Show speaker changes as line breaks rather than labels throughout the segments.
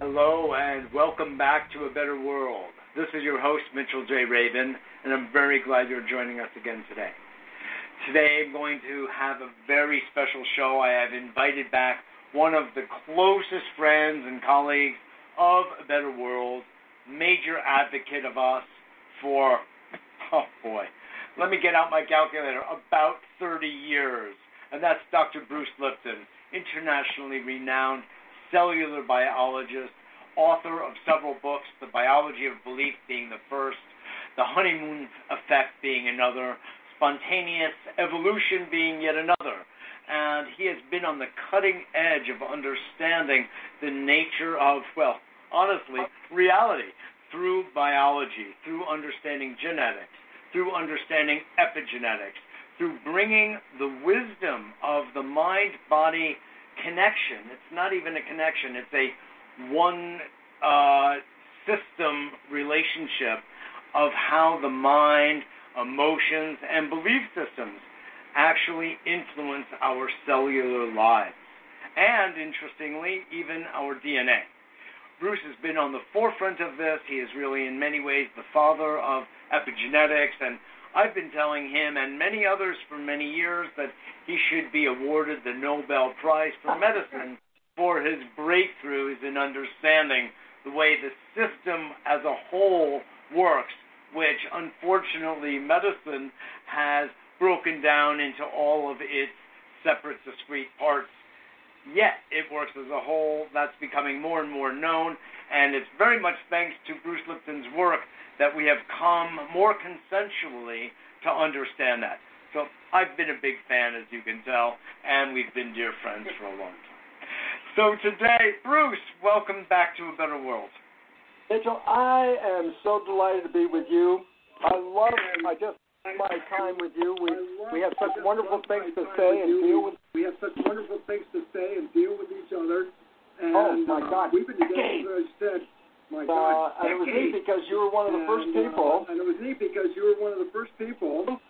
Hello, and welcome back to A Better World. This is your host, Mitchell J. Rabin, and I'm very glad you're joining us again today. Today, I'm going to have a very special show. I have invited back one of the closest friends and colleagues of A Better World, major advocate of us for, oh boy, let me get out my calculator, about 30 years. And that's Dr. Bruce Lipton, internationally renowned cellular biologist, author of several books, The Biology of Belief being the first, The Honeymoon Effect being another, Spontaneous Evolution being yet another. And he has been on the cutting edge of understanding the nature of, well, honestly, reality through biology, through understanding genetics, through understanding epigenetics, through bringing the wisdom of the mind body connection. It's not even a connection. It's a one uh, system relationship of how the mind, emotions, and belief systems actually influence our cellular lives. And interestingly, even our DNA. Bruce has been on the forefront of this. He is really, in many ways, the father of epigenetics. And I've been telling him and many others for many years that he should be awarded the Nobel Prize for Medicine for his breakthroughs in understanding the way the system as a whole works, which unfortunately medicine has broken down into all of its separate, discrete parts. Yet it works as a whole. That's becoming more and more known, and it's very much thanks to Bruce Lipton's work that we have come more consensually to understand that. So I've been a big fan, as you can tell, and we've been dear friends for a long time. So today, Bruce, welcome back to A Better World.
Mitchell, I am so delighted to be with you. I love I just love my time with you. We we have such wonderful things to say and deal with.
We have such wonderful things to say and deal with each other. And,
Oh, my
uh,
God.
We've been
Decades.
together, as I said. My
Uh,
God,
and it was neat
decades.
because you were one of the first
And, uh,
people.
and it was neat because you were one of the first people to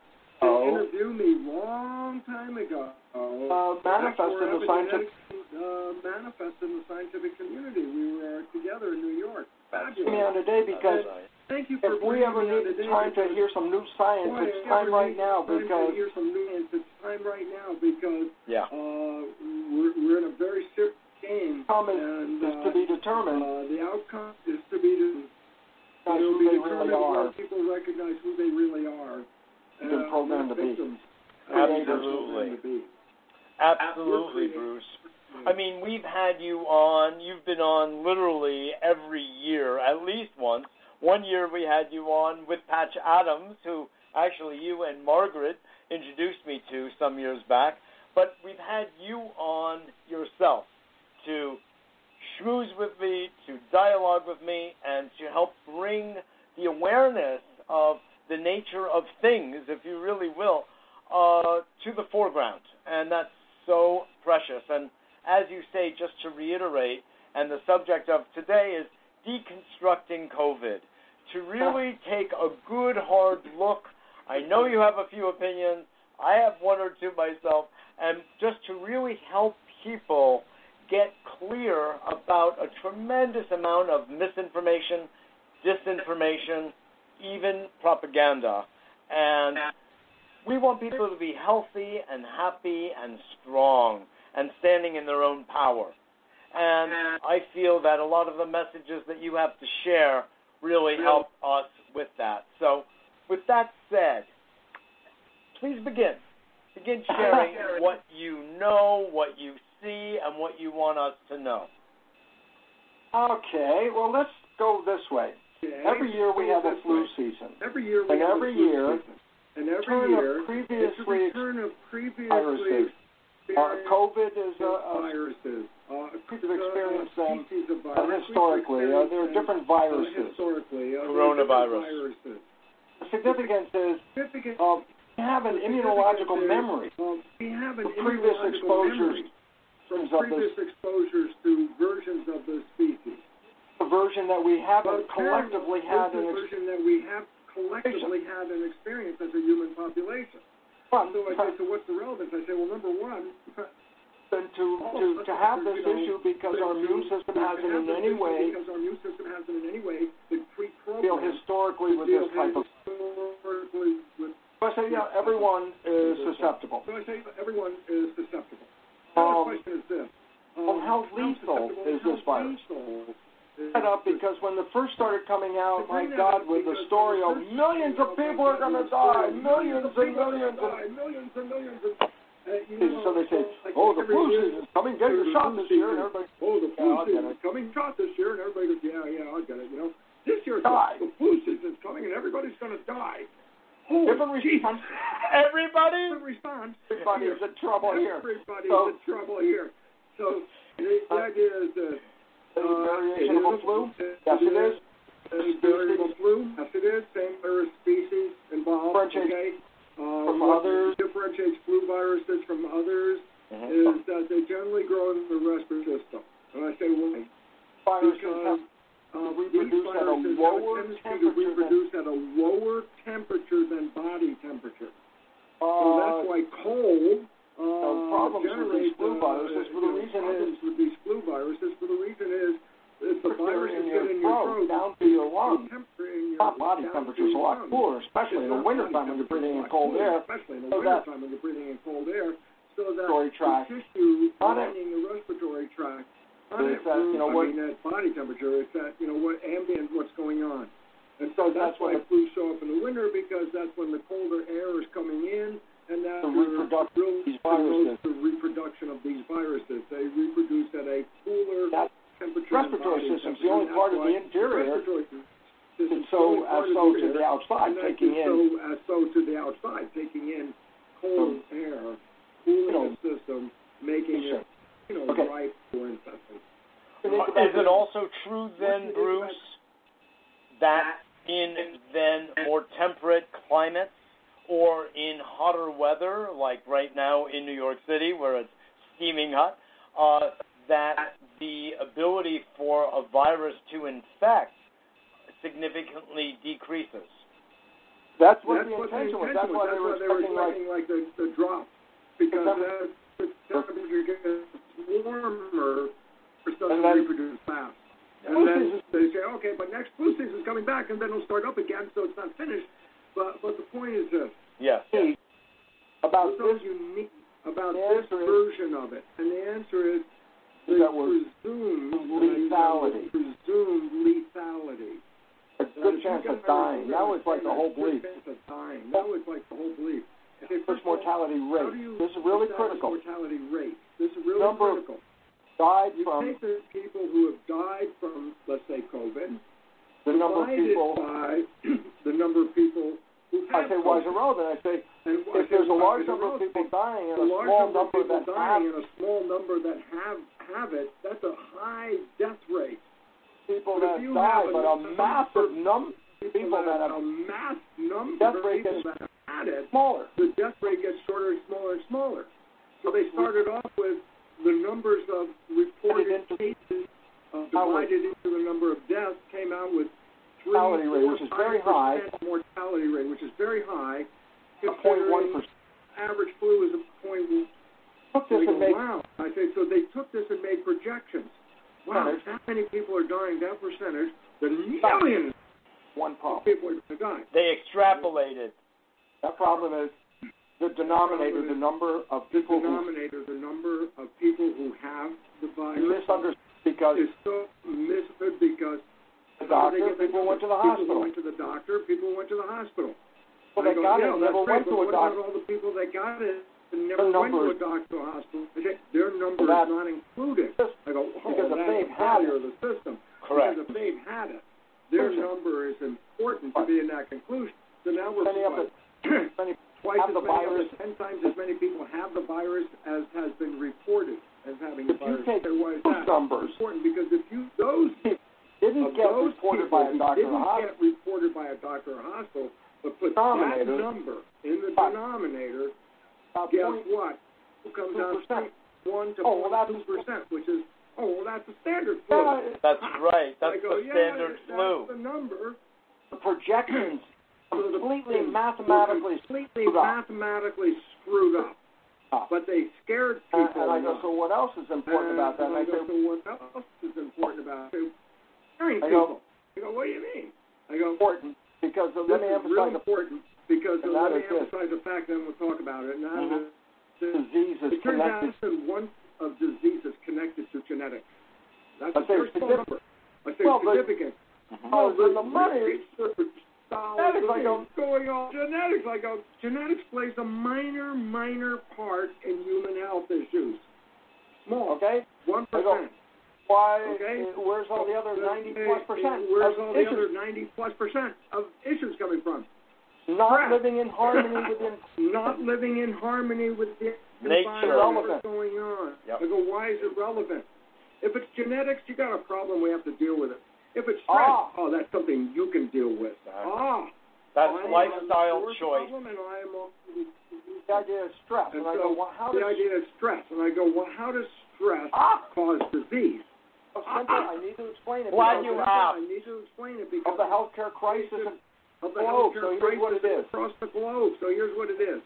Oh.
interview me long time ago.
Uh, manifest
That's where
in the scientific-
epigenetics, Uh, manifest in the scientific community. We were uh, together in New York.
Bring me
Fabulous.
on today because
Thank you for
if we
bringing
ever
me on
need
today
time to
because-
hear some new science,
Boy,
it's
if
time
ever
right
need
now
time to
because
hear some news, it's time right now because
yeah,
uh, we're, we're in a very serious game.
Outcome is-
and,
is
uh,
to be determined
uh, the outcome is to be to
as
it'll
who
be
they
determined
really are.
when people recognize who they really are.
They've been
uh,
programmed
not
to be.
victims. Uh,
Absolutely.
they're programmed to be. Mm.
Absolutely,
Absolutely.
Bruce. I mean, we've had you on. You've been on literally every year, at least once. One year we had you on with Patch Adams, who actually you and Margaret introduced me to some years back. But we've had you on yourself to schmooze with me, to dialogue with me, and to help bring the awareness of the nature of things, if you really will, uh, to the foreground. And that's so precious. And as you say, just to reiterate, and the subject of today is deconstructing COVID. To really take a good hard look, I know you have a few opinions, I have one or two myself, and just to really help people get clear about a tremendous amount of misinformation, disinformation, even propaganda. And we want people to be healthy and happy and strong and standing in their own power. And I feel that a lot of the messages that you have to share really help us with that. So, with that said, please begin. Begin sharing what you know, what you see, and what you want us to know.
Okay, well let's go this way.
Okay?
Every year we have a
This
flu
way.
season.
Every year we
And
have
every
a flu
year,
season. And every
Return
year,
of
it's a
previously
return of previously
viruses. Uh,
experienced
COVID is a, a
viruses. Uh,
We've experienced them,
species of
Uh,
virus.
historically,
We've
uh, there are
experienced
different
them, uh,
viruses.
Historically, uh, there are
Coronavirus.
different viruses.
The significance is
Significant-
uh, we have an immunological
significant
memory.
is, um, we have an
The previous
immunological
exposures
memory from
of
previous exposures to versions of this species.
The version that we haven't
But
collectively
apparently,
had an
this is a
experience.
version that we have collectively had an experience as a human population. So I say, so what's the relevance? I say, well, number one,
than to, to, to have this issue because our immune system hasn't in any way
because our immune system hasn't in any way
deal
been pre-programmed
historically with this type of.
historically with.
So I say, yeah, everyone is susceptible.
So I say everyone is susceptible.
Um,
Another question is this. Um,
well, how lethal
susceptible-
is
how
this virus?
lethal is
that up because when the first started coming out, my God, with the story of millions of people are going to die, millions and millions. And,
millions and millions of. Uh, you know,
so they say,
like
oh, the
every
flu
year-
season's coming, get your shot this year, and everybody
Oh, the flu
Yeah, I'll get
season's coming. Shot this year, and everybody goes, yeah, yeah, I get it. You know, this year
Die.
the flu season's coming, and everybody's going to die. Holy
different
Jesus.
response. Everybody,
Different response.
everybody's in trouble here.
Everybody's
So-
in trouble here. So the, the
Uh,
idea is that
Any
uh,
variation of
it
the
is-
flu? Yes, it is.
It's variable flu. Yes, it is. Same virus species involved.
Differentiates
Okay. Uh,
from
what
others.
Differentiates flu viruses from others
Mm-hmm.
is that they generally grow in the respiratory system. And I say why?
Viruses
Because
have-
uh,
reproduce
these
at a
viruses have
lower
tendency
temperature
to reproduce at a lower temperature than body temperature. So that's
Uh,
why cold uh,
problems with these
generates,
flu
uh,
viruses, for the
you know,
reason
problems with these flu viruses for the reason is if the virus
in
is
your
in
throat,
your throat,
down to your lungs.
temperature in your
Top body
down to
temperature's a
your
lot
lungs.
cooler, especially in the
It's not
wintertime
body
when you're
temperature,
breathing in
it's a lot
cold
cooler,
air.
Especially in the
So that-
wintertime when you're breathing in cold air, so that
Respiratory tract.
the tissue
On it.
lining the respiratory tract.
So it's that, uh, you know,
Mm-hmm. I
what-
mean, at body temperature, it's that you know what ambient, what's going on, and so
That's
that's, why
what-
flu show up in the winter because that's when the colder air is coming in, and that
The
you're-
reproduction
really
these viruses.
promotes the reproduction of these viruses. They reproduce at a cooler
That
temperature. than
respiratory
body
system's
temperature.
the only
That's
part of
why
the interior
respiratory
that's
system's the
so
only part
as
of
so
the
to
air
the outside,
and that
taking in.
is
Hmm.
so as so to the outside, taking in cold air, cooling
know,
the system, making it you know
Okay.
ripe for infection.
Is it also true then,
What do you think
Bruce, that in then more temperate climates or in hotter weather, like right now in New York City where it's steaming hot, uh, that the ability for a virus to infect significantly decreases?
That's what
that's
the
what the
intention was. That's
intention
why they were
That's were
expecting like
expecting like the, the drop because
Because-
as the temperature gets warmer, it starts
And
to
then-
reproduce fast.
Flu
And then
season-
they say, okay, but next flu season's coming back, and then it'll start up again, so it's not finished. But but the point is this:
Yes.
Hey, about
what's so
Uh, this
unique about
The
this
answer is-
version of it, and the answer is they
that we're
presumed
lethality.
Presumed lethality.
a good chance of dying. That was like the whole belief.
Good chance of dying. That was like the whole belief. Okay,
First
of all,
mortality
How do
rate.
you
This is really
establish
critical.
Mortality rate. This is really
Number of
critical.
Died
You
from
take the people who have died from, let's say, COVID,
the number of
divide it
people.
by the number of people who have
I say,
COVID.
why is it relevant? I say,
And why-
if there's a
why
large
is it
number of
relevant?
people dying
a
and a
large
small
number of
number
people
that
dying
have
and a small number that have have it, that's a high death rate.
people
but if
that
you
die,
have a
but a
number-
massive number People that have-
a mass number
Death
of
rate
people
is-
that have had it,
smaller.
the death rate gets shorter and smaller and smaller. So they started off with the numbers of reported
Into-
cases uh,
How it-
divided into the number of deaths, came out with three,
Mortality rate,
four,
which is very
5% mortality rate, which is very high.
Point one
considering
percent.
Average flu is a point one
Took this
we go,
and made
wow. I say, so they took this and made projections. Wow,
Percentage.
that many people are dying, that percentage, the millions
one
of
problem.
people are going to die.
They extrapolated.
That problem is the denominator, the number of people who
Denominator, the number of people who have the virus
misunderstood because
is so misled because
the
how did
doctor,
they get that
people went to the
number? People
hospital.
went to the doctor, people went to the hospital.
Well,
I
they
go,
got
yeah,
it, never went
that's right,
to
but
a
what
doctor.
about all the people that got it and never
Their
went to
numbers-
a doctor or hospital? They say, Their number
That-
is not included.
Just
I go, oh,
because if
that's
they've
a
had
failure of the system.
Correct.
Because if they've had it, their
Listen.
number is important to be in that conclusion. So now we're
Many of the-
twice-
many
twice
have
as
the
many of
virus.
the- ten times as many people have the virus as has been reported as having the
If you
virus.
take
So why is
those
that?
numbers,
important because if you those
didn't
of
get
those
reported
people
by a
who
doctor or
didn't
hospital,
get reported by a doctor or hospital, but put that
Denominator.
number in the
Five.
denominator,
about
guess
point
what? Who comes out
2%.
one to
Oh, well, that's-
2 percent, which is oh well that's the standard flu.
Yeah, it's
That's right. That's
I go,
the
yeah,
standard
that's
flu.
the number.
the projections
So the-
completely
so
mathematically
completely
screwed up.
mathematically screwed up. but they scared people.
And, and I go,
enough.
so what else is important about that?
And
And I
I go,
say,
so what else is important about it? Scaring
I go-
people. I go, what do you mean? I go,
important because of,
this
let me
is
emphasize
really
the
important because
and that
let me
is this.
emphasize the fact, then we'll talk about it. Now,
Mhm.
the-
disease is
it turns
connected.
out that one of disease is connected to genetics. That's
I
the
say
first phone
significant.
number. I say
Well, but-
significant.
Oh, and the money is
Genetics,
I go-
going on. Genetics, I go. Genetics plays a minor, minor part in human health issues. Small,
okay.
one
I go,
percent.
Why? uh,
Okay.
Where's all the other ninety plus percent?
Where's
of
all the
issues?
other ninety plus percent of issues coming from?
Not
crap?
living in harmony with the
Not living in harmony with the
Nature.
environment
Relevant.
that's going on.
Yep.
I go, why is it relevant? If it's genetics, you got a problem. We have to deal with it. If it's stress,
Ah.
oh, that's something you can deal with.
Exactly.
Ah,
That's
I am
lifestyle
a
choice.
Problem and I am a,
the idea of stress. And,
And
I go,
so
well, how
the
does
idea is stress, and I go, well, how does stress
ah?
cause disease?
so simple, I need to explain it.
Why
because
Because
you
of that,
ask?
I need to explain it
of the
because
healthcare crisis and
of the
globe,
healthcare
so here's
crisis
what it is.
across the globe. So here's what it is: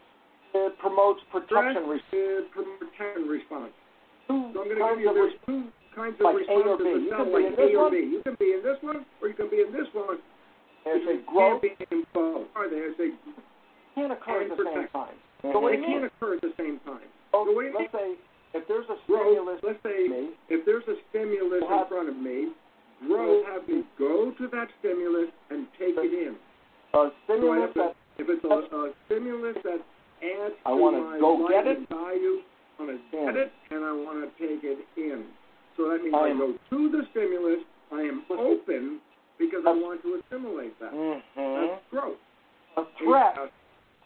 it promotes
stress
protection.
is protection response.
Two
So I'm going to give
kinds
you
of
there's two kinds of
like A
responses
or B.
that
You
sound
can be in
like A
this
or
one.
B. You can be in this one, or you can be in this one.
there's a
you
growth
can't be in both. Or there's a
can't occur at the same
protection.
time.
so
So what do
they
you
can't
mean?
occur at the same time.
So
what do you
let's say if there's a
Growth,
stimulus
let's
to
say
me,
If there's a stimulus in front of me, Roe have me go to that stimulus and take it
a
in. So I
stimulus
have to,
that
if it's a, a stimulus that adds
I
to
wanna
my
go
life
get it.
and value, I want to get it and I want to take it in. So that means
I
I,
am-
go to the stimulus, I am open because I
That's-
want to assimilate that.
Mm-hmm.
That's growth.
a threat
A,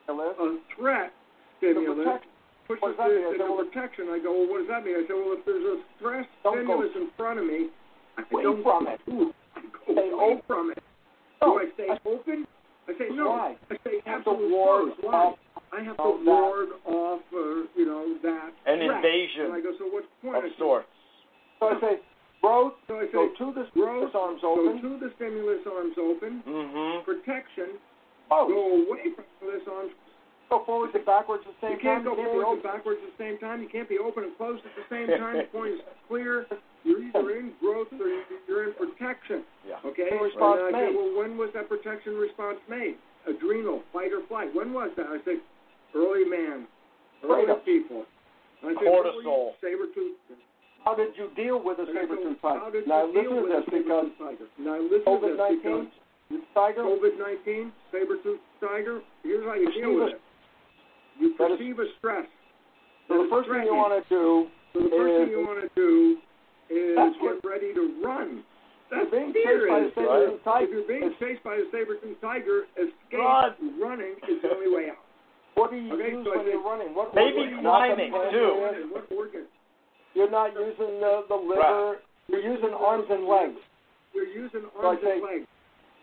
stimulus,
a threat
the
stimulus
protection,
pushes
What does that
this
mean? I
into
said, well,
protection. I go, well, what does that mean? I said, well, if there's a stress
Don't go
stimulus in front of me, I
away
don't
from it.
Ooh, I go
Stay
away
open.
from it.
No,
Do I stay
I-
open? I say no.
Why?
I say
have to
absolute
ward off
close. Why? I have
all that.
to ward off, uh, you know, that
An
threat. And I
invasion
go, so what's the point?
of
I say,
sorts.
So I say growth.
So I say,
Go to the stimulus arms
go
open.
to the stimulus arms open,
Mm-hmm.
protection,
Oh,
go away from the stimulus arms.
go forwards and backwards at the same
You can't
time. you can't
go
be
forwards and
open.
backwards at the same time. You can't be open and closed at the same time. The point is clear. You're either in growth or you're in protection.
Yeah.
Okay.
The response
and I
made.
Say, well, when was that protection response made? Adrenal, fight or flight. When was that? I said, early man, early
Freedom.
people. And I said,
Cortisol.
Saber tooth.
How did you deal with a saber tooth tiger? Now listen to this because
Now listen
COVID
to this because
nineteen tiger.
COVID nineteen, saber tooth tiger. Here's how you deal
Perceive
with
a-
it. You
That is-
perceive a stress.
So
that
the
is
first thing you
threatening.
want to do
So the first
is-
thing you want to do is
That's
get ready to run. That's
being
fear
chased by the
is,
saber
right?
tooth tiger.
If you're being
It's-
chased by a saber-toothed tiger, escape
Run.
running is the only way out.
what do you
Okay,
use
so I
when
say-
you're running? What
Maybe
organ?
climbing,
Nothing.
too.
What organ?
You're not using the, the liver. You're using arms and legs.
You're using
So I
arms
say-
and legs.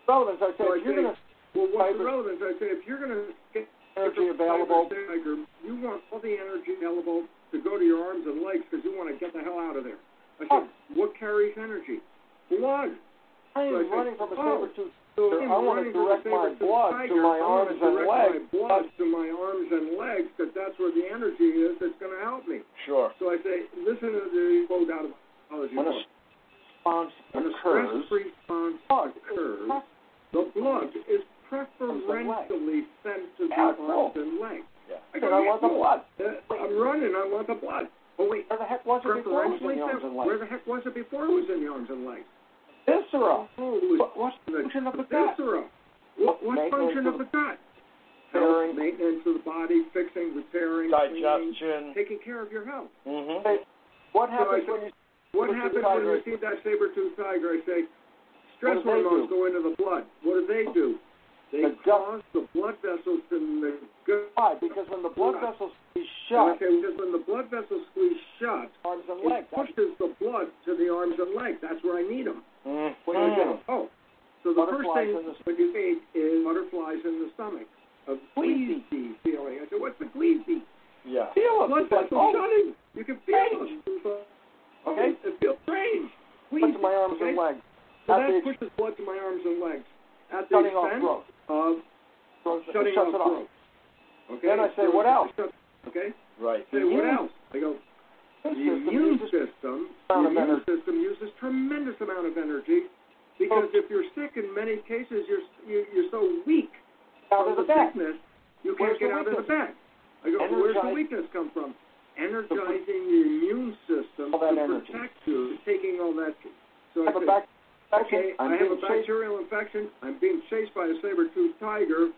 Relevance. I said
So I
if you're
say-
going to
Well, what's
Fiber-
the relevance? I say, if you're going to escape
energy available,
tiger, you want all the energy available to go to your arms and legs because you want to get the hell out of there. I said, what carries energy? Blood.
I'm
so I say,
running from a
oh,
saber tooth
So
Sure,
if
I
I'm
wanna
running for
direct
the
my
Saber-tooth
blood to
tiger,
my
I
arms
wanna
and
direct
legs.
My blood to my arms and legs because that's where the energy is that's going to help me.
Sure.
So I say, listen to the quote out of psychology
When a
book.
response
When a
occurs.
stress response
Blood.
occurs, the blood is preferentially sent to the
Yeah,
arms and legs.
Yeah.
I want the blood.
Uh, I'm running. I want the blood. Oh wait,
Where the heck was it before it was in
preferentially
the arms
sent.
and
Where
legs?
the heck was it before it was in the arms and legs?
Viscera.
Oh, it was
What- What's the function of the gut?
viscera. What, what
Maintenance
function
of-
of the gut?
Repairing.
Health, maintenance of the body, fixing, repairing, cleaning,
Digestion.
taking care of your health.
Mm-hmm.
Hey, What happens when you
What
Saber-tooth
happens when you
tiger.
see that saber-toothed tiger? I say, stress
What do they
hormones
do?
go into the blood. What do they do? They
The gut-
cause the blood vessels in the gut.
Why? Because when the blood
Yeah.
vessels is
And I
shut,
say, because when the blood vessels squeeze shut,
arms and
it
legs.
pushes the blood to the arms and legs. That's where I need them. When you
Mm-hmm.
go, oh, so the first
Butterflies
thing
in the-
when you think is butterflies in the stomach, a
Queasy.
queasy feeling. I said, what's the queasy?
Mm-hmm. Yeah.
Feel it.
Blood
It's like,
vessels
oh,
shutting. You can feel
strange.
it.
Okay.
It feels strange.
put
Queasy.
to my arms and
okay?
legs.
So
At
that
the
pushes blood to my arms and legs at the
shutting off
expense
growth.
of
Growth- it
shutting
shuts
off
it off.
growth. Okay.
Then I say,
So
what
it
else?
shuts- Okay.
Right.
Say, what else? I go, the immune system, the immune system uses tremendous amount of energy because if you're sick, in many cases you're you- you're so weak
out
from
of the
the
bed.
sickness you
Where's
can't get
the
out of the
weakness?
bed. I go, where's the
Energize-
weakness come from? Energizing the immune system
All that
to
energy.
protect you, taking all that. So
I have
I
a
say,
back.
okay,
I'm
I have a
being chased.
bacterial infection. I'm being chased by a saber-toothed tiger.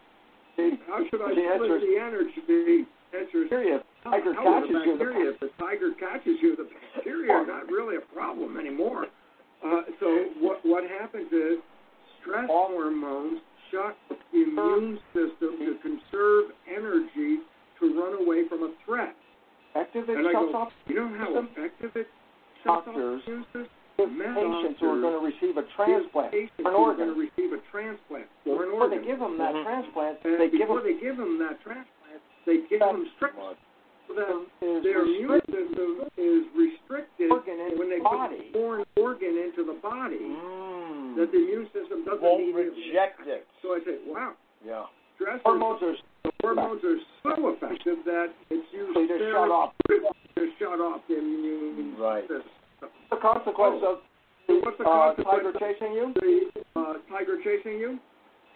How should I
The
split
answer is-
the energy? The answer is
Period.
how-
Tiger
Oh, how would
catches
a
you, the-
bacteria, If the tiger catches you, the bacteria are not really a problem anymore. Uh, so what what happens is stress hormones shut the immune system to conserve energy to run away from a threat.
Activate
And I
shuts
go,
off
you know how
system-
effective it shuts off the
Doctors-
immune system?
those
Mad
patients who are
doctors
going to receive a
These
transplant
Patients
or an
who are going to
organ.
receive a transplant or
Before they
an organ. Mm-hmm.
give them that
Mhm.
transplant,
and
they give
before
them
they give them that transplant, they give
That-
them stress so that
is
their immune
restricted
system is restricted
organ in
when they
the
put
body.
a foreign organ into the body
Mm.
that the immune system doesn't
Won't
immediately
reject it.
So I say, wow,
Yeah.
stress
Hormones are
hormones are so effective that it's usually
so they're shut off.
They're shut off the immune
Right.
system.
The consequence of
Oh. So what's the
uh,
consequence
tiger chasing you?
of the uh, tiger chasing you?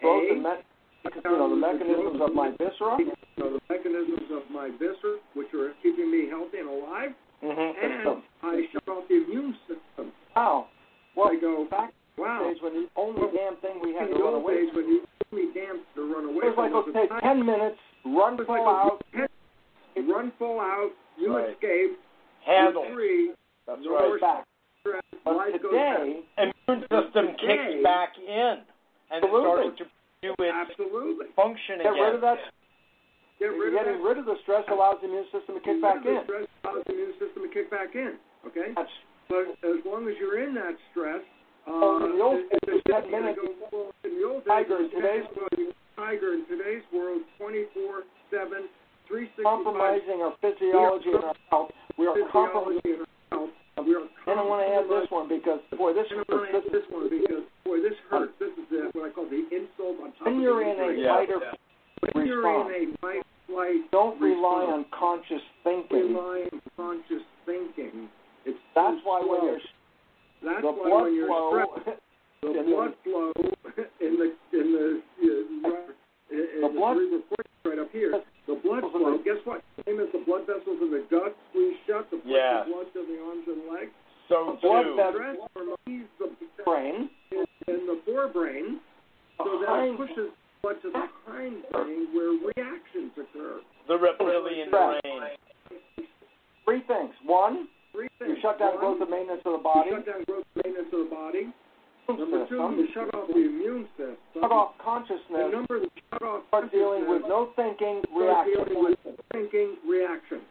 Both
A,
the, me- you know, the mechanisms of my viscera.
you know, the mechanisms of my viscera, which are keeping me healthy and alive,
Mm-hmm.
and I shut off the immune system.
Wow. Well,
I go,
back in the
wow,
days when the only damn thing we had
in
to
the
run
old
away
days when you really damn to run away
It was
from
like,
was
okay,
a time.
10 minutes, run
It was
full
like
out.
a- run full out, you
Right.
escape,
Handle.
you're free,
That's
no
right.
more
Right back.
stress,
But
life
today,
Immune system
Today-
kicks back in and it
Absolutely.
starts to do
goes
its
absolutely.
function
get
again.
rid of that.
Get rid of
Getting
that.
rid of the stress allows the immune system to kick
Get
back
rid
in.
of the Stress allows the immune system to kick back in. Okay,
That's
but as long as you're in that stress, uh,
Oh, in the old
it-
days,
it's just
10
gonna
minutes.
go full- in the old days,
Tiger in
it's gonna
today's-
go to tiger in today's world, 24/7, 365
compromising our physiology and our health. We are compromising.
physiology and health. We are
And I want to add this one because, boy, this
And I want to add
is.
this one because boy, this hurts. This is the, what I call the insult on top
When
of
you're
the
in a
injury.
Yeah.
fight or
when you're
response,
in a fight flight,
don't rely
response.
on conscious thinking.
rely on conscious thinking. It's
That's
too
why when
slow.
you're
that's
the
why
blood
when you're
flow,
stressed,
and
the
then-
blood flow in the in the in the, in
The
the
blood-
cerebral cortex right up here. The blood
Those are
flow.
the-
Guess what? Same as the blood vessels in the guts we shut. The
Yeah.
blood to the arms and legs.
So
blood
too.
that-
Stress hormones leaves the
brain,
in in the forebrain. So that
behind
pushes blood to the hindbrain where reactions occur.
the reptilian
Stress.
brain.
three things. One,
Three
you
things.
shut down
One,
growth and maintenance of the
you
body.
shut down growth maintenance of the body. Number two,
System.
you shut off the immune system.
Shut off
The
consciousness.
number that shut off
Start dealing with no thinking, reaction.
dealing with thinking reaction.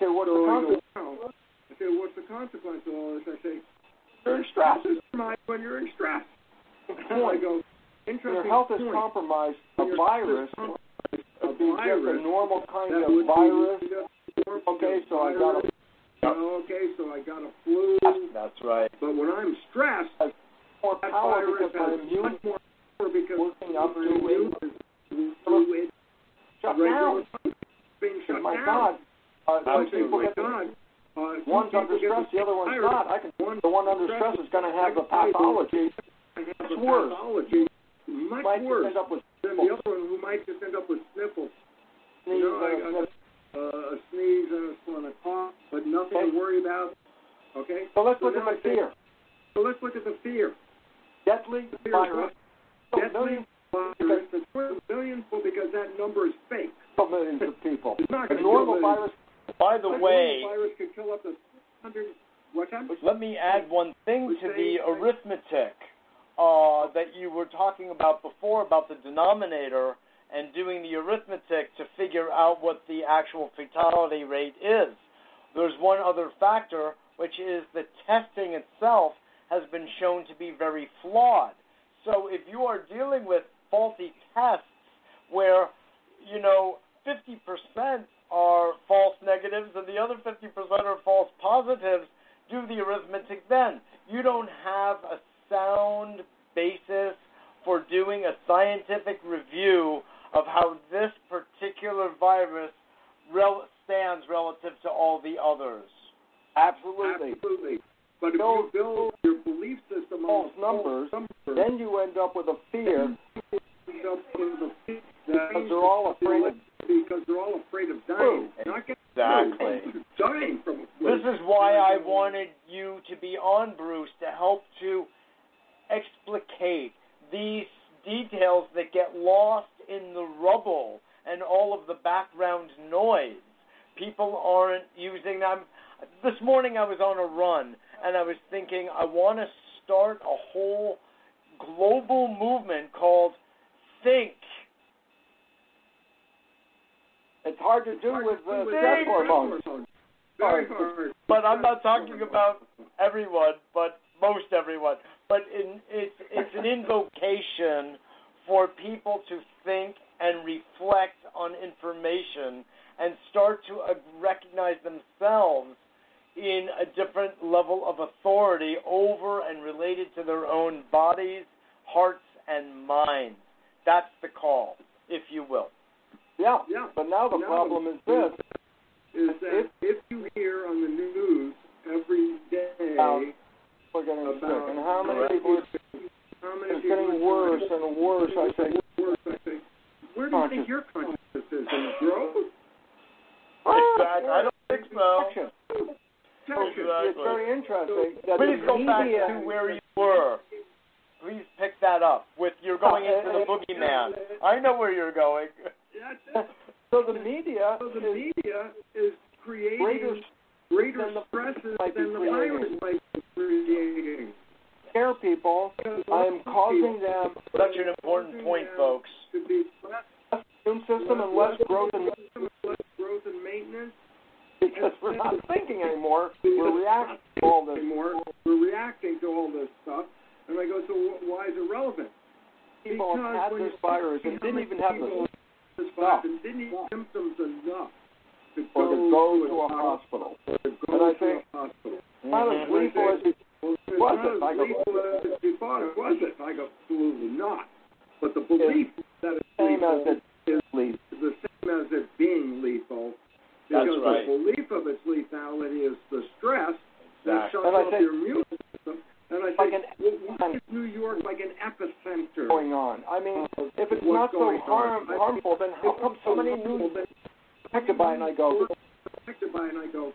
Okay, what
So I
are
go, wow. I say, what's the consequence of all this? I say,
the stress?
this is mind when you're in stress. And I
Point.
go,
When
interesting
your health is
point.
compromised, a
When your health is
virus
compromised,
would be just a
virus,
normal kind
that
of
would
virus.
be just normal
Okay, so I got a
Oh, okay, so I got a flu.
That's right.
But when I'm stressed,
more
that
power
virus
because my
has
immune
much more power because
working up
my
to it.
immune system through it,
shut
regular
down.
function being shut
My
down.
God, uh,
So I
some
say,
people
my
get
God, uh, some
one's under
people get
stress, the other one's
virus.
not. I can.
One
The one under stress is going to have the pathology.
has a
it's worse.
pathology much
Might just
worse
end up with
than the other one who might just end up with sniffles.
sneeze.
No, I-
uh,
I- Uh, a sneeze and a, and a cough, but nothing
Okay.
to worry about. Okay?
So let's
So
look at
now
the
I think-
fear.
So let's look at the fear.
Deadly
Fear is
virus.
what?
Oh,
Deadly
millions
virus. It's worth millions, well, because that number is fake.
of millions of people.
It's not
A
gonna
normal
kill millions.
virus.
By the
Like,
way,
one virus could kill up to 100. What time?
Let me add one thing to the arithmetic uh, that you were talking about before about the denominator and doing the arithmetic to figure out what the actual fatality rate is. There's one other factor, which is the testing itself has been shown to be very flawed. So if you are dealing with faulty tests where, you know, 50% are false negatives and the other 50% are false positives, do the arithmetic then. You don't have a sound basis for doing a scientific review of how this particular virus rel- stands relative to all the others.
Absolutely.
Absolutely. But if
Those-
you build your belief system on
False numbers,
numbers,
Then you end up with a fear
end up in the pit
because they're all afraid of
because they're all afraid of dying.
Boom.
Not getting
Exactly.
dying from
This is why I wanted you to be on, Bruce, to help to explicate these details that get lost in the rubble and all of the background noise. People aren't using them. This morning I was on a run and I was thinking I want to start a whole global movement called Think.
It's hard to do
Hard
with
to
uh,
do
sex hormones.
Very
Sorry.
hard.
But I'm not talking about everyone, but most everyone. But in, it's it's an invocation for people to think and reflect on information and start to uh, recognize themselves in a different level of authority over and related to their own bodies, hearts, and minds. That's the call, if you will.
Yeah.
Yeah.
But now the
No.
problem is this.
Is that if you hear on the news every day
Um, We're getting sick.
about
And how many people are
how many
it's
people are
getting worse
dying?
and worse, I think.
Worse, I think. Where do you think your consciousness is in growth?
Exactly. I don't think so.
Action.
Conscious.
It's very interesting that
Please
the
go back
media-
to where you were. Please pick that up with you're going into the boogeyman. I know where you're going.
That's it.
So the media
So the
is
media is creating
greater
greater
than the
stresses
might be
than the
creating.
virus might be creating.
scare people. I am causing them
Such an important point, folks.
to be less
less immune system and less growth and
less growth and maintenance
because we're not thinking anymore. We're reacting to all this.
anymore. We're reacting to all this stuff. And I go, so wh- why is it relevant?
People have had
when
this
you
virus
see
and
how
didn't
many
even have
people
this
this
No.
virus and didn't even have symptoms enough to
or to go to a hospital.
to go
And I
to
think-
a hospital.
Not as lethal as you
Well, it's
Was
not
it?
as
I go-
lethal as you thought it was. It. I go, absolutely not. But the belief that it's
same as
lethal
it is lethal.
is the same as it being lethal.
That's
because
right.
the belief of its lethality is the stress
Exactly.
that shuts
And I
off
think-
your immune system. And I
Like
think,
an
well, why
epicenter.
is New York like an epicenter?
going on. I mean,
of
if it's
what's
not so
going on?
harm,
I-
harmful, then how
It's
come so many
people
news
that
affected by it? And I go,
affected by it, and I go,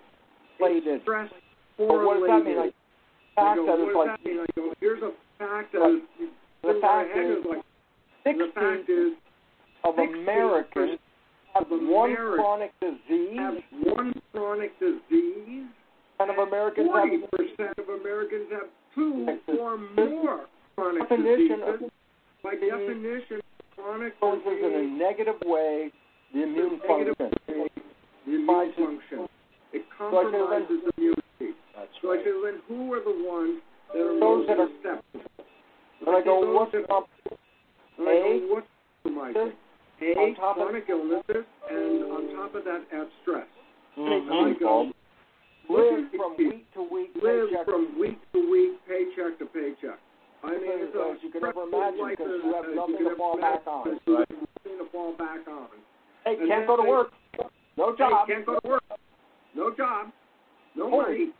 Related.
stress
well, what does that mean?
correlated.
Like, the
I
fact
go,
that it's
what does
like
that mean? I go, here's a fact that
Like,
is-
the fact is
like, the fact
60
is
of
60%
Americans have
of
one
Americans
chronic disease.
have one chronic disease.
Kind of Americans have
Forty percent of Americans have two or more chronic
Definition of-
diseases. By definition, chronic
influences in a
disease
negative way the immune
Negative
function.
the immune
Compromises-
function.
I
It
should have
compromises immunity.
That's
So I said, then who are the ones that
Those
are most
that are-
susceptible?
And I go,
Those
what's
that-
up?
And I go,
A-
what's compromising?
on
A,
top of-
chronic illnesses, and on top of that, add stress. Oh,
Mhm.
God.
Live from week to week.
live
paycheck.
from week to week, paycheck to paycheck. I mean,
Because,
it's
uh,
a
you can
stressful
never imagine
life
because
as-
you have
as
nothing
can
to fall
imagine,
back on.
because you have Nothing to fall back on.
Hey,
and
can't
then
go to
they-
work. No job.
Hey, can't go to work. No job. No
Holy
money.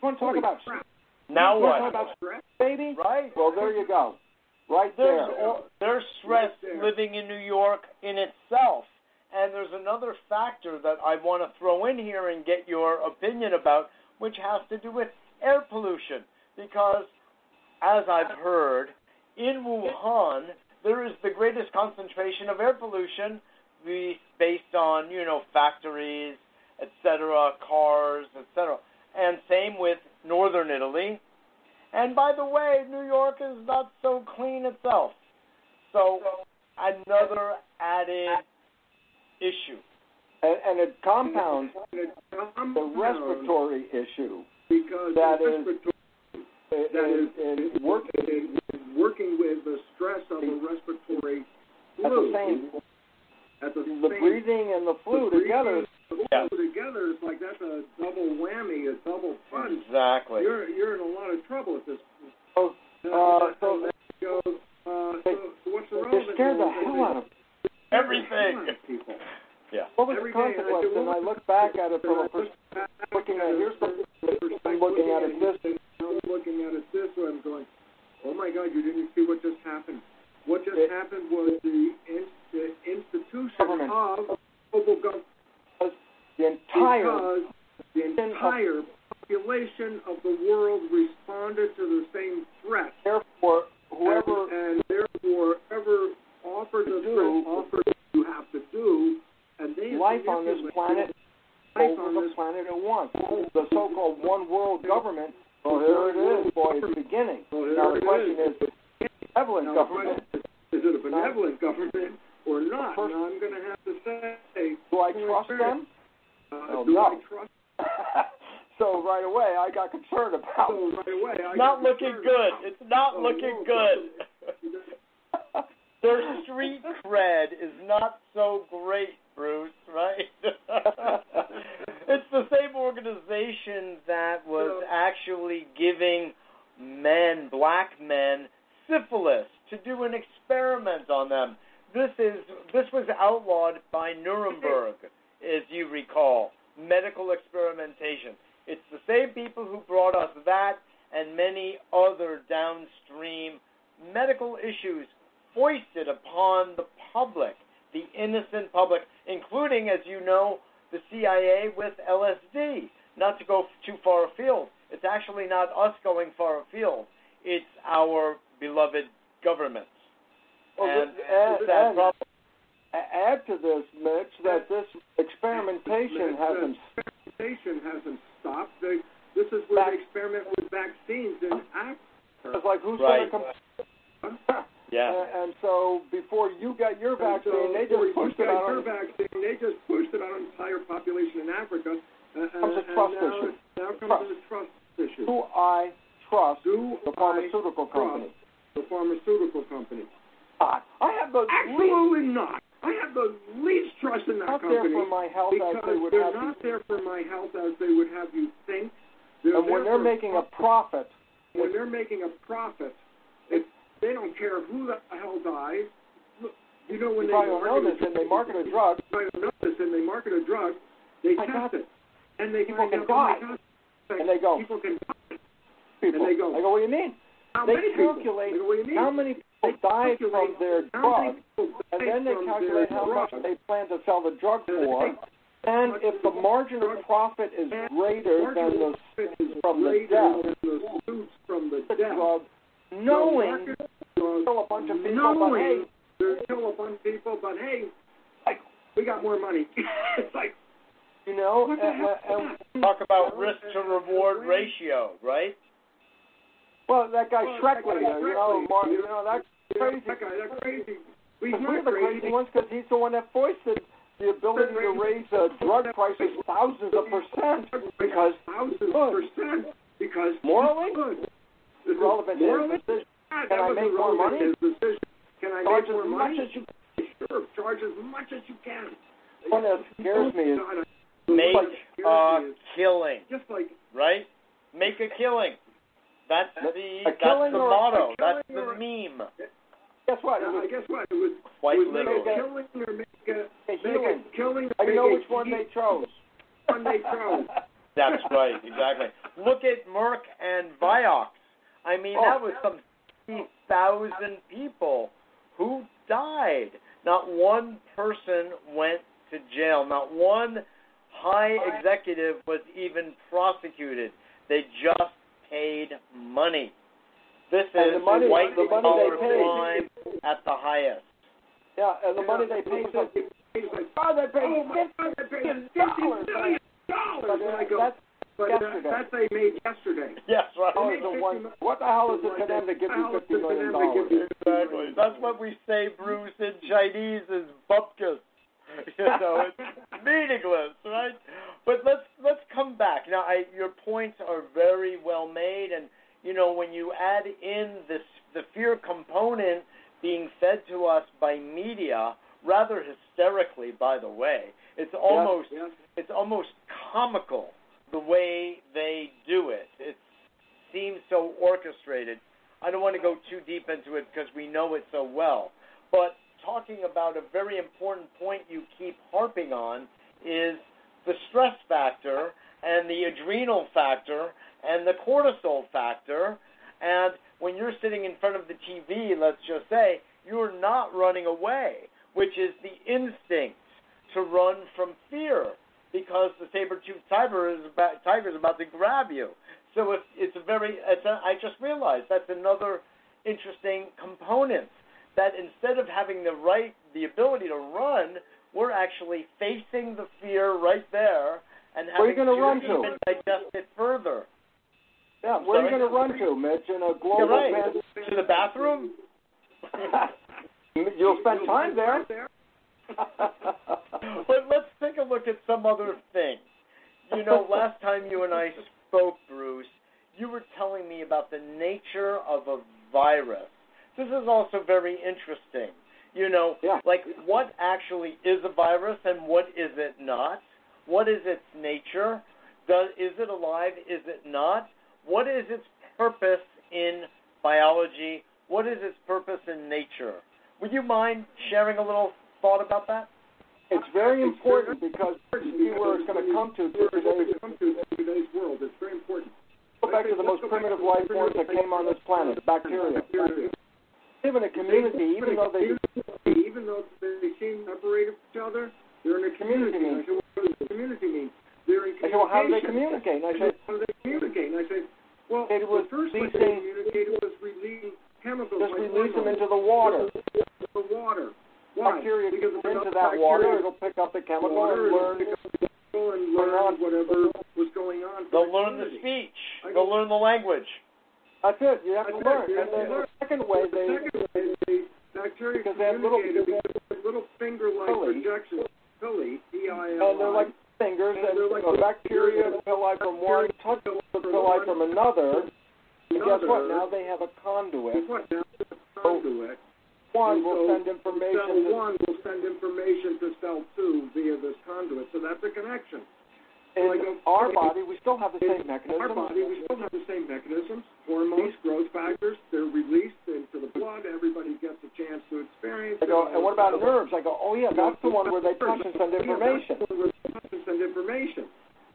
want to talk
Holy
about
crap.
Now
You
what?
wanna talk about
Stress.
baby?
Right?
Well, there you go. Right
There's,
there.
all, there's stress
Right there.
living in New York in itself. And there's another factor that I want to throw in here and get your opinion about, which has to do with air pollution. Because, as I've heard, in Wuhan, there is the greatest concentration of air pollution be- based on, you know, factories, etc., cars, etc. And same with northern Italy, and by the way, New York is not so clean itself. So another added issue.
And, and it compounds
And it compounds
the respiratory issue.
because
that
the
is-
respiratory
It,
That is-
it, it works
it is working with the stress of the respiratory
at the
flu.
same
At the
the
same
breathing and the flu
the
together.
breathing
Yes.
and the flu together is like that's a double whammy, a double punch.
Exactly.
You're you're in a lot of trouble at this.
So,
point.
Uh, so-
so, go, uh, so,
They-
so what's the
they
relevance?
scared the
of it?
hell out of
They scare the hell
Everything.
out of people.
Yeah.
Well, was the
every day, and I
consequence?
said,
And
well,
I look back at it from a
look
pers-
back
looking at here's something
perspective,
I'm looking at it this.
I'm looking at it this way. I'm going, oh my God, you didn't see what just happened. What just
It-
happened was the, in, the institution
Government.
of global government
The entire
because the entire population of the world responded to the same threat.
therefore whoever
and therefore ever offered the
Do-
threat, offered what you have to do, and they
life on this
manipulated
planet
life
over
on
the
this
planet at once. The so-called one world government.
Oh,
here it is, boy. It's beginning.
Well, here
Now the
it
question
is.
is, benevolent
Now, the
government.
question Is is it a benevolent government or not?
First-
Now, I'm going to have to say,
Do I trust them?
uh,
No,
do I
no.
trust
so right away, I got concerned about.
them right away? I
It's not
got
looking
concerned
good.
about-
It's not
Oh,
looking
no,
good.
doesn't- Oh,
Their street cred is not so great, Bruce, right? it's the same organization that was
So-
actually giving men, black men, syphilis to do an experiment on them. This is this was outlawed by Nuremberg, as you recall, medical experimentation. It's the same people who brought us that and many other downstream medical issues foisted upon the public, the innocent public, including, as you know, the CIA with LSD. Not to go too far afield, it's actually not us going far afield, it's our beloved governments.
Well,
and
th- and-
it's that
and-
problem.
A- Add to this, Mitch, that this experimentation hasn't.
Experimentation hasn't stopped. They, this is where
Vac-
they experiment with vaccines and act.
It's like who's Uh,
Right.
going to come?
Yeah.
And, and so before you got your
And
vaccine,
so
they
before
just pushed
you
it
got
out.
your
on-
vaccine, they just pushed it out on the entire population in Africa. Uh,
Comes a
and
trust
now,
issue.
Now comes
Trust.
the trust issue.
Do I trust
Do
the
I
pharmaceutical
trust
company?
the pharmaceutical company?
God, I have the least
Absolutely not. I have the least trust in that
not there
company
for my health
because
as they would
they're
have.
not there for my health as they would have you think. They're
and when
there
they're
for-
making a profit,
when they're making a profit, it, they don't care who the hell dies. Look, you know when
you
they
probably don't know this,
market a
and they market a
drug-
drug.
I know this, and they market a drug, they
My
test
God.
it, and they
People
find
can
out, oh my
die.
God,
And they go-
people can die.
People,
they go-
I go, what do you mean?
How
They
many
calculate
people? They go, what do you mean?
How many people
They
died from
calculate
their
how
drug?
many people
And
died
then they
from their
calculate how much
drug?
they plan to sell the drug
And they
for.
think
And if the margin of profit is greater than the
profit is
from the
greater
death.
than the suits from the
the
death.
drug, knowing
The market
they
drug,
kill a bunch of people, but hey,
knowing they're still a bunch of people, but hey,
Like-
we got more money. it's like,
you know,
what the
and,
hell?
and,
Talk about risk to reward ratio, right?
well, that guy
Well,
Shrekley,
that guy
you know,
Shrekley,
Mark,
you
you know, that's
Crazy.
crazy.
That guy, that's crazy. He's
Because we're
not
the
crazy.
crazy ones because he's the one that foisted the ability to raise uh, drug prices thousands of percent because
thousand
Good.
percent because
Morally?
good. This is
relevant to
morally?
his decision.
God,
Can
that
I
was
make
a
more
relevant
money?
Decision. Can I
Charge
make more
as much
money?
as you
sure, charge as much as you can.
One that scares me is-
God, I-
Make uh,
what scares
a
me is
killing,
just like
right? Make a killing. That's
A
the that's
killing
the
or a-
motto.
a
That's the
killing
meme.
Guess what? It
I
was
guess what it was.
Quite
was make
literally.
a killing or make
a
a make
healing.
a killing.
I
make
know
a
which one they chose.
one they chose.
That's right, exactly. Look at Merck and Vioxx. I mean,
Oh.
that was some 50,000 people who died. Not one person went to jail. Not one high executive was even prosecuted. They just paid money. This
And
is
the money-
white
the money
collar
they paid.
crime at the highest.
Yeah, and the money they paid was like,
It's like,
oh, they paid
oh my God, they paid
$50
fifty million dollars. And
But, uh,
I go,
that's
but that,
yesterday.
that they made yesterday.
Yes, right.
dollars of one. What the hell
Oh
is it to them to give you fifty million dollars?
Exactly. That's what we say, Bruce, in Chinese is bupkis. You know, it's meaningless, right? But let's let's come back. Now, I, your points are very well made, and you know when you add in this the fear component being fed to us by media, rather hysterically, by the way, it's almost
Yes.
it's almost comical the way they do it. It seems so orchestrated. I don't want to go too deep into it because we know it so well. But talking about a very important point you keep harping on is the stress factor and the adrenal factor and the cortisol factor. And when you're sitting in front of the TV, let's just say, you're not running away, which is the instinct to run from fear because the saber-toothed tiger is about, tiger is about to grab you. So it's, it's a very, it's a, I just realized that's another interesting component that instead of having the right, the ability to run, we're actually facing the fear right there and
Where
having
you gonna run to?
even digest it further.
Yeah, where are you
Sorry?
going to run to, Mitch, in a global
You're right.
pandemic?
To the bathroom?
You'll spend time there.
but let's take a look at some other thing. You know, last time you and I spoke, Bruce, you were telling me about the nature of a virus. This is also very interesting. You know,
Yeah.
like what actually is a virus and what is it not? What is its nature? Does, is it alive? Is it not? What is its purpose in biology? What is its purpose in nature? Would you mind sharing a little thought about that?
It's very important because you see where it's going to come to through today's
come to in today's world. It's very important.
go back to the most primitive life forms that came on this planet, bacteria. Live in a community, even though they
even though they seem separated from each other, they're in a community. I said, what does community mean? They're in
I said, well, how do they
communication.
communicate? And I
I
said,
said, how do they communicate? And I said, well,
It was
the first way they
releasing-
communicated was releasing chemicals
just
like
release them
hormones
into the water.
into the water. Why?
Bacteria
because
gets
the
into that water, it'll pick up the chemical
water
and learn.
and learn whatever was going on. for
They'll learn the
community.
speech.
I
They'll
go-
learn the language.
That's it. You have to
That's it,
learn.
you have
And then
to learn.
the second way
The
they
second way they- bacteria
Because they have little-
communicated because they have little finger-like
Pili.
projections, pili, P-I-L-I.
and Oh, they're like fingers, and you know, bacteria pili from one touch the pili from another. And guess what? Now they have a conduit.
What now? It's a conduit.
One will send
Cell
information to
one will send information to cell two via this conduit, so that's a connection.
in our body. We still have the same mechanism.
Our body, we still have the same mechanisms, hormones, growth factors, they're released into the blood, everybody gets a chance to experience.
I
it.
go, and what about nerves? I go, oh yeah, that's the one where they touch and send information.
Yeah, that's the one where they touch and send information.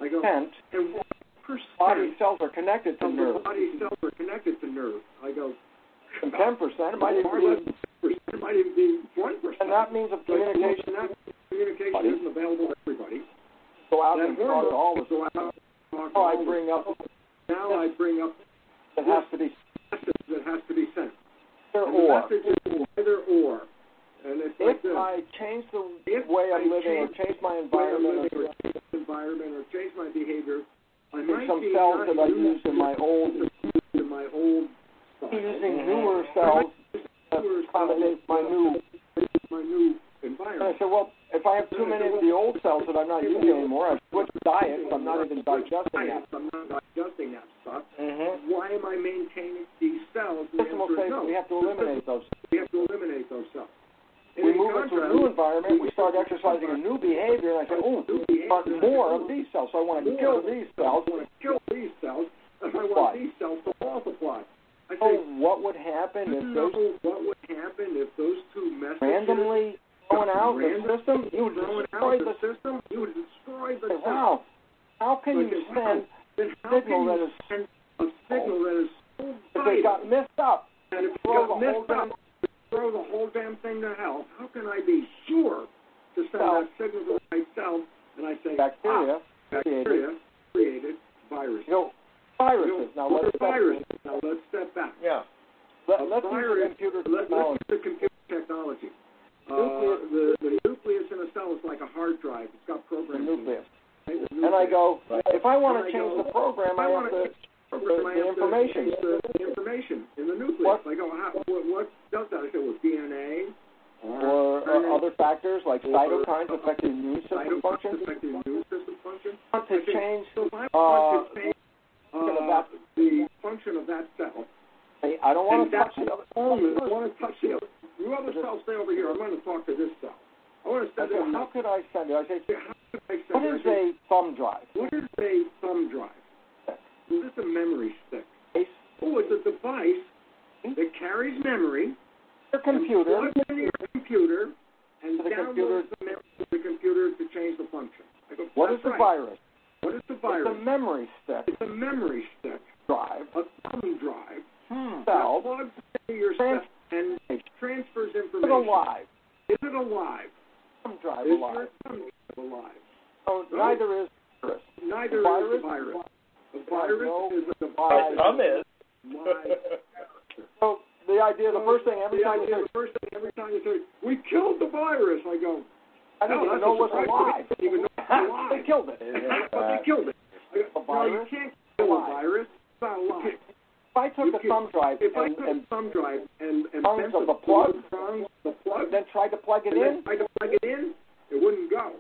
I go,
And
and what
body
percent
cells are connected to
of the
nerves.
body cells are connected to nerve? I go,
And 10%, it might
far
even
less
be,
percent, it might even be one
and
percent.
that means of communication
That communication isn't available to everybody.
go out and
That
cause all this.
So I,
Now I bring up
now I bring up
it has to be
message that has to be sent.
either
And the
or.
message is either or. And it's
If
like this.
I change the
If
way
I
I'm living or
change
change my
If I'm
environment
living or change the environment or change my behavior, I
or
might
some
be
cells
not
that I used in my old,
in my old style,
using newer cells that accommodate my new.
my new
And I
environment.
said, well, if I have too many of the old cells that I'm not using anymore, I switch diets, I'm not even digesting that.
Diets, I'm not digesting that stuff.
Mm-hmm.
Why am I maintaining these cells? The
System will
answer is
say
no.
we have to eliminate those.
We have to eliminate those cells. And
We
in
move into a
contrast,
new environment, we start exercising a new behavior, and I say, oh, I want more of these cells, so I want to kill these cells.
I want to kill these cells, and I
Why?
want these cells to multiply. I say,
Oh, what would happen
you
if those
know what would happen if those two messages
Mm-hmm. randomly thrown out the system? You would
thrown
destroy
out
the
the system? You would destroy the
Hey,
system.
Wow. How can
Like,
you
wow,
send
then how
signal
can
that
you
is-
send a signal that is so
if they
vital
got messed up?
and if you
throw
got
the whole
messed up, throw the whole damn thing to hell? How can I be sure to send
Well-
that signal to myself? And I say,
Bacteria
ah, bacteria created virus.
You know, viruses. Now let's step,
virus. Now let's step back.
Yeah.
Let, let's
virus-
use computer
Let,
technology.
let's use the computer technology. Uh,
Nucleus.
the, the nucleus in a cell is like a hard drive. It's got
The
programs. in it,
nucleus.
right? The
And I
nucleus.
go,
Right.
if I want
And
to
I
change
go,
the program,
I
I
wanna
have to
change program,
the
I have to
information.
change The, the information in the nucleus.
What-
I go, how, what, what does that? I say, well, DNA
or, or uh, other factors like
Or-
cytokines affect the immune system function.
cytokines affect the immune system function.
I want to change
So if I
Uh,
want to change
look at
uh,
that.
the function of that cell,
Hey, I don't want
and
to touch
that's
the
the
other
only I want to touch the other. You other cells stay over here. I'm going to talk to this cell. I want to
I
send
said,
it.
how could I send it? I say,
How can I send
what
it?
is a thumb drive?
What is a thumb drive? Is this a memory stick?
It's
Oh, it's a device that carries memory.
your computer.
And plugs into your computer and
To the
downloads
computer.
the memory to the computer to change the function.
What
That's
is a
right.
virus?
What is the virus?
It's a memory stick
It's a memory stick,
drive
a thumb drive.
Hmm.
Now,
cell
plugs into your
Trans-
system and
It's
transfers information.
alive.
Is it alive?
Thumb drive
Is
alive.
your thumb drive alive?
So neither is virus.
Neither is
Virus?
a virus. A virus
No.
is
My
a
Virus.
device.
thumb is.
Live.
So the idea,
Oh,
the first thing every
The
time you
idea,
hear,
the first thing every time you say, "We killed the virus," I go,
I didn't
no,
even
that's
know
a
it was alive.
surprise to me. Even though it's alive.
They killed it.
"But they killed it." I
A
go, no, you
virus?
can't kill a
Alive.
virus. It's not alive.
If I took a thumb drive
If I
and,
took
and
a thumb drive and and
Prongs
bent
of
the
the plug.
prongs of the plug,
then tried to plug it
and then
in,
tried to plug it in, it wouldn't go.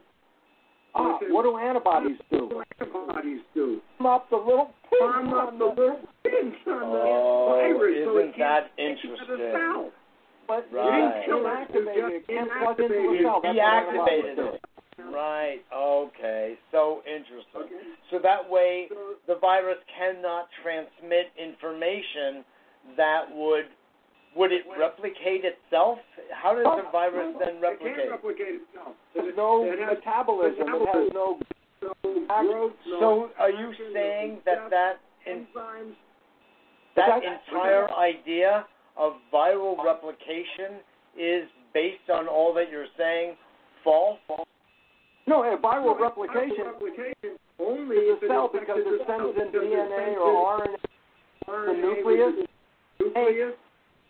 ah, what do antibodies do?
What do antibodies do?
Come up the little
Farm up the little pins on the
Oh,
virus, so
isn't
it can't
that
get to the
interesting?
cell.
But
Right.
you didn't kill it. You can't plug into a
Inactivated.
cell. That's what
Deactivated
antibodies
it. Right. Okay. So interesting.
Okay.
So that way,
So
the virus cannot transmit information that would. Would it replicate itself? How does the virus then
It can't
replicate?
replicate itself.
do.
It-
There's no
it has
metabolism. It has no
no growth, no
So are you
action, no
saying that
death,
that in,
enzymes?
that
That's-
entire idea of viral replication is based on all that you're saying false?
no a viral
No,
replication.
replication only
is
if
the
it
cell
affected
because it
the cell,
sends in
because it
DNA
sends
or RNA
in
to the
RNA,
nucleus
nucleus,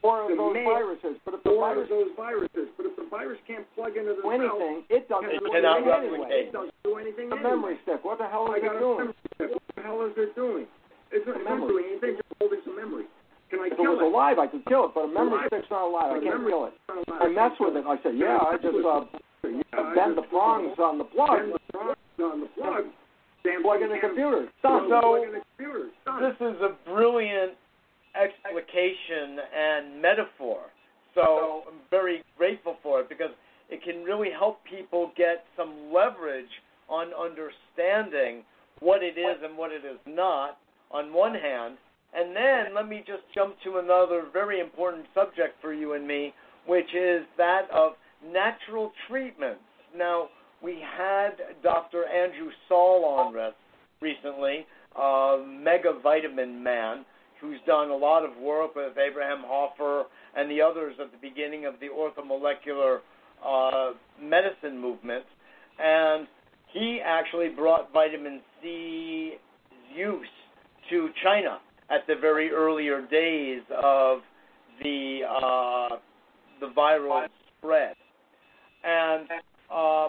or
the
of those
main-
viruses. But if the
or
virus
those viruses. But if the virus can't plug into
do
the cell,
anything, it doesn't
It
do
cannot
anything anyway.
replicate.
it doesn't do anything.
The
anyway.
memory stick. What the hell
I
is
got
it
a
doing?
memory. stick. What the hell is it doing? It's not,
A
it's not
memory.
doing anything. Just holding some memory. Can I
If it
kill
was alive, I could kill it, but a memory
Alive.
stick's not alive. I
A
can't
memory-
kill it.
it?
I mess with it. I say, yeah, I just uh,
Yeah, I
bend the
just-
prongs on the plug,
Bend the prongs on the plug. Damn
plug in
thing
the
can't-
computer.
plug
Done.
in the computer. Done.
This is a brilliant explication and metaphor. So I'm very grateful for it because it can really help people get some leverage on understanding what it is and what it is not on one hand. And then let me just jump to another very important subject for you and me, which is that of natural treatments. Now, we had Dr. Andrew Saul on re- recently, uh, mega vitamin man, who's done a lot of work with Abraham Hoffer and the others at the beginning of the orthomolecular uh, medicine movement. And he actually brought vitamin C use to China at the very earlier days of the uh, the viral spread. And uh,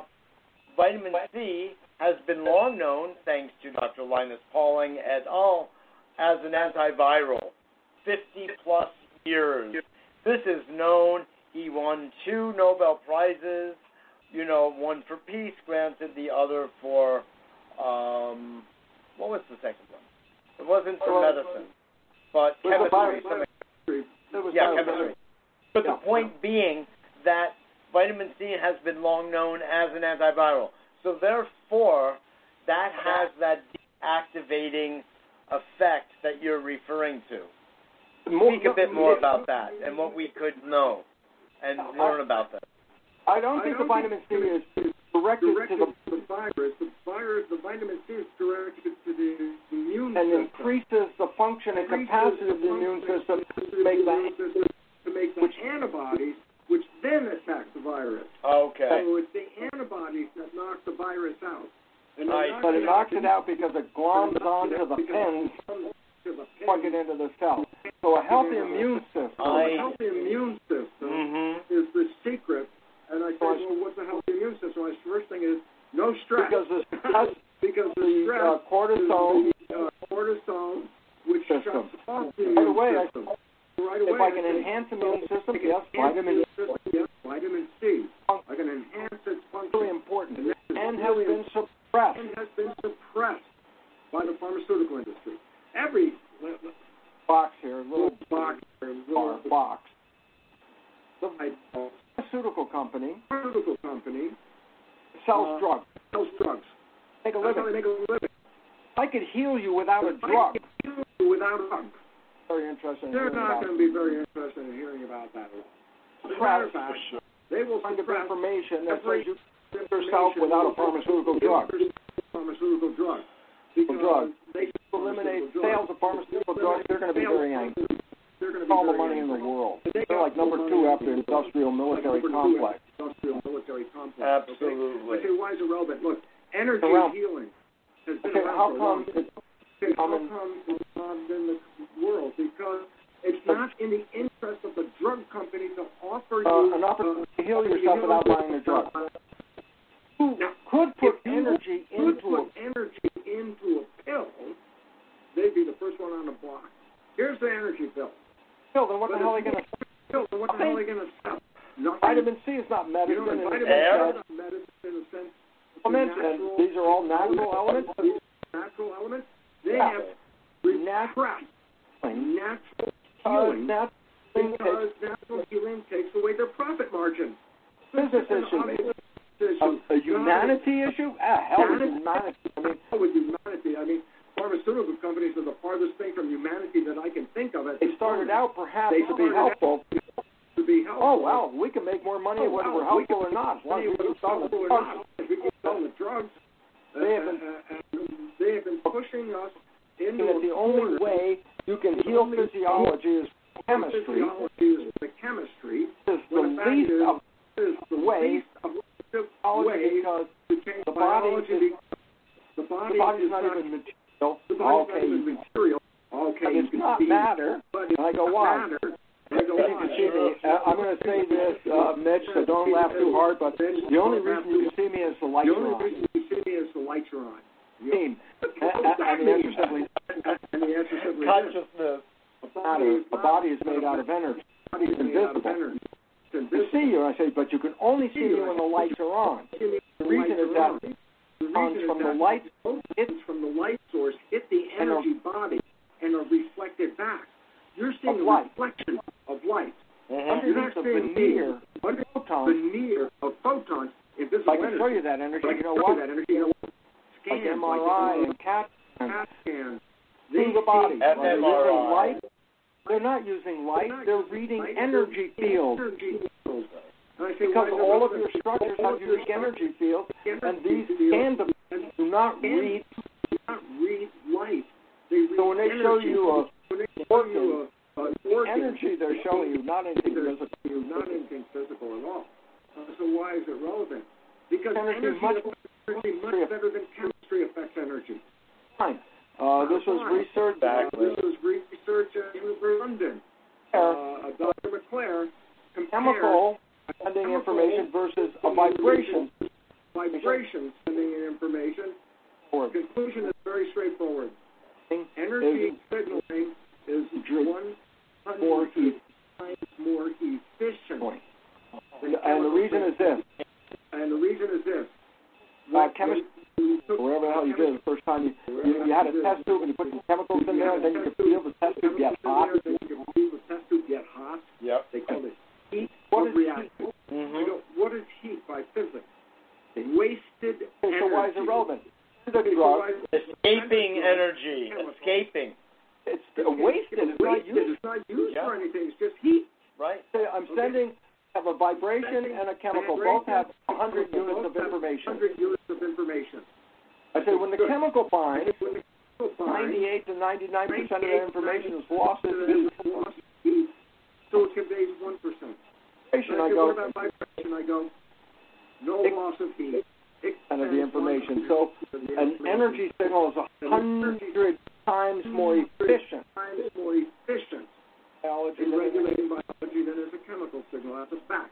vitamin C has been long known, thanks to Dr. Linus Pauling et al., as an antiviral. 50 plus years. This is known. He won two Nobel Prizes, you know, one for peace granted, the other for, um, what was the second one? It wasn't for
Well,
medicine, but
it was a
chemistry.
virus- It was
Yeah,
virus-
chemistry. But
Yeah.
the point being that vitamin C has been long known as an antiviral. So therefore, that has that deactivating effect that you're referring to.
More-
Speak a bit more about that and what we could know and learn about that.
I don't think
I
the
don't
vitamin C
think-
is directed to
directed
the
to the virus. The virus, the vitamin C is directed to the immune
and
system.
increases the function and
Increases
capacity of the immune system to make that
immune system to make the antibodies, which then attack the virus.
Okay.
So it's the antibodies that knock the virus out. And they
Right.
knock
But it knocks it out because it gloms onto the pins,
Comes to the pin.
plug it into the cell. So a healthy immune system.
So
I-
a healthy immune system
Mhm.
is the secret. And I said,
Well,
well, what's a healthy immune system? My first thing is no stress.
Because the stress,
because the
the
stress
uh, cortisol,
is the, uh, cortisol, which
System.
shuts off the
By
immune
the way, I-
system. Right away,
if I can
say,
enhance immune
I
system,
can
yes,
enhance
vitamin E
the
C
system, yes, vitamin C. I can enhance
is
its
really
function.
important
And, that is
and has
really
been suppressed.
and has been suppressed by the pharmaceutical industry. Every
Box here, little
little box, little
bar box. The
I-
pharmaceutical company
pharmaceutical company Uh-huh.
sells drugs.
sells drugs.
Take a
That's how
living.
they make a living.
I could heal you without a drug.
Without a drug.
Very interesting.
They're not going to be very interested in hearing about that at all. As a matter of fact, they will
kind of
suppress
information that
Every
says you yourself without a pharmaceutical drug.
Give pharmaceutical drugs. Because
drugs.
They
eliminate sales of pharmaceutical drugs, they're going to be very angry.
They're going to be
All the
very
money in the
angry.
world. They're like number two after industrial military complex.
Industrial military complex. okay?
Absolutely.
Okay, why is it relevant? Look, energy
Around-
healing has been
Okay,
around
how
for a long
come
time.
it's
Okay, how
common-
come it's not in the world? Because it's not in the interest of the drug company to offer you Uh,
uh, an opportunity to heal yourself without buying a drug? Who
Now,
could put
if you
energy
could
into
put energy into a pill, they'd be the first one on the block. Here's the energy pill.
a pill? Then what the hell are they going to?
Pill, so what the hell are they going to sell? Nothing.
Vitamin C is not
you
medicine.
know,
and
vitamin
it's
C
air.
not
is not medicine in a sense. It's a
elements, and
natural-
these are all natural elements.
These are natural elements. They
Yeah.
have
Natural
repressed natural
Uh,
healing
natural thing
because natural healing takes away their profit margin.
Business
It's an
issue.
obvious decision.
a, a humanity issue? Ah, hell with
Humanity.
humanity. I mean,
God, with humanity. I mean, pharmaceutical companies are the farthest thing from humanity that I can think of. At
they
this
started
moment.
out perhaps
They
to be
started
helpful.
to be helpful.
Oh wow, we can make more money
Oh,
whether we're
wow, we
helpful or not. As long as we
Whether
can
it's
sell the
helpful or
drugs.
not, if we keep selling the drugs, uh,
They have been-
uh, uh, uh, they have been pushing us into
that the
a
only
corner.
way you can
The
heal
only-
physiology is chemistry.
Physiology is the chemistry.
Is the
When the fact
least
is,
of
is the
way-
least effective
biology
way
because
to change
the body
biology
is-
because the body
the body's
is
not even material.
the body's
Okay,
not
you
even material. Okay,
But
you
it's
can
not
see-
matter.
But it's
And I go,
not
why?
matter. I go,
You can see me. uh, I'm going to say this, uh, Mitch, so don't laugh too hard, but uh, the only reason you can see me is the light
The
you're
only
on.
reason you see me is the lights are on.
Team.
What
And,
does that
and the
mean?
answer simply is
And the answer simply is this.
Consciousness.
a
matter. A
not-
body is made out of energy.
a body is made out of
invisible.
energy. It's
To
invisible.
see you, I say, but you can only see me when the lights are on.
You see
The reason
lights
is
are
that
on. The
comes
reason is
from the
that
light.
photons from the light source hit the
And are-
energy body and are reflected back. You're seeing
Of
a
light.
reflection of light.
Mhm.
Underneath the
seeing me.
veneer,
Under
photons.
veneer of photons,
If
invisible
I can
energy.
show you that energy,
But
you know
look at
what?
That energy, you know what?
Like
Scans,
MRI and CAT
like
and
CAT scans. They
through the body.
see-
Are they using
MRI.
light? They're not using light. They're reading energy fields
Energy fields. And I say, why
because
is it
all of your
relevant?
structures
All
have
of your
unique energy fields,
structures-
and these
fields
scan devices do not
Scan-
read.
do not read light. They read
So when they show
energy.
you
when they show you a, a
a
organ,
energy, they're showing you not anything
They're-
physical.
You're not anything physical at all. Uh, so why is it relevant? Because
Energy
energy
much-
affects energy much better than chemistry affects energy.
Fine. Uh, this was
Fine.
research
Exactly.
This was research in London.
there.
Uh, Dr. McClare compared
Chemical sending information versus a vibration.
vibrations sending in information. The
organ.
conclusion is very straightforward. Energy
Is
signaling is
Dr-
one hundred
more e-
times more efficient.
point. And and the reason is this.
And the reason is this.
Uh, chemistry,
you took-
wherever the hell you did it the first time, you, you, you had a test tube and you put some chemicals in there, and then you could feel the test tube get hot.
They could feel the test tube get hot.
Yep.
They called it heat
What
of
is
reaction.
Mhm.
I go, what is heat by physics? Wasted
Okay,
energy.
so why is it relevant? It's a
Okay, so
drug.
why is it-
Escaping energy. Escaping.
It's a wasted. It's not
wasted.
used.
It's not used
Yeah.
for anything. It's just heat.
Right.
I'm sending have a vibration and a chemical. Both have 100 units of information.
100 units of information.
I say when the chemical binds,
When the chemical binds,
98 to 99 percent of that information is lost in the
it's lost heat. So it conveys 1%.
vibration.
And
I
I say,
go
What about vibration? I go, no
It-
loss of heat. It
kind of the
conveys
information.
1%
So
of the
an
information.
energy signal is 100 times
Hmm.
more efficient.
Times more efficient
Biology
in
than it is.
regulating biology than is a chemical signal. That's a fact.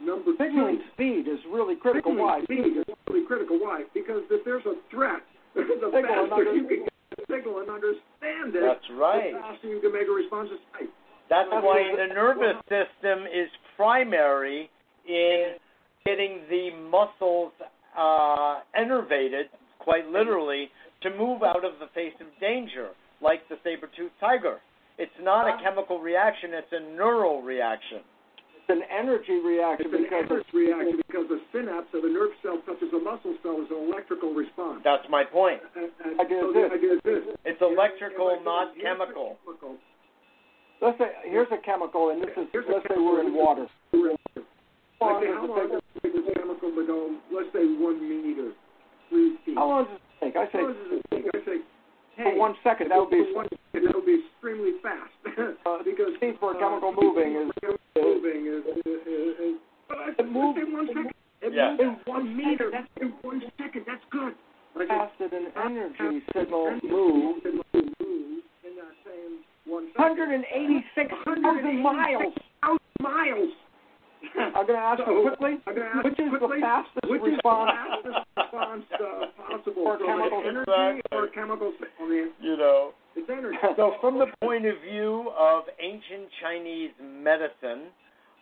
Number
Signaling
two.
speed is really critical.
Hmm. signaling
Why?
speed is really critical. Why? Because if there's a threat, the
and
faster
under-
you can get the signal and understand it,
That's right.
the faster you can make a response. It's right.
That's why the nervous system is primary in getting the muscles uh, enervated, quite literally, to move out of the face of danger, like the saber-toothed tiger. It's not a chemical reaction; it's a neural reaction.
It's an energy reaction
It's an
because
adverse reaction because the synapse of a nerve cell touches a muscle cell is an electrical response.
That's my point.
And- and
I did
so
this.
the idea is this.
It's electrical, not chemical.
Chemical.
let's say here's a chemical, and this is
Here's a
let's say we're in water.
We're in-
How long
Okay,
does
how
it
long
take
does it take this chemical to go, let's say, one meter, three feet?
How long does it think. I say,
causes a thing. I say, hey,
for one second, that would be
for one second, that would be extremely fast
Uh,
because
speed for
uh,
chemical moving is
chemical moving is, is, is, is but I,
It moves-
in one second. It
Yeah.
moves in one meter. That's in one second. That's good. Like
fast that an energy signal moves
It moves in that same one second.
186,000 miles.
miles.
I'm going to ask you quickly,
I'm gonna ask
which is the
quickly,
fastest
which is
response?
the fastest response uh, possible
For
from
chemical-
an energy
Exactly.
or chemical si- I mean,
you know.
it's energy.
So, from the point of view of ancient Chinese medicine,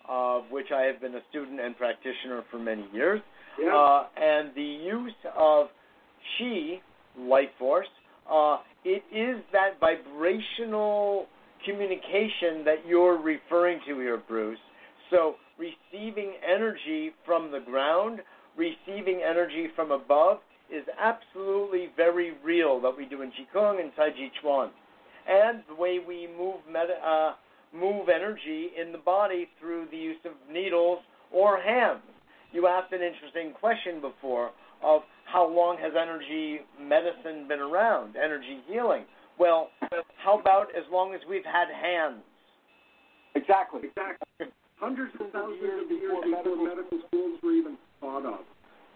of which I have been a student and practitioner for many years,
Yeah.
uh, and the use of chi, life force, uh, it is that vibrational communication that you're referring to here, Bruce. So, receiving energy from the ground, receiving energy from above, is absolutely very real that we do in Qigong and Tai Chi Chuan. And the way we move, meta, uh, move energy in the body through the use of needles or hands you asked an interesting question before of how long has energy medicine been around, energy healing? Well, how about as long as we've had hands?
Exactly.
Exactly. Hundreds of thousands
years
of years
before
before
medical-
medical schools were even thought of.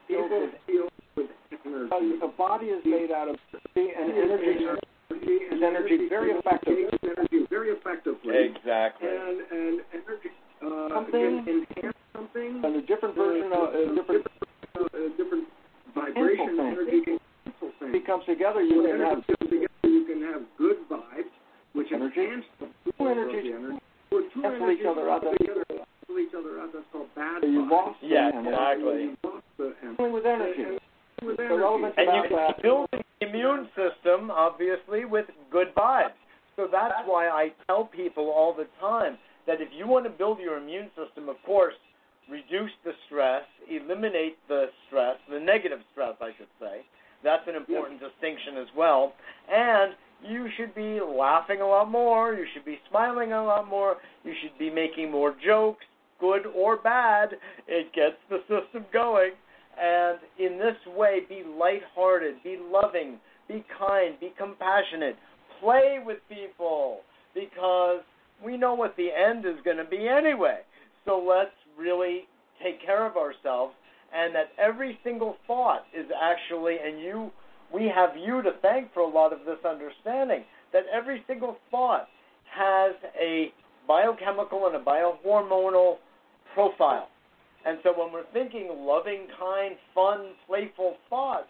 Filled
People
with-
filled with energy.
Because the body is made out of energy and energy.
energy and
energy very effectively.
takes Energy very effectively.
Exactly.
And and energy uh,
Something-
can enhance something.
And a different version of a different
uh, a different vibration
Pencil
energy can cancel things.
we come together,
So
you can
energy
have
comes together, you can have good vibes, which
Energy.
enhance the flow
Two
of the
energies
energy. Or two
cancel
energies
each other out.
come together, cancel each other out. That's called bad
you
vibes.
lost the
Yeah,
hand.
yeah. Exactly.
You lost the em-
Dealing with energy.
and with
The relevance
And you
about
can
that.
build an immune system, obviously, with good vibes. So that's why I tell people all the time that if you want to build your immune system, of course, reduce the stress, eliminate the stress, the negative stress, I should say. That's an important distinction as well. And you should be laughing a lot more. You should be smiling a lot more. You should be making more jokes, good or bad. It gets the system going. And in this way, be lighthearted, be loving, be kind, be compassionate. Play with people because we know what the end is going to be anyway. So let's really take care of ourselves and that every single thought is actually, and you, we have you to thank for a lot of this understanding, that every single thought has a biochemical and a biohormonal profile. And so when we're thinking loving, kind, fun, playful thoughts,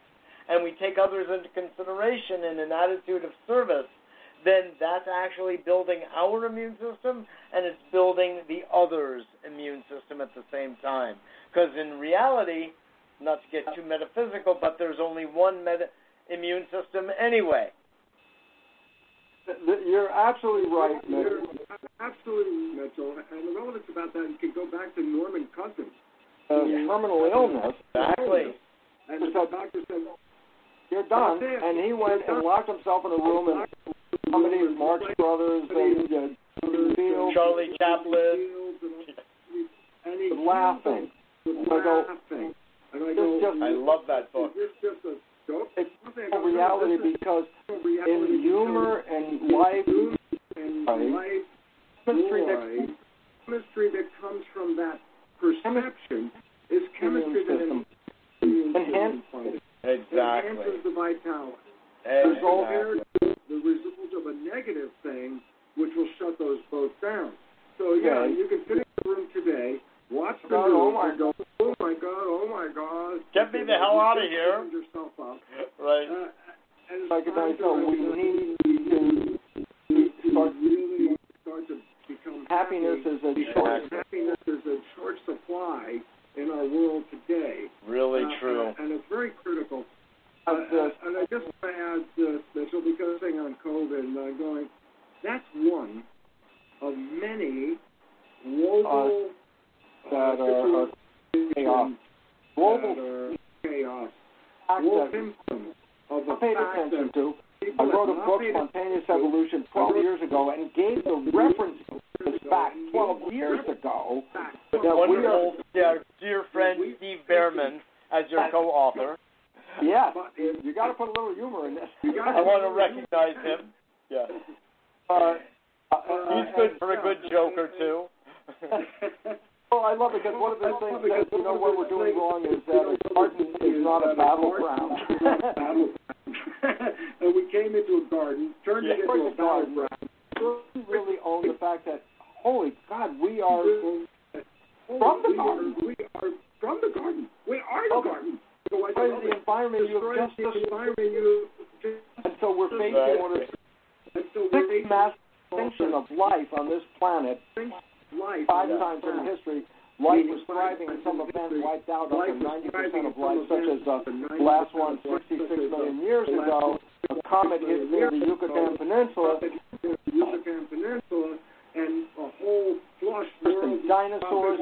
and we take others into consideration in an attitude of service, then that's actually building our immune system and it's building the other's immune system at the same time. Because in reality, not to get too metaphysical, but there's only one meta- immune system anyway.
Th- You're absolutely right, Mitch.
You're absolutely, Mitchell. And the relevance about that, you could go back to Norman Cousins.
Uh, terminal illness,
Exactly.
And the doctor said,
you're done. And he went and locked himself in a room and somebody's Marx Brothers and uh, Fields
Charlie Chaplin.
And he
laughing.
was
I go,
laughing. And I
It's
go,
just-
I love that book.
is this just a joke?
It's
Something I
a
go, no,
reality
this is
because
a reality
in humor and life,
humor and
Right.
life
chemistry
joy,
that
chemistry that comes from that perception is chemistry that
Immune
en-
Enhance-
enhances
Exactly.
the vitality. Result
exactly.
here, the result of a negative thing, which will shut those both down. So yeah,
Right.
you can sit in the room today, watch the
God,
news,
oh my
and go, oh my god, oh my god,
Get me the hell
You
outta
just
here.
opened yourself up.
Right.
Uh, and it's
like I
time to
said, we
recognize
need to
to
start
really start to become
happiness
happy.
is a
because
choice.
happiness is a short supply in our world today.
Really
Uh,
true.
And it's very critical. Uh,
Of this.
and I just want to add this, Mitchell, because thing on COVID and I'm going, that's one of many global uh,
that are- are
situations
chaos.
that
Global
are chaos. Global
access
symptom of
I
the
paid
fact that
attention to. I
people
wrote
have
a
not
book,
paid
Spontaneous Evolution, 12 years ago, and gave the reference to this back 12 years ago.
attention
That
to
we
that.
are-
wonderful, yeah, dear friend
we-
Steve Behrman as your co-author.
Yes.
But it-
You got to put a little humor in this.
You gotta-
I want to recognize him. Yeah,
Uh, uh,
he's good for a good joke or two.
Oh, I love it because one of the things that you know what we're doing wrong is that Arden is not a battleground.
Battleground. and we came into a garden, turned
Yeah.
it into a battleground.
Jordan really own the fact that holy God, we are
From the garden. We are from the garden. We are the
Okay.
garden. So I
destroying
love
the
it.
environment you
Destroy
have just
the
destroyed,
environment you just
and so we're facing
Right.
one of the
and so
six
we
mass extinction of life on this planet.
life
Five
Yeah.
times in history, life was thriving, and some event wiped out up
Life
to
was
90
thriving
percent of
in
life,
some
such as
event, up to
the
90%
last one
of life,
66
such as
million
the
years
last
ago. A comet hit near the Yucatan Peninsula,
the Yucatan Peninsula and a whole flush world
and dinosaurs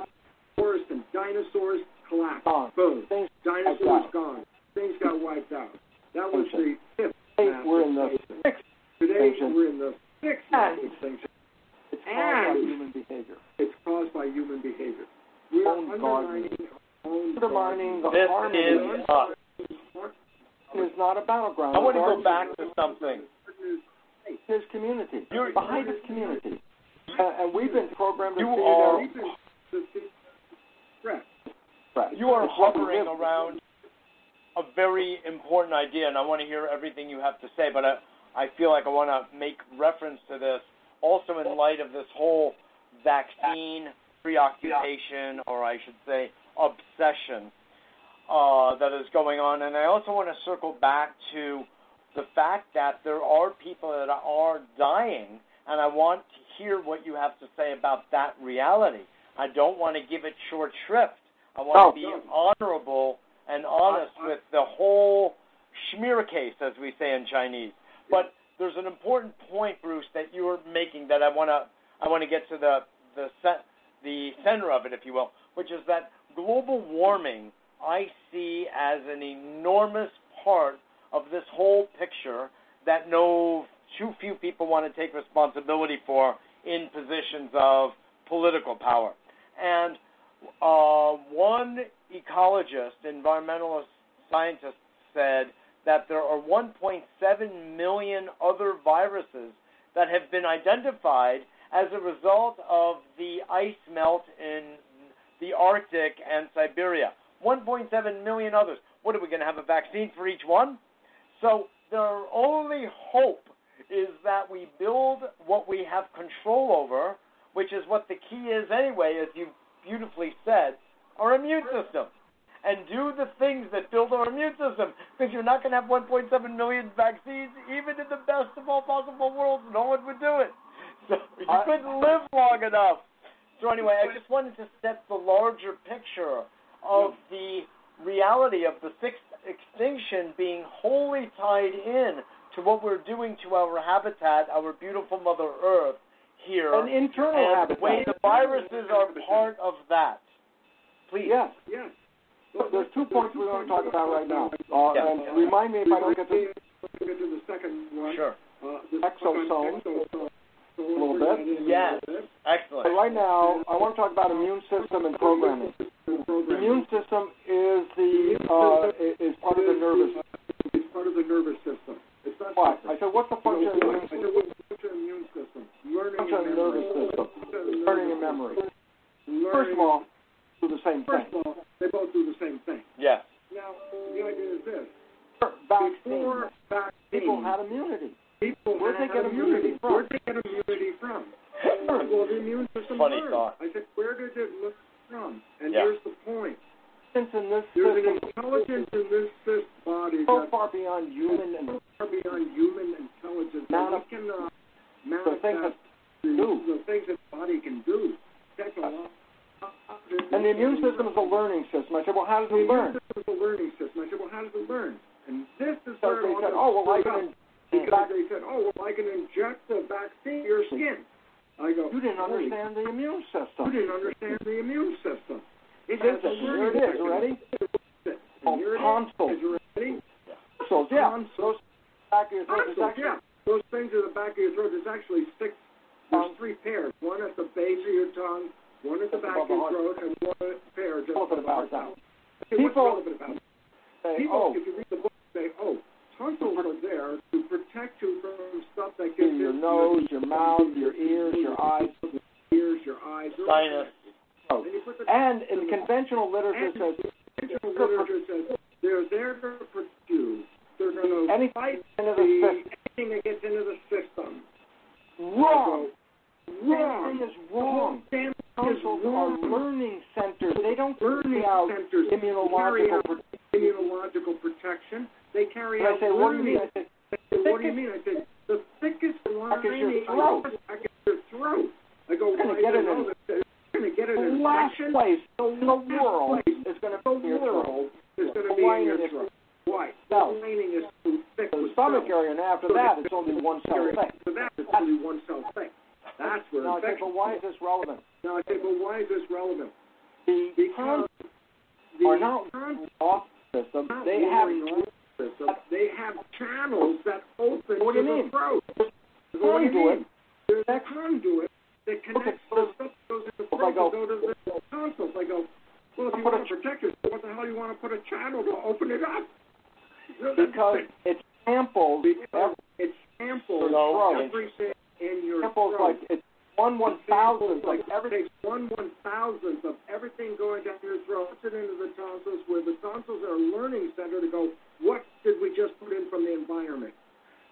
forest and dinosaurs collapsed.
gone.
Boom.
Things
Dinosaurs
out.
gone. Things got wiped out. That was the
Okay.
fifth.
Hey,
mass
we're in the
extinction.
sixth.
Today
extinction.
we're in the sixth mass
And-
extinction.
It's caused by
And-
human behavior.
It's caused by human behavior. We are
Own
undermining our own
Undermining the
garden.
This
harmony
is us.
is not a battleground.
I want to
Garden
go back to something.
is his community,
You're-
behind his community. Uh, and we've been programmed to
You
see
are-
it
The sixth threat.
as threat.
You are
It's what we
hovering
live-
around a very important idea, and I want to hear everything you have to say, but I, I feel like I want to make reference to this also in light of this whole vaccine preoccupation, or I should say, obsession uh, that is going on. And I also want to circle back to the fact that there are people that are dying, and I want to hear what you have to say about that reality. I don't want to give it short shrift. I want
No.
to be honorable and honest with the whole schmear case, as we say in Chinese. But there's an important point, Bruce, that you are making that I want to I want to get to the the cen- the center of it, if you will, which is that global warming I see as an enormous part of this whole picture that no too few people want to take responsibility for in positions of political power. And uh, one ecologist, environmentalist scientist said that there are 1.7 million other viruses that have been identified as a result of the ice melt in the Arctic and Siberia. 1.7 million others. What are we going to have a vaccine for each one? So their only hope is that we build what we have control over, which is what the key is anyway, as you beautifully said, our immune system. And do the things that build our immune system, because you're not going to have 1.7 million vaccines, even in the best of all possible worlds. No one would do it. So you
I-
couldn't live long enough. So anyway, I just wanted to set the larger picture of the reality of the sixth extinction being wholly tied in to what we're doing to our habitat, our beautiful Mother Earth here,
An internal
and the
habitat.
way the viruses are part of that. Please.
Yes.
Yes.
There's two points we want to talk about right now. Uh,
Yeah.
And remind me if I don't get this.
Let's get to the second one.
Sure.
Uh, the
Exosome.
Exosome. A
little bit.
Yes.
But
Excellent.
right now, I want to talk about immune system and programming. The immune system is the uh, i- is part of the nervous.
It's part of the nervous system. It's not.
What? I said, what's the
You
function
know,
of the immune
I said,
system?
what's the function of the immune system? Learning
Function of the
and memory.
nervous system.
Function of the
Learning and
nervous
memory.
system. Learning
First of all, do the same
first
thing.
of all, they both do the same thing.
Yes.
Now, the idea is this:
Vaccines.
before vaccines,
People had immunity.
people
where'd they
had
get immunity from?
Where'd they get immunity from? Well, the immune system
Funny
learned.
thought.
I said, where did it learn from? And
Yeah.
here's the point.
Since in this
There's
system
an intelligence in this this body
so
that's
far beyond human and
far beyond human intelligence. that we cannot
the things that
manifest the,
do. Uh,
the things that the body can do. That's a lot.
And the immune system is a learning system. I said, well, how does
The
it
immune
learn?
system is a learning system. I said, well, how does it learn? And this is
So
where
they
all
said,
the-
oh, well, I can.
because they said, oh, well, I can inject the vaccine to your skin. I go,
You didn't
"Holy
understand the immune
You
system.
didn't understand the immune system. It
Here's
has
it.
a
Here it
learning
is.
mechanism.
You ready?
And here it is.
Console.
Is it ready?
Consoles, yeah. Those
Consoles.
back of your throat is
Console,
actually
yeah. Those things at the back of your throat, there's actually six, there's
Um,
three pairs. One at the base of your tongue, one at the
Just
back
above
of
the
your
heart.
throat, and one pair just
relevant
above
about that.
Okay, what's
People-
relevant about it?
Say,
People,
oh,
if you read the book, say, oh, tonsils are there to protect you from stuff that gets
your
into
nose, your mouth, your ears, your eyes.
ears, your eyes, they're all
Sinus.
there. And you put the
And in the conventional literature says
conventional literature says they're there to protect you. They're going to
any
fight
kind of
the,
the system.
anything that gets into the system.
Wrong.
So,
Everything
wrong.
is wrong.
Damn
Councils are learning centers. They don't
learning
carry out
centers carry
immunological.
out immunological protection. They carry
And I
out
say, what do you mean?
learning.
I say,
Said, what do you mean? I said, the thickest line
is your
in
throat.
the back is your throat. I go,
You're gonna
why
get
do
an
you know that? You're going to get an
the last
infection.
place in the
last
world
place
is going to
The
be your throat.
world is going to be
Why
in
is
your
it-
throat. Why?
No.
The lining is too thick.
The
with
stomach
cells.
area, and after that, it's only one cell thick.
So that is only one cell thick. That's where
Now I say,
infection.
but why is this relevant?
Now I say, but why is this relevant?
The
Because the
are not
con-
off system,
not
they have
lowering all system. They have channels that open
What do you
to the
mean?
throat. So what do you mean?
conduit.
There's a conduit that connects
Okay,
the stuff that goes in the
if I
throat
go-
to go to the tonsils. I go, well, if you
Put a
want to protect yourself, what the hell do you want to put a channel to open it up?
Because it samples,
Because
every-
it samples
Throat.
everything in your
samples
throat.
like it's one one thousandth, like every
takes one one thousandth of everything going down your throat, puts it into the tonsils, where the tonsils are a learning center to go, what did we just put in from the environment?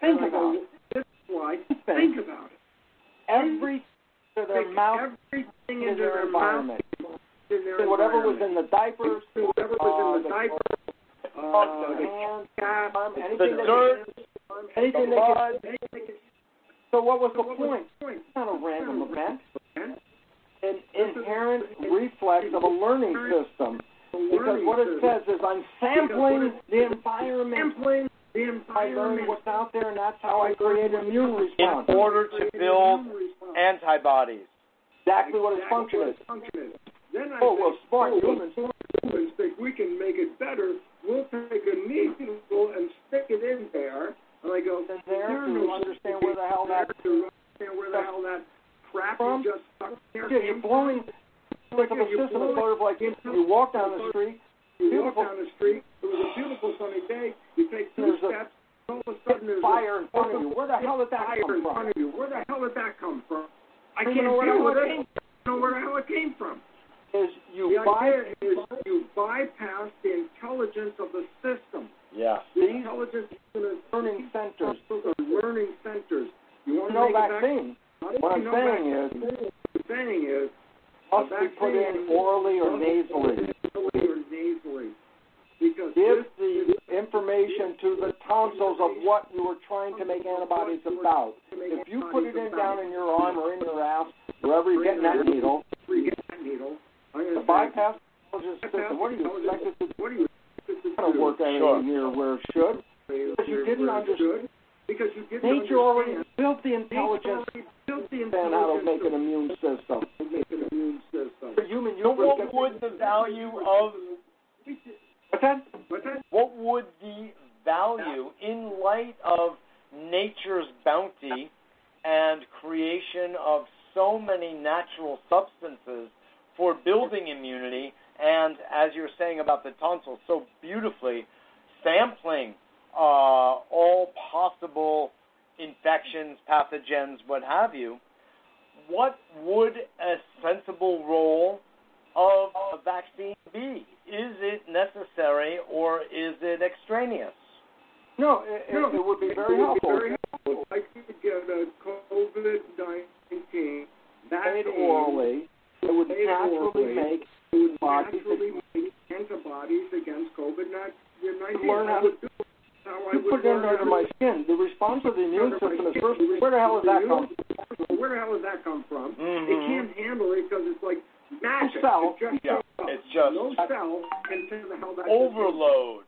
think
and I
about
go,
it.
this is why,
Think.
think about it.
Every to their
Take
mouth
everything
in
into
their
mouth,
environment.
in their
Whatever was
environment.
in the diapers,
Whatever was in the
uh,
diaper,
uh,
uh,
the hand,
cap,
arm, anything
The
that
dirt,
anything
the
that
blood.
can, so what was the point?
point.
It's not a random event.
And
An inherent reflex of a learning system.
the
Because
learning
what it
system.
says is I'm sampling the environment.
sampling the
I learn
environment
what's out there, and that's how I create an immune
in
response.
order to build antibodies.
Exactly what its function is.
function is. Then I
Oh,
think,
well, smart
oh,
humans.
well, humans think we can make it better. We'll take a needle and stick it in there. And I go,
In there
there are
to
no
understand where the hell that-
to understand where the hell that crap
From?
you just stuck there
Yeah,
came
you're blowing like of a
you're
system. It's
blowing-
sort of like you walk down the street,
from. You walk
beautiful-
down the street. It was a beautiful sunny day. You take two
There's a-
steps. and all of a
hit
sudden, there's a
fire in front of you. Where the hell did that
fire
come
in front
from?
of you. Where the hell did that come from? I
Don't even
can't
know where the
deal
hell
with
it
it.
came
I don't know where the hell it came from.
Is you
the
buy
idea is you bypass the intelligence of the system.
Yeah.
The
These
intelligence of the
learning centers.
Those are learning centers. You want to
No
make a vaccine?
vaccine.
How do
What
you
I'm
know
saying is
vaccine? What I'm saying is
must be put in orally or nasally.
nasally or nasally. Because
Give
this
the information to the tonsils of what you were trying to make antibodies about.
can make
If you put it
antibodies
in down
about
in your arm or in your ass, wherever you're getting that needle,
free get that needle. I'm
the
gonna say,
bypass intelligence system, what do you expect it to do?
what do you expect it
It's not
do?
gonna work out
Sure.
in here where it should. Because you didn't
Where it should.
understand.
Because you didn't
Nature already
understand.
built the
Nature
intelligence
already built the
and how to
intelligence
make an immune system.
to make an immune system.
For human
So
use,
what would the value of
but then
But that's
what would the value in light of nature's bounty and creation of so many natural substances for building immunity and as you're saying about the tonsils so beautifully sampling uh, all possible infections pathogens what have you what would a sensible role of a vaccine be? Is it necessary or is it extraneous?
no, it, it, it would be very
it would
helpful.
very helpful. I could get a COVID nineteen
Made
vaccine.
orally, it would
Made
naturally
orally.
make
It would
body-
naturally make antibodies against COVID nineteen.
Learn how
I
to-
would do it. How I
you
would
put it
learn
under
how
my skin. The response of the immune
Under my
system is
skin.
first. Where the hell does that come? from?
to- Where the hell does that come from? It
Mhm.
can't handle it because it's like magic.
Mm-hmm. cell.
It just
Yeah,
shows up.
it's just-
no cell can tell the hell that
Overload.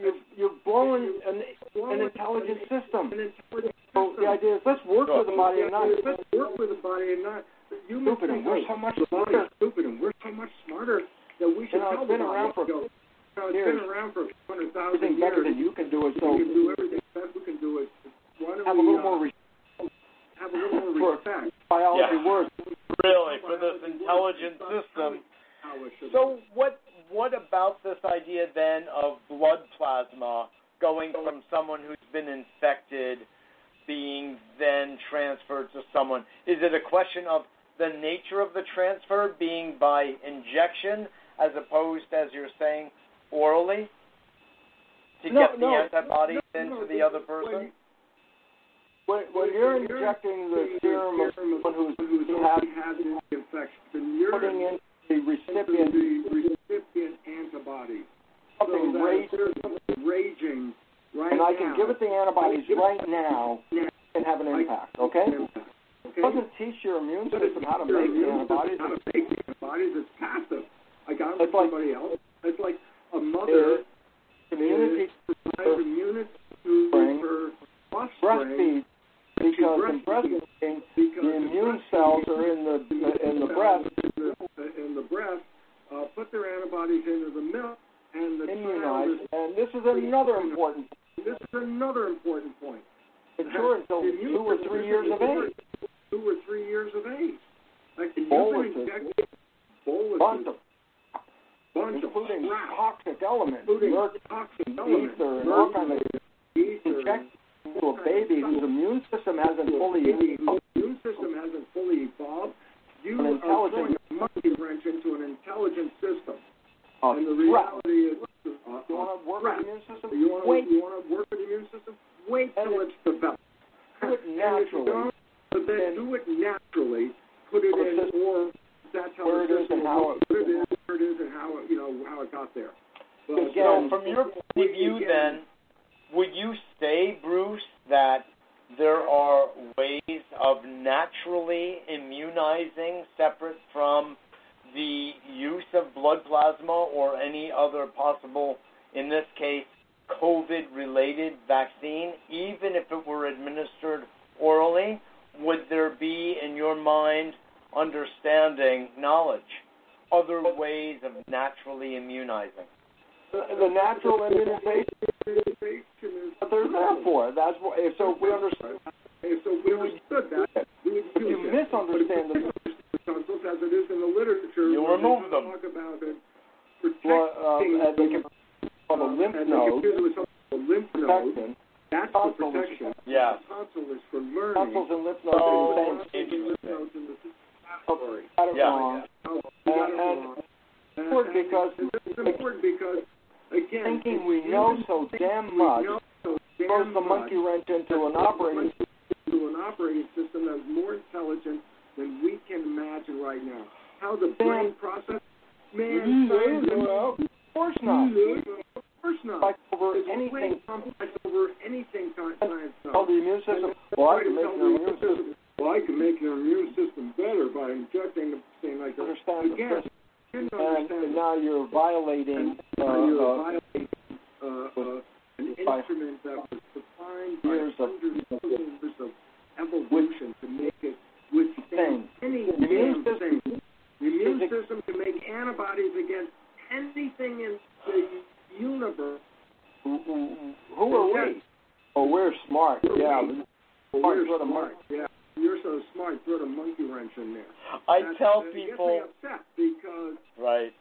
You've you've blown an, an intelligent system.
An intelligent
So the
system.
idea is let's work with the body and not
Let's work with the body and not. Humans
Stupid,
think
we're
we're
so
so
much
body
smarter.
is stupid, and we're so much smarter that we should
know,
tell
it's been
the body
around for
to go. You know, it's
years.
been around for hundred thousand
everything better
years.
than you can do it.
we
So
can do everything best we can do. Is why don't
have a
we
little
uh,
more re-
have a little more
for-
respect?
biology
Yeah.
works.
Really, for this intelligent system.
How it should
So what what about this idea then of blood plasma going from someone who's been infected being then transferred to someone? Is it a question of the nature of the transfer being by injection as opposed, as you're saying, orally to
No,
get the
no,
antibodies
no,
into
no,
the other person?
when-
When, when you're injecting the serum of someone who's, who's
who's already had the infection, then you're
putting in the recipient
the recipient antibody.
something
so
rage,
that's raging right
and
now.
I can give it the antibodies right now and have an impact, okay?
Okay?
It doesn't teach your immune system how to
Your
make the
immune system
antibodies.
How to make the antibodies? It's passive. I got it
It's
with
like-
somebody else. It's like a mother
It's Community
provides immunity to
Spring.
her offspring
breastfeed because in
breastfeeds.
breastfeeding
because
the immune cells are in the in the breast.
in the, in the breast, uh, put their antibodies into the milk, and the child is
immunized. And this is another important
This is another important point.
mature until
The immune
two or
system
three years of
doesn't
age.
work Two or three years of age. Like you
Boluses.
can inject boluses,
Bunch of
bunch of
including
crap,
toxic elements,
including
mercury,
toxic elements,
ether, and all kinds of
ether,
injected into a baby whose immune system hasn't fully
the immune system hasn't fully evolved. You
An
are throwing
intelligent-
a monkey wrench into an intelligent system,
Oh,
and the
evolved.
reality is, uh,
You want to work
crap.
the immune system?
You want
Wait,
to you want to work with the immune system? Wait
And
till it's developed.
do it
And if you
naturally.
don't, But then
Then-
do it naturally. Put it
Put it
in or that's how
where it
the
is
system
and how
works.
it-
Where it is, where it is, and how it, you know how it got there. But um,
So
Again,
from your point of view,
Again.
then, would you say, Bruce, that there are ways of naturally immunizing separate from the use of blood plasma or any other possible, in this case, COVID related vaccine, even if it were administered orally? Would there be, in your mind, understanding, knowledge, other ways of naturally immunizing?
the the natural immunization
immunization is
that they're there for. That's what, if so if we understand,
And so we understood that. We would
if you
use it.
misunderstand the
Tonsils, as it is in the literature,
You
when they
remove them.
Talk about it.
well, uh,
protecting
as they can on the
uh,
lymph
as they
node,
confuse it with something called lymph node.
protection,
That's the
tonsils.
protection.
Yeah.
Tonsil is for learning.
tonsils and lymph nodes
Oh,
are the same.
Sorry.
Got it
yeah.
wrong.
Oh,
And-
got it
and-
wrong.
important because-
and this is important because again,
Thinking we know so damn much
we know so damn
throws the
much
monkey wrench into an operating
to an operating system that's more intelligent than we can imagine right now. How the brain process,
Mm-hmm.
man, science is-
No, of course not.
of course not.
Like over
It's
anything,
way complex over anything science does.
tell the immune system, well, I can make your immune system
Well, I can make your immune system better by injecting the thing like that.
understand the
Again,
system.
You didn't
And
understand
now you're violating uh,
how you
uh,
violate uh, uh, an
by-
instrument that was defined by
Years of-
hundreds of years of evolution to make it withstand
Thing.
any
The immune
damn
system
thing. The immune
is
system can make antibodies against anything in the universe.
Who are we? Oh, we're smart. Yeah.
Well,
Smart,
you're
throw the
smart. Yeah, you're so smart. Throw the monkey wrench in there.
I
That's-
tell
it gets
people,
me upset because
right.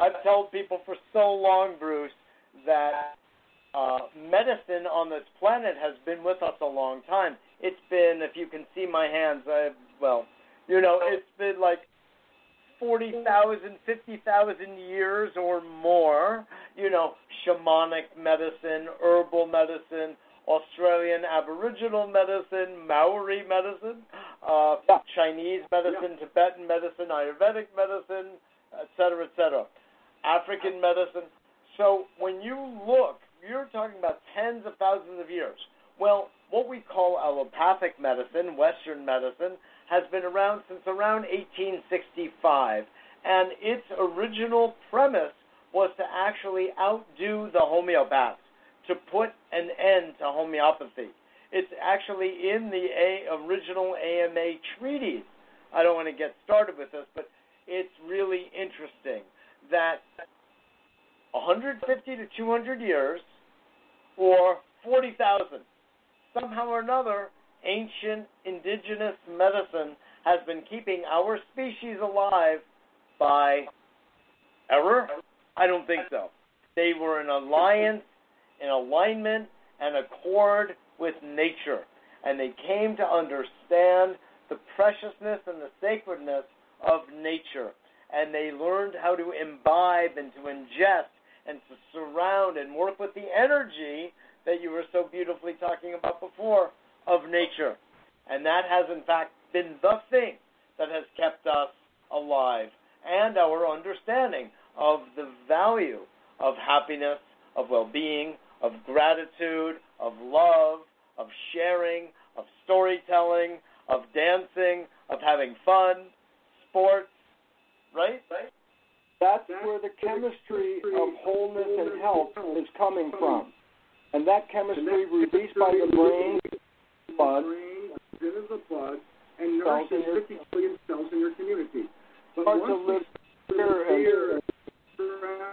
I've told people for so long, Bruce, that uh, medicine on this planet has been with us a long time. It's been, if you can see my hands, I well, you know, it's been like 40,000, 50,000 years or more, you know, shamanic medicine, herbal medicine, Australian Aboriginal medicine, Maori medicine, uh,
Yeah.
Chinese medicine, Tibetan medicine, Ayurvedic medicine, et cetera, et cetera, African medicine. So when you look, you're talking about tens of thousands of years. Well, what we call allopathic medicine, Western medicine, has been around since around 1865, and its original premise was to actually outdo the homeopaths, to put an end to homeopathy. It's actually in the A, original AMA treaties. I don't want to get started with this, but it's really interesting that 150 to 200 years, or 40,000, somehow or another, ancient indigenous medicine has been keeping our species alive by error? I don't think so. They were an alliance in alignment and accord with nature, and they came to understand the preciousness and the sacredness of nature, and they learned how to imbibe and to ingest and to surround and work with the energy that you were so beautifully talking about before of nature. And that has, in fact, been the thing that has kept us alive and our understanding of the value of happiness, of well being, of gratitude, of love, of sharing, of storytelling, of dancing, of having fun, sports, right? Right?
That's where the chemistry of wholeness and health is coming from. And that chemistry released by the brain, blood,
Then is the blood and nurses 50 billion cells in your community. But
Hard to
once we
live
the
here and-
fear and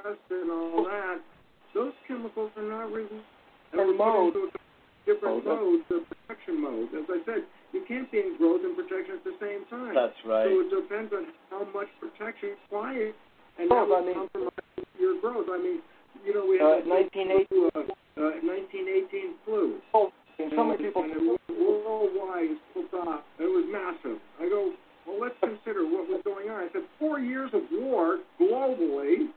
stress and all that, those chemicals are not released. And
And
we're
mode.
put into a different
Mode.
mode, the protection mode. As I said, you can't be in growth and protection at the same time.
That's right.
So it depends on how much protection is required, and
Growth,
that
I
will
mean-
compromise your growth. I mean, you know, we
Uh,
had that
1918
flu, uh, uh, 1918 flu.
and so many people
And it was worldwide, it was, uh, it was massive. I go, well, let's consider what was going on. I said, four years of war globally.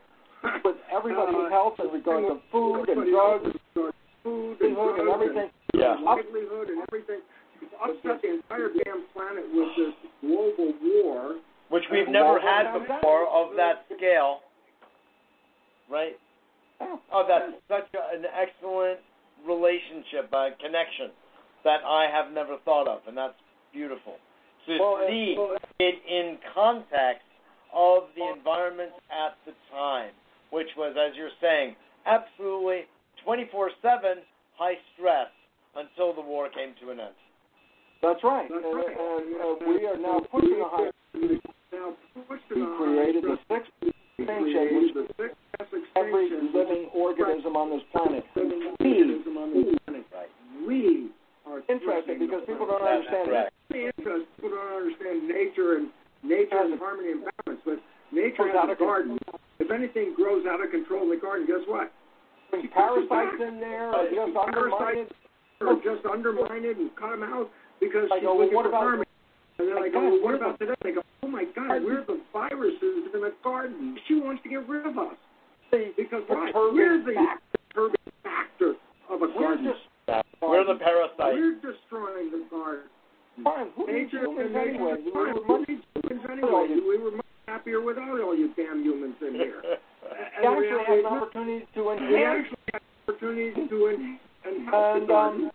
with everybody's health in regards to food uh, and
Everybody
drugs,
else's drug- food and
food
drugs
and everything.
Yeah.
livelihood and everything. You've upset the entire damn planet with this global war.
Which we've never had before of that scale, right? Oh, that's such a, an excellent relationship, uh, connection that I have never thought of, and that's beautiful. To
Well, and-
see it in context of the environment at the time, which was, as you're saying, absolutely 24 7 high stress until the war came to an end.
That's right.
That's
and,
right.
and uh, we are now pushing a high.
Now pushed
We
on
created the
stress-
sixth
we
extinction, which
created the sixth mass
every
extinction, which
living organism on this planet.
Living
We-
organism on the planet. We are
Interesting,
threatening the
because people
planet.
don't understand
correct.
that.
It's interesting. People don't understand nature and nature and harmony and balance. But nature
Goes out of
has a
control.
garden. If anything grows out of control in the garden, guess what?
Bring Parasites in there, are just undermined.
Or just undermine it and cut them out because
Like,
she's
oh,
looking
what
for
about-
harmony. And they're
My
like,
God,
oh, what
we're
about today? They go, oh my God, we're the viruses in the garden. She wants to get rid of us
The
because why?
perturbing
We're the
factor.
perturbing factor of a
We're
garden.
just
We're the parasites.
We're destroying the garden.
fine. Who needs
Nature
humans
and
anyway?
nature
We
is fine.
were
Who
much
needs humans anyway? We were much happier without all you damn humans in here.
We
And the
actually
reality
have an
is
opportunity to
we
enhance
actually have opportunities to en- enhance the
and
garden.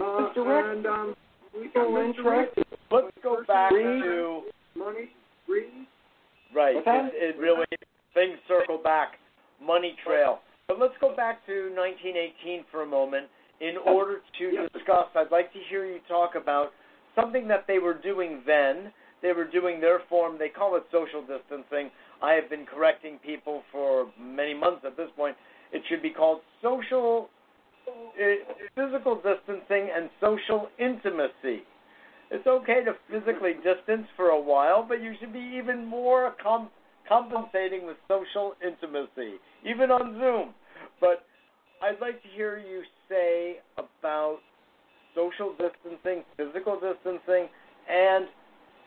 um,
Uh,
direct-
and um, we got
people interact.
misdirected
Let's go back
Greed.
to
money, greed.
Right.
What's that?
It, it really things circle back. Money trail. But let's go back to 1918 for a moment. In order to
Yes.
discuss, I'd like to hear you talk about something that they were doing then. They were doing their form. They call it social distancing. I have been correcting people for many months at this point. It should be called social, uh, physical distancing and social intimacy. It's okay to physically distance for a while, but you should be even more com- compensating with social intimacy, even on Zoom. But I'd like to hear you say about social distancing, physical distancing, and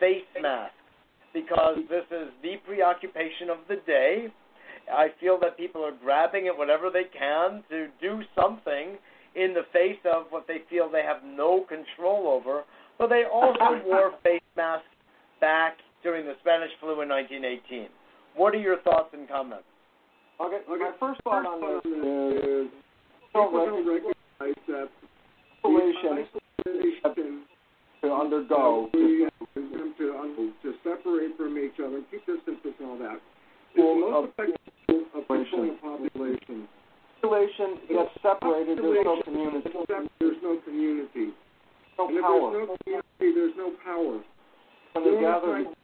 face masks, because this is the preoccupation of the day. I feel that people are grabbing at whatever they can to do something in the face of what they feel they have no control over. But they also wore face masks back during the Spanish flu in 1918. What are your thoughts and comments?
Okay,
Okay.
my first thought on this
is people
is
don't recognize that
isolation
isolation
to undergo.
We want them to, um, to separate from each other and keep distances and all that. It's the
Well,
most
of-
effective tool of controlling a population.
Isolation gets separated. There's no community.
Except there's no community.
No
and if
power.
there's no community, there's no power.
When
The
they
only
gather,
time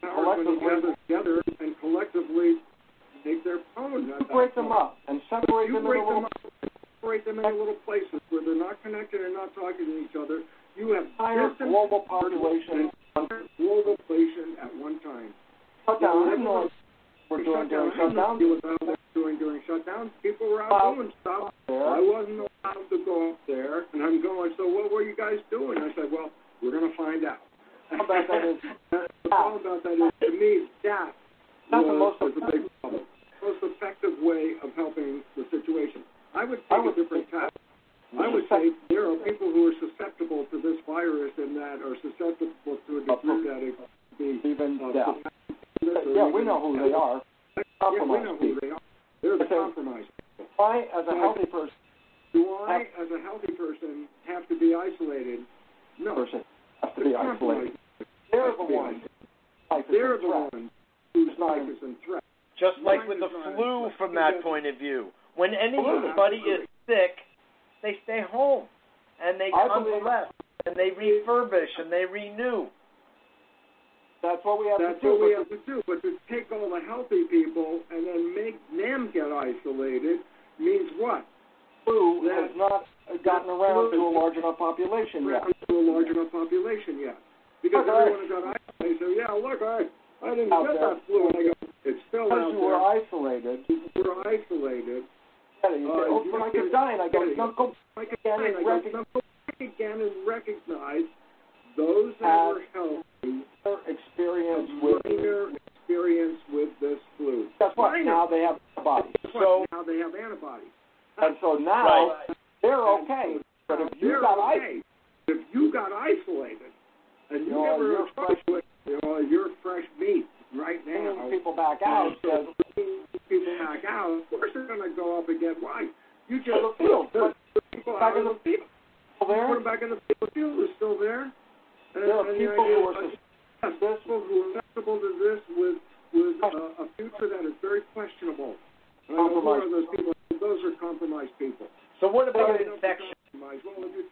power is when you gather together and collectively make their own.
you break them up and separate
You
them in
break
a
them
little
up, separate them into little places where they're not connected and not talking to each other. You have
entire
distant
global population.
global population at one time.
Shut down. I don't know what we're doing during
I don't know
shutdown.
what I was doing during shutdowns. People were out
Well,
doing stuff. I
There.
wasn't
about that is
The problem about that is, to me, that
Not the
was,
most-
was a big problem. Most effective way of helping the situation. I would take
I would-
a different tack. I would say there are people who are susceptible to this virus and that are susceptible to a degree that it could be.
even
Uh,
death.
or
Yeah, we
even-
know who they are.
Yeah, we know
Compromised
who they are. They're the
Okay.
compromised.
I, as a healthy person,
Do I, as a healthy person, have to be isolated? No.
person has to be isolated. They're the ones. like,
They're the
threat.
ones whose life is in threat.
Just like
Mine
with
is
the
on it.
flu from that point of view. When anybody
Absolutely.
is sick, they stay home and they
I believe-
convalesce and they refurbish and they renew.
That's what we have
That's
to do.
what we have to do. But to take all the healthy people and then make them get isolated means what?
flu
Yeah.
has not gotten around to a large enough population yet.
Around to a large enough population yet. Because
Okay.
everyone got isolated. So yeah, look, I I didn't
Out
get
there.
that flu. And I go, it's still
Because
out
you
there.
were isolated, you
We're isolated.
said it. You said,
Uh,
oh,
you
but I
can-
could die. And I go,
yeah,
no, go
I can
Again,
find,
it
I go,
recog-
"Now go back again and recognize those that
Have
were healthy
their experience with
have minor experience with this flu.
That's what
minor.
now they have antibodies.
So-
now they have antibodies.
And so now they're okay. But if you
They're
got
okay. If you got isolated and you
No,
never
you're
exposed to it, you know, you're fresh meat right now.
bringing people back out, says
People back out. Of course, they're going to go up and get why. You just
the field.
put people
Back
out
in
in
the
the field.
people there,
Put them back in the field. The field is still there. And,
there are
and the
people
idea
who are
is,
suspicious.
yes, those people who are susceptible to this with with
Oh.
uh, a future that is very questionable. And I know who are
Compromised.
those people? Those are compromised people.
So what about
They don't
infection?
become compromised. Well, if you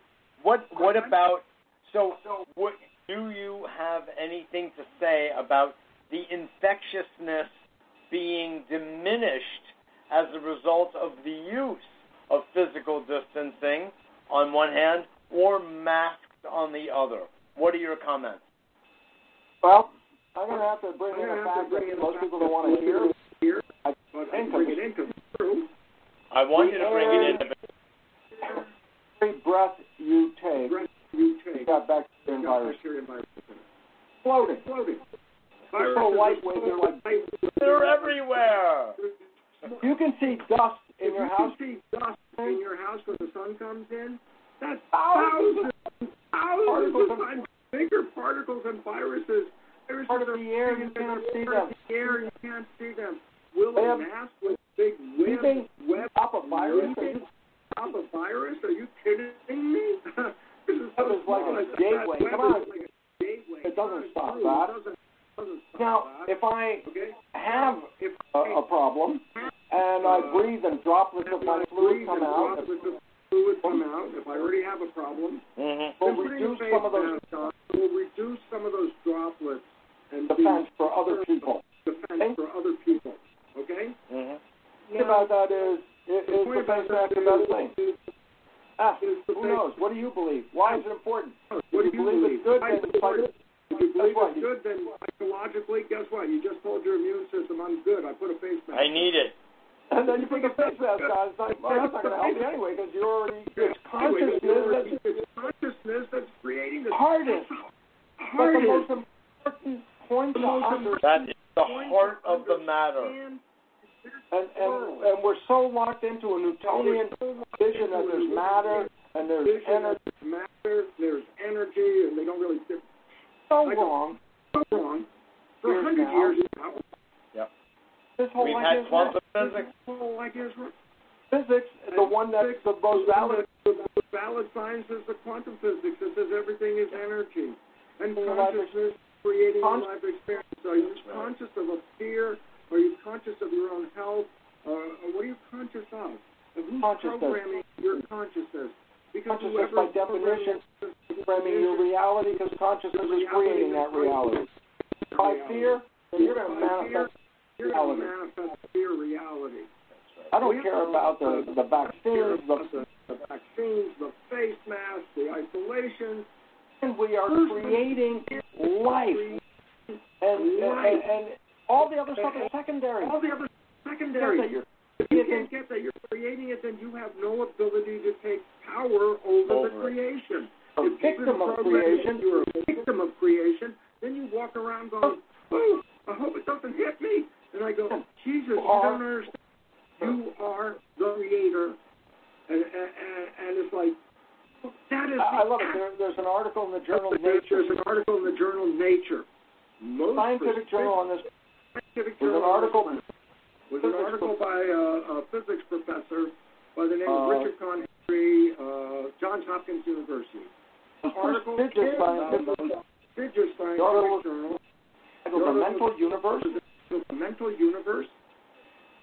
What what about so what do you have anything to say about the infectiousness being diminished as a result of the use of physical distancing on one hand or masks on the other? What are your comments?
Well, I'm going to have to bring
I'm
in
gonna
a
have to
fact that
bring in a
most
fact
people
that
don't want
most
to hear.
people here,
I-
but I bring it into true.
I want you to bring it in. but-
Every breath you take,
Breath you
you
take.
got bacteria
got
and virus
bacteria and virus.
floating.
Floating.
They're so lightweight, they're like
They're everywhere.
you can see dust in
If
your
you
house.
can see dust in your house when the sun comes in, that's
Thousands
thousands, thousands of times bigger particles and viruses. Viruses
Part of
are
the air, you
bigger
can't
than
see
part of
them.
The air, you can't see them. Will
They have-
a mask with big
You
web,
think
web
up a virus.
You think stop a virus? Are you kidding me? this is
That was like a
smart.
gateway.
That
Come
web
on.
is like a gateway.
It doesn't stop
It
that.
doesn't- doesn't stop
Now,
that.
if I
okay?
have
If
a, a problem and I breathe and droplets of my fluid come out,
With the fluid come out. If I already have a problem,
Mm-hmm.
we'll
putting
reduce
face
some of those
masks on will reduce some of those droplets and be
defense for other people.
defense
Okay.
for other people. Okay.
Mm-hmm.
The thing about that is, it
The
is
point
the
about
best
that
after
is-
that thing. Ah,
is the
who
best-
knows? What do you believe? Why is it important?
What
If
do
you believe it's good,
Why
then
is it important? If you believe
That's
it's
why
good, then psychologically, guess what? You just told your immune system, I'm good. I put a face mask.
I need it.
And then you put the face mask on. It's like, well, that's not going to help you anyway because you're already it's consciousness that's
It's consciousness that's creating this.
hardest. But the most
Hardest.
important point
The
to
most
under
That is the heart of the matter.
And
and, and and we're so locked into a Newtonian vision that there's matter and there's
vision
energy.
of matter, there's energy, and they don't really get
So
I don't-
wrong.
so wrong. For a
Years
hundred
now.
years now,
This whole
We've
idea
had
is
quantum
this
physics.
whole idea is wrong.
physics, the one that's the most valid.
The most valid science is the quantum physics that says everything is energy. And
Well, I-
consciousness creating a
Con-
life experience. Are you conscious of a fear? Are you conscious of your own health? Or, or what are you conscious of? And who's
Consciousness.
programming your consciousness? Because
Consciousness
whoever
by definition programming your reality because consciousness is creating that reality. By fear, then you're going to manifest.
you're going
reality.
to manifest fear reality.
I don't care about the the vaccines, the
the, the vaccines, the face masks, the isolation,
and we are creating life, and and, and all the other stuff is secondary.
all the other
Just that
secondary.
you're
If you can't get that, you're creating it, then you have no ability to take power over,
Over
the
it.
creation.
a
If you've been
victim of
programmed,
creation.
You're a victim of creation, walk around going, oh, I hope it doesn't hit me. And I go, Jesus, you don't understand. You are the creator. And, and, and it's like, that is
I I
the
love it.
act
There, there's an article in the journal
of
Nature,
There's an article in the journal Nature. Most
scientific
prestigious
journal on this.
Scientific
There's
journal
an article.
was an article by uh, a physics professor by the name of
Uh,
Richard Con Henry, uh, Johns Hopkins University. The article
prestigious
is
scientific-
the most prestigious
Journal-
scientific journal
The mental universe.
of the mental universe.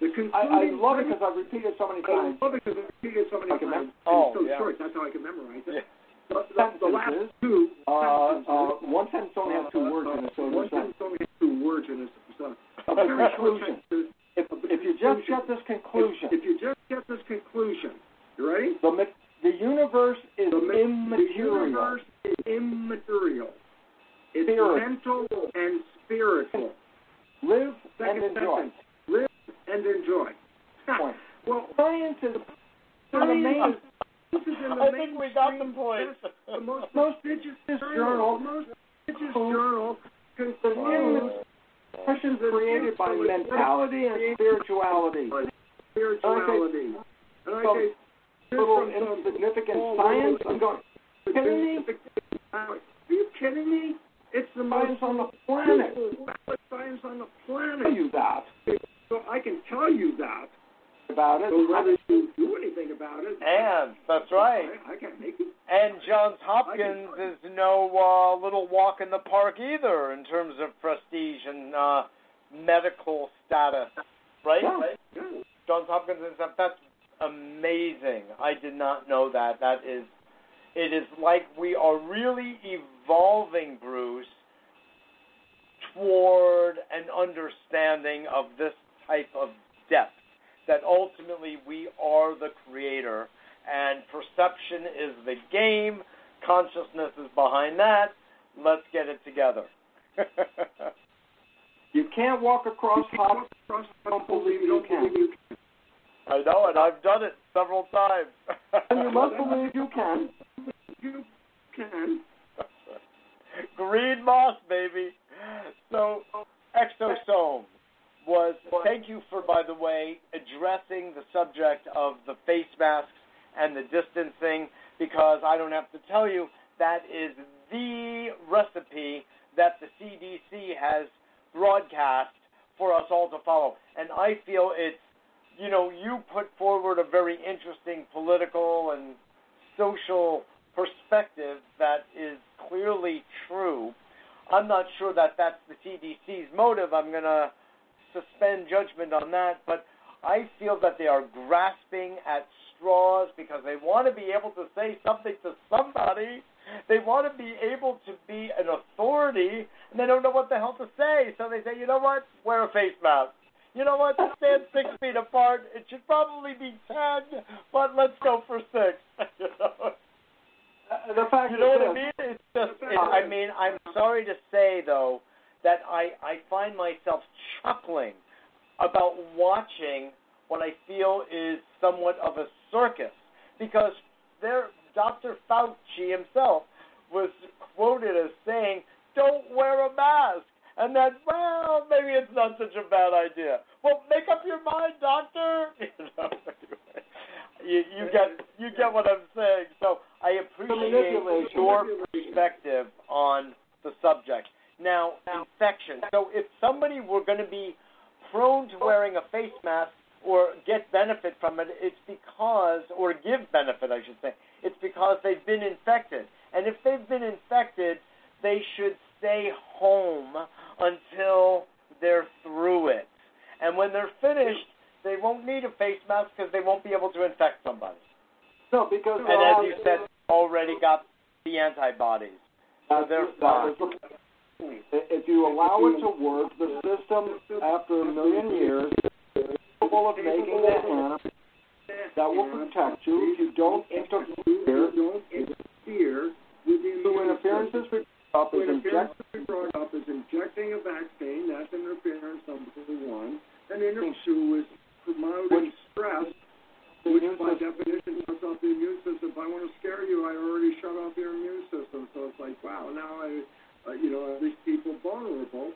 The concluding
I, I love it because I've repeated it so many
I
times.
love it because I repeated it so many
I can
times.
mem-
and
oh,
it's so
yeah.
short. That's how I can memorize
Yeah.
it. The, the, the last
Sentences.
two
Uh, uh,
sentences,
one sentence only has two words in it, so
one
there's not-
sentence only has two words in it. So
a
very short
conclusion.
sentences.
If, if you just get this conclusion,
If, if you just get this conclusion, you ready?
the ma- the universe is
The ma- The
immaterial.
universe is immaterial. It's
Spirit.
mental and spiritual.
Live and
Second
enjoy.
sentence. Live and enjoy. Ha.
Point.
Well,
Science is the
science
main.
is- this is in the
I think we got the
mainstream
point.
press, The most
Most
prestigious
this journal-
journal, the most prestigious
Oh.
journal concludes
Wow. Questions created by mentality
Spirituality.
and spirituality.
spirituality. And I
Some
say, here's
Little
from some
insignificant
small
science.
little
I'm going. Kidding me?
Are you kidding me? It's the
Science
most
on the planet.
valid science on the
Tell
planet.
you that
So I can tell you that.
about it.
So whether you do anything about it,
And that's right.
I, I can't make it.
And Johns Hopkins is no uh, little walk in the park either in terms of prestige and uh, medical status, right?
Yeah.
No.
Johns Hopkins and stuff. That's amazing. I did not know that. That is, it is like we are really evolving, Bruce, toward an understanding of this type of depth. That ultimately we are the creator, and perception is the game. Consciousness is behind that. Let's get it together.
You can't walk across hot.
Trust,
Don't believe you
don't
can.
believe you
I know it. I've done it several times.
And you must believe you can.
You can.
Green moss, baby. So, exosome was. Thank you for, by the way, addressing the subject of the face masks and the distancing, because I don't have to tell you that is the recipe that the CDC has broadcast for us all to follow. And I feel it's, you know, you put forward a very interesting political and social perspective that is clearly true. I'm not sure that that's the CDC's motive. I'm going to suspend judgment on that, but I feel that they are grasping at straws because they want to be able to say something to somebody. They want to be able to be an authority, and they don't know what the hell to say. So they say, you know what? Wear a face mask. You know what? Stand six feet apart. It should probably be ten, but let's go for six. you know?
Uh, the fact
You know
is
what I
this.
mean? It's just. It, I mean, I'm sorry to say though that I I find myself chuckling about watching what I feel is somewhat of a circus because there, Dr. Fauci himself was quoted as saying, "Don't wear a mask." And then, well, maybe it's not such a bad idea. Well, make up your mind, doctor. You, know, anyway. you, you get you get what I'm saying. So I appreciate
manipulation.
your perspective on the subject. Now, infection. So if somebody were going to be prone to wearing a face mask or get benefit from it, it's because, or give benefit, I should say, it's because they've been infected. And if they've been infected, they should stay home until they're through it. And when they're finished, they won't need a face mask because they won't be able to infect somebody.
No, because
And as you said, already got the antibodies.
uh,
they're
that was the
Point.
If you allow it to work, the system, after a million years, is capable of making that amp that will protect you if you don't interfere.
Don't interfere with the
So
immune
interferences with up is
When interference
inject
is brought up is injecting a vaccine, that's interference number one. And interference two is promoting
Hmm. Which-
stress,
the
which
immune
by
system.
definition shuts off the immune system. If I want to scare you, I already shut off your immune system. So it's like, wow, now I, uh, you know, these people vulnerable.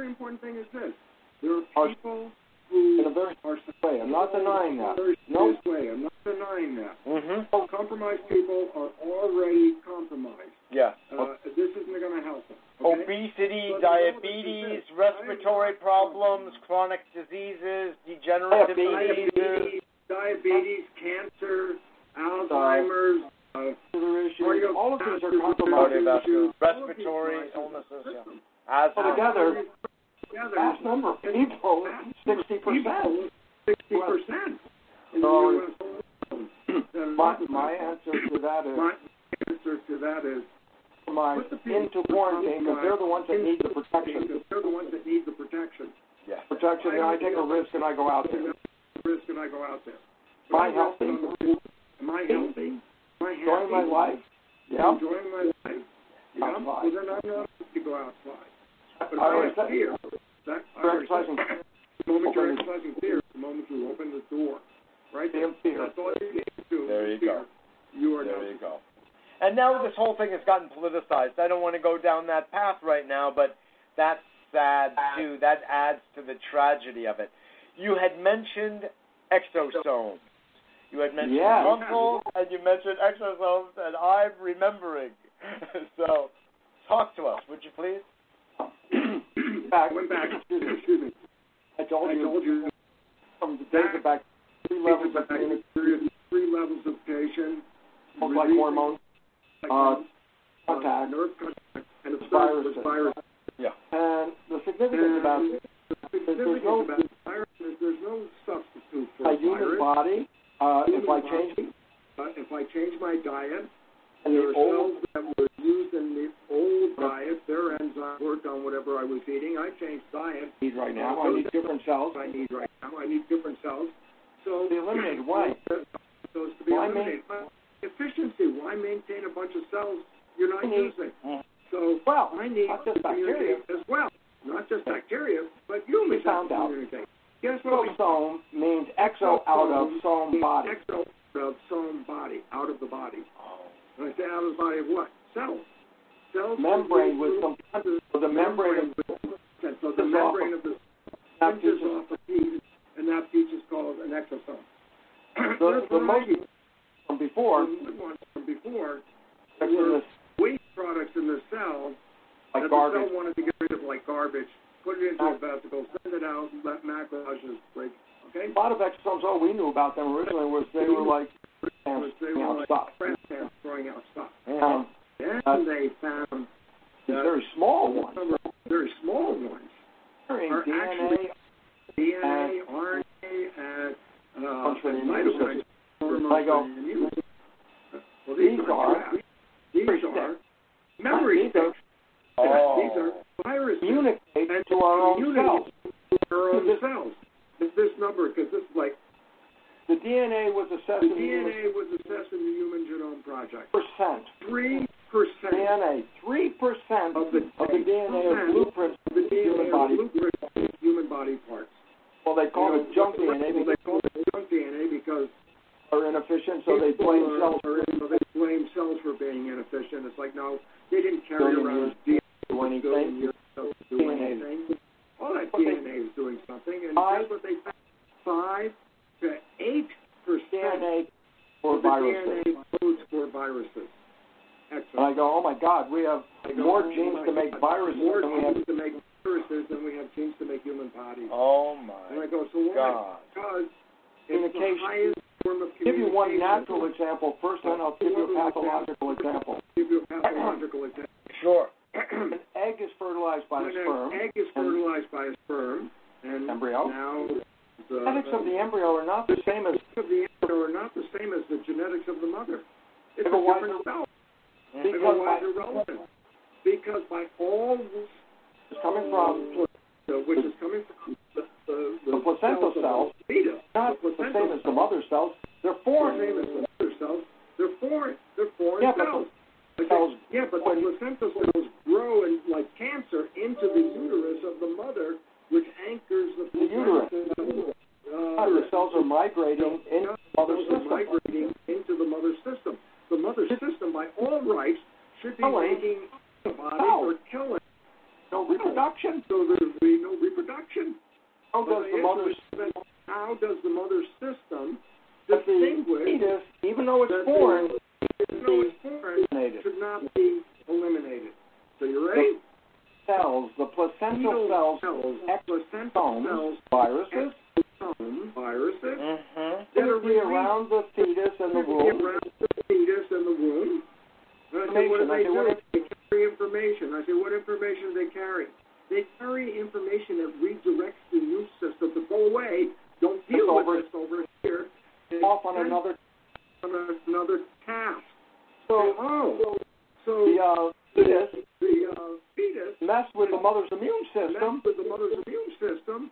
important thing is this: there are people who
in a very
are
way. I'm not denying that.
There's
No.
this way. I'm not denying that.
Mm-hmm.
Compromised people are already compromised.
Yeah.
Oh.
Uh, this isn't going to help them. Okay?
Obesity,
But
diabetes,
you know, this is it.
respiratory problems, chronic diseases, degenerative
Diabetes.
diseases.
diabetes, diabetes, cancer, Alzheimer's, uh,
Other issues.
cardiovascular
all of these are
disease,
compromised.
Cardiovascular.
issues, all of these
respiratory
diseases.
illnesses, yeah.
Listen,
Well,
Asthma.
again- Together,
together,
Vast number of people, sixty percent.
sixty percent.
So- My,
my,
my answer to that is
my answer to that is
compromise
put the people
into quarantine because they're the ones that need the protection.
because they're the ones that need the protection.
Yeah.
Protection, and I take a risk and I go out there.
Take the risk and I go out there.
Am I healthy?
Am I healthy? Am I happy?
Enjoying my life. Yeah.
Enjoying my life. You
Outside.
know? Well, then I'm not allowed to go outside. But if
I
I
was
have fear, that I
You're
already said,
exercising.
The moment you're
Open the-
exercising fear, is the moment you open the door, right?
Damn fear.
That's all you need to do.
There
is
you
fear.
go.
You are
There
not-
you go. And now this whole thing has gotten politicized. I don't want to go down that path right now, but that's sad too. That adds to the tragedy of it. You had mentioned exosomes. You had mentioned
Yeah.
muscles, and you mentioned exosomes, and I'm remembering. so, talk to us, would you please?
Back.
I went back.
Excuse me.
Excuse me.
I told
I
you
told you
from the days of back three levels of communication,
three levels of patient,
like hormones, uh, contact,
nerve contact, and the
Viruses.
virus. virus.
and the significance about it,
Significant
no-
about virus is there's no substitute for
a
a
human
virus.
body, uh, if I
Human
change
body, uh, if I change my diet,
and
there
the
are
old,
cells that were used in the old diet. Their enzyme worked on whatever I was eating. I changed diet.
need right now, I need different cells,
I need right now. I need different cells. So
Be eliminated. Why?
Those to be
Why
eliminated. Well, efficiency. Why maintain a bunch of cells you're not
I need-
using?
Mhm.
So
Well,
I need
not just
community as well. Not just bacteria, but humans have
Found out.
community. Guess what? we-
exosome means exo out of some body.
Exo of some body, out of the body.
Oh.
And I say out of the body of what? Cells. Cells.
Membrane with some, the membrane of
And so the membrane of the
that
pinches off a piece, and that piece is called an exosome.
the, the most from before,
one from before
that's in this,
waste products in the cell
like
that the
garbage,
cell wanted to get rid of like garbage, put it into a
Uh,
vesicle, send it out, and let macrophages break. Okay?
a lot of exosomes, all we knew about them originally was they were like, and,
they
you
were
know,
like
stuff.
Friends are throwing out stuff.
Um,
Then
Uh,
they found
the very small ones,
some very small ones,
carrying
Are
DNA,
actually- DNA,
Uh,
RNA, and uh,
Comes from the
and
immune
cytokines. hormones
I go,
and immune system. Well,
These
these
are- Uh,
are these
Memory
are
sticks.
memory
These are-
sticks. These
Oh.
are viruses.
communicate
and
to our own
communicate
cells.
to our own
This-
cells. It's this number because this is like
The DNA was assessed in
the
the human
DNA was assessed in the Human Genome Project.
percent.
Three percent
DNA, three percent
of the
of the DNA of blueprints
of the
human
DNA
body.
blueprint is human body parts.
Well, they call it junk DNA
Well,
because
they call it junk DNA because
they're inefficient, so they
people
blame
are-
cells
are- so they blame cells for being inefficient. It's like no, they didn't carry
Billion
around
years.
DNA
for
billion
anything.
years to do
DNA.
anything. All that
But they-
DNA is doing something, and
Five-
that's what they found. Five to eight percent
DNA
of
or
the
viruses.
DNA codes for viruses.
And I
Excellent.
go, oh my God, we have
I go,
more
oh
genes
my
to make
God,
viruses
More
than we have.
genes to make viruses than we have genes to make human bodies.
Oh
And I
my
go, so why?
God.
Because it's the
Communication.
highest form of communication.
Give you one natural example first, then I'll give you a pathological example.
Give you a pathological example.
Sure.
An egg is fertilized by a
when
sperm.
an egg is fertilized by a sperm, and
Embryo.
now the
Genetics of the embryo are not the same as
of the embryo are not the same as the genetics of the mother. It's
But why-
a different cell.
because
Mm-hmm.
But why
my-
they're relevant? Because by all this
it's coming from
placenta, which is coming from the, the,
The placenta
cells of
cells.
the fetus,
not
the
the
placenta
same as the mother cells. They're
They're
foreign.
same as the mother cells. They're foreign. They're foreign
Yeah, but
cells.
the
Okay,
cells-
yeah, but the placenta cells grow and like cancer into the uterus of the mother, which anchors the,
The uterus.
placenta, Uh,
The cells are migrating in
cells
mother
are
system.
migrating into the mother system. The mother system, by all rights, should be
Killing.
making antibodies
Cells.
or killing,
No reproduction.
so there would be no production.
How
But
does
the
the mother
interest- How does the mother system
but the
distinguish
fetus, even though it's
that
born,
the no foreign
eliminated?
should not be eliminated? So you ready?
Cells, the placental
Fetal
cells,
cells,
ex-
placental
exomes,
cells,
viruses,
exome viruses
Mm-hmm.
that are
typically
released
around the fetus and the womb.
around the fetus and the womb. And I say, what do
Information. I
they
say, what
do?
if-
They carry information. I say, what information do they carry? They carry information that redirects the immune system to go away. Don't deal
It's
with
over.
this over here. And
off on
send
another.
on another task.
So
oh, so
the uh, fetus
the uh, fetus
mess with the mother's immune
messes
system,
with the mother's immune system